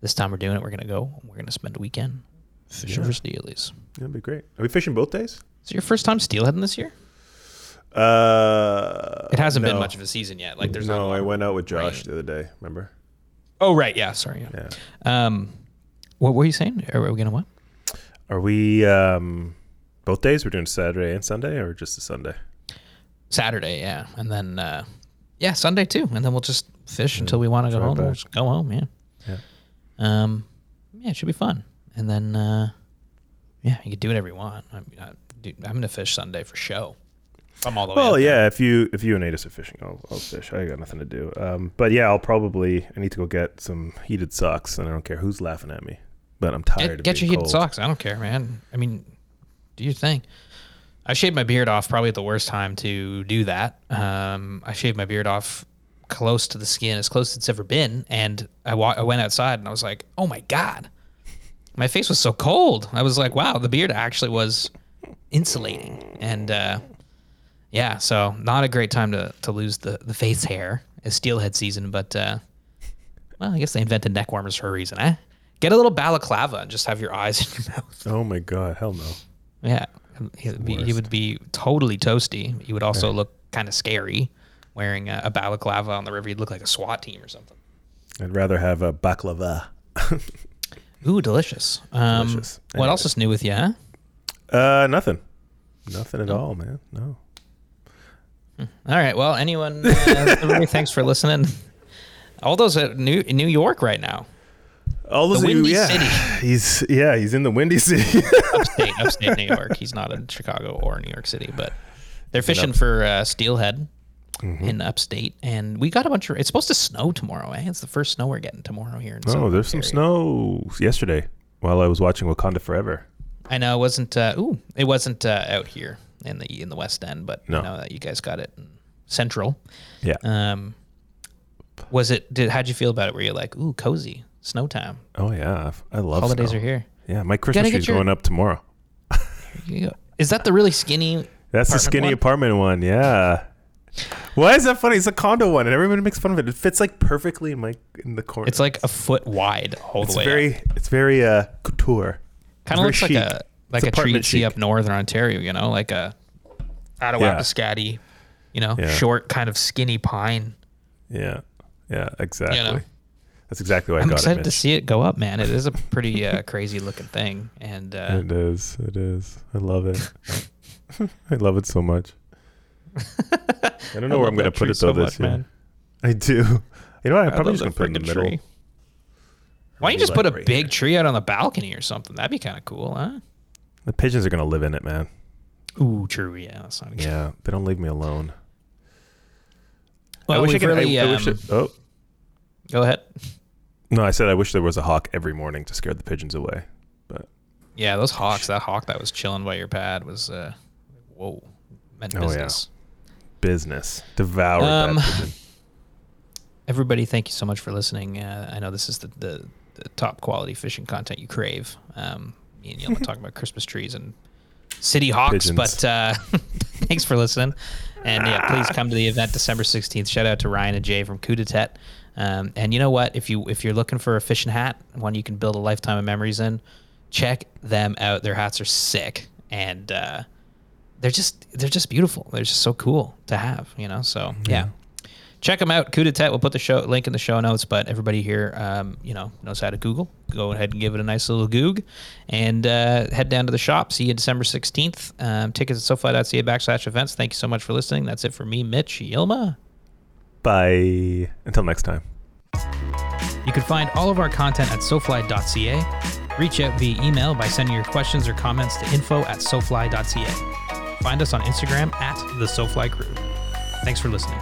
[SPEAKER 1] this time we're doing it. We're gonna go. We're gonna spend a weekend fishing for steelies.
[SPEAKER 2] That'd be great. Are we fishing both days?
[SPEAKER 1] Is it your first time steelheading this year?
[SPEAKER 2] Uh.
[SPEAKER 1] It hasn't been
[SPEAKER 2] no.
[SPEAKER 1] much of a season yet. Like there's not
[SPEAKER 2] No,
[SPEAKER 1] a lot-
[SPEAKER 2] I went out with Josh the other day. Remember?
[SPEAKER 1] Oh right, yeah. Sorry. Yeah.
[SPEAKER 2] Yeah.
[SPEAKER 1] Um, what were you saying? Are we gonna what?
[SPEAKER 2] Are we um both days? We're doing Saturday and Sunday, or just a Sunday?
[SPEAKER 1] Saturday, yeah, and then uh, yeah, Sunday too, and then we'll just fish until we want to go home. We'll
[SPEAKER 2] Mm-hmm. back.
[SPEAKER 1] just go home, yeah.
[SPEAKER 2] Yeah.
[SPEAKER 1] Um, yeah, it should be fun, and then uh, yeah, you can do whatever you want. I'm, I, dude, I'm gonna fish Sunday for show. If I'm all the way.
[SPEAKER 2] Well,
[SPEAKER 1] up
[SPEAKER 2] yeah. If you if you and Atis are fishing, I'll, I'll fish. I got nothing to do. Um, but yeah, I'll probably I need to go get some heated socks, and I don't care who's laughing at me. But I'm
[SPEAKER 1] there.
[SPEAKER 2] tired.
[SPEAKER 1] Get,
[SPEAKER 2] of
[SPEAKER 1] get your
[SPEAKER 2] being
[SPEAKER 1] heated
[SPEAKER 2] cold.
[SPEAKER 1] socks. I don't care, man. I mean, do your thing. I shaved my beard off probably at the worst time to do that. Um, I shaved my beard off close to the skin, as close as it's ever been. And I, wa- I went outside and I was like, oh my God. My face was so cold. I was like, wow, the beard actually was insulating. And uh, yeah, so not a great time to, to lose the, the face hair as steelhead season. But uh, well, I guess they invented neck warmers for a reason, eh? Get a little balaclava and just have your eyes in your mouth.
[SPEAKER 2] Oh my god, hell no.
[SPEAKER 1] Yeah, he, would be, he would be totally toasty. He would also look kind of scary wearing a, a balaclava on the river. He'd look like a SWAT team or something.
[SPEAKER 2] I'd rather have a baklava.
[SPEAKER 1] Ooh, delicious. Um,
[SPEAKER 2] Delicious.
[SPEAKER 1] What else is new with you? Huh?
[SPEAKER 2] Uh, nothing, nothing at all, man. No.
[SPEAKER 1] All right. Well, anyone, uh, everybody, thanks for listening. All those at New New York right now,
[SPEAKER 2] All those
[SPEAKER 1] The
[SPEAKER 2] of you-
[SPEAKER 1] Windy
[SPEAKER 2] yeah.
[SPEAKER 1] City.
[SPEAKER 2] He's yeah, he's in the windy city.
[SPEAKER 1] upstate, upstate New York. He's not in Chicago or New York City, but they're fishing for uh, steelhead
[SPEAKER 2] Mm-hmm.
[SPEAKER 1] in upstate. And we got a bunch of. It's supposed to snow tomorrow. Eh? It's the first snow we're getting tomorrow here. In
[SPEAKER 2] oh,
[SPEAKER 1] Southern
[SPEAKER 2] there's some
[SPEAKER 1] Ontario.
[SPEAKER 2] snow yesterday while I was watching Wakanda Forever.
[SPEAKER 1] I know it wasn't. Uh, ooh, it wasn't uh, out here in the in the West End, but
[SPEAKER 2] No.
[SPEAKER 1] I know that you guys got it in Central.
[SPEAKER 2] Yeah.
[SPEAKER 1] Um, was it? Did how'd you feel about it? Were you like, ooh, cozy, snow time,
[SPEAKER 2] oh yeah, I love
[SPEAKER 1] holidays
[SPEAKER 2] snow.
[SPEAKER 1] are here?
[SPEAKER 2] Yeah, my
[SPEAKER 1] gotta
[SPEAKER 2] Christmas
[SPEAKER 1] get
[SPEAKER 2] tree's
[SPEAKER 1] your-
[SPEAKER 2] going up tomorrow.
[SPEAKER 1] Here you go. Is that the really skinny?
[SPEAKER 2] That's the
[SPEAKER 1] apartment
[SPEAKER 2] skinny
[SPEAKER 1] one?
[SPEAKER 2] apartment one. Yeah. Why is that funny? It's a condo one, and everyone makes fun of it. It fits like perfectly in my in the corner.
[SPEAKER 1] It's like a foot wide all
[SPEAKER 2] it's
[SPEAKER 1] the way.
[SPEAKER 2] very it's very uh couture.
[SPEAKER 1] kind of looks
[SPEAKER 2] very
[SPEAKER 1] like
[SPEAKER 2] chic.
[SPEAKER 1] a like
[SPEAKER 2] It's
[SPEAKER 1] a tree you
[SPEAKER 2] apartment
[SPEAKER 1] see
[SPEAKER 2] chic.
[SPEAKER 1] up north in Ontario. You know, like a Attawapiscatty. You know,
[SPEAKER 2] Yeah.
[SPEAKER 1] short kind of skinny pine.
[SPEAKER 2] Yeah. Yeah. Exactly.
[SPEAKER 1] You know.
[SPEAKER 2] That's exactly why I
[SPEAKER 1] I'm
[SPEAKER 2] got
[SPEAKER 1] excited
[SPEAKER 2] it.
[SPEAKER 1] to
[SPEAKER 2] Mitch.
[SPEAKER 1] see it go up, man. It is a pretty uh, crazy looking thing, and uh,
[SPEAKER 2] It is. It is. I love it. I love it so much. I don't know where
[SPEAKER 1] love
[SPEAKER 2] I'm gonna
[SPEAKER 1] that
[SPEAKER 2] put
[SPEAKER 1] tree
[SPEAKER 2] it
[SPEAKER 1] so
[SPEAKER 2] though this
[SPEAKER 1] much,
[SPEAKER 2] year.
[SPEAKER 1] man.
[SPEAKER 2] I do. You know what? I'm
[SPEAKER 1] I
[SPEAKER 2] probably
[SPEAKER 1] love
[SPEAKER 2] just gonna
[SPEAKER 1] that
[SPEAKER 2] put it in the
[SPEAKER 1] friggin'
[SPEAKER 2] middle.
[SPEAKER 1] tree. Why don't you just put a
[SPEAKER 2] Right
[SPEAKER 1] big tree out on the balcony or something? That'd be kind of cool, huh?
[SPEAKER 2] The pigeons are gonna live in it, man.
[SPEAKER 1] Ooh, true. Yeah, that's not a good.
[SPEAKER 2] Yeah, they don't leave me alone.
[SPEAKER 1] Well,
[SPEAKER 2] I wish I
[SPEAKER 1] we've
[SPEAKER 2] could. I-
[SPEAKER 1] really,
[SPEAKER 2] I, wish
[SPEAKER 1] um,
[SPEAKER 2] it- oh
[SPEAKER 1] Go ahead.
[SPEAKER 2] no, I said I wish there was a hawk every morning to scare the pigeons away. But
[SPEAKER 1] Yeah, those hawks. That hawk that was chilling by your pad was, uh, whoa, meant
[SPEAKER 2] Oh, yeah.
[SPEAKER 1] business.
[SPEAKER 2] business devoured
[SPEAKER 1] Um,
[SPEAKER 2] that pigeon.
[SPEAKER 1] Everybody, thank you so much for listening. Uh, I know this is the, the, the top quality fishing content you crave. Um, me and Yelma talking about Christmas trees and city hawks,
[SPEAKER 2] Pigeons.
[SPEAKER 1] but uh, thanks for listening. And yeah, please come to the event December 16th. Shout out to Ryan and Jay from Coup de Tete. Um, and you know what? If you if you're looking for a fishing hat, one you can build a lifetime of memories in, check them out. Their hats are sick, and uh, they're just they're just beautiful. They're just so cool to have, you know. So yeah check them out. Coup de tete. We'll put the show link in the show notes. But everybody here, um, you know, knows how to Google. Go ahead and give it a nice little goog, and uh, head down to the shop. See you December sixteenth. Um, tickets at SoFi.ca backslash events. Thank you so much for listening. That's it for me, Mitch Yilma.
[SPEAKER 2] Bye. Until next time.
[SPEAKER 1] You can find all of our content at sofly.ca. Reach out via email by sending your questions or comments to info at sofly.ca. Find us on Instagram at the SoFly Crew. Thanks for listening.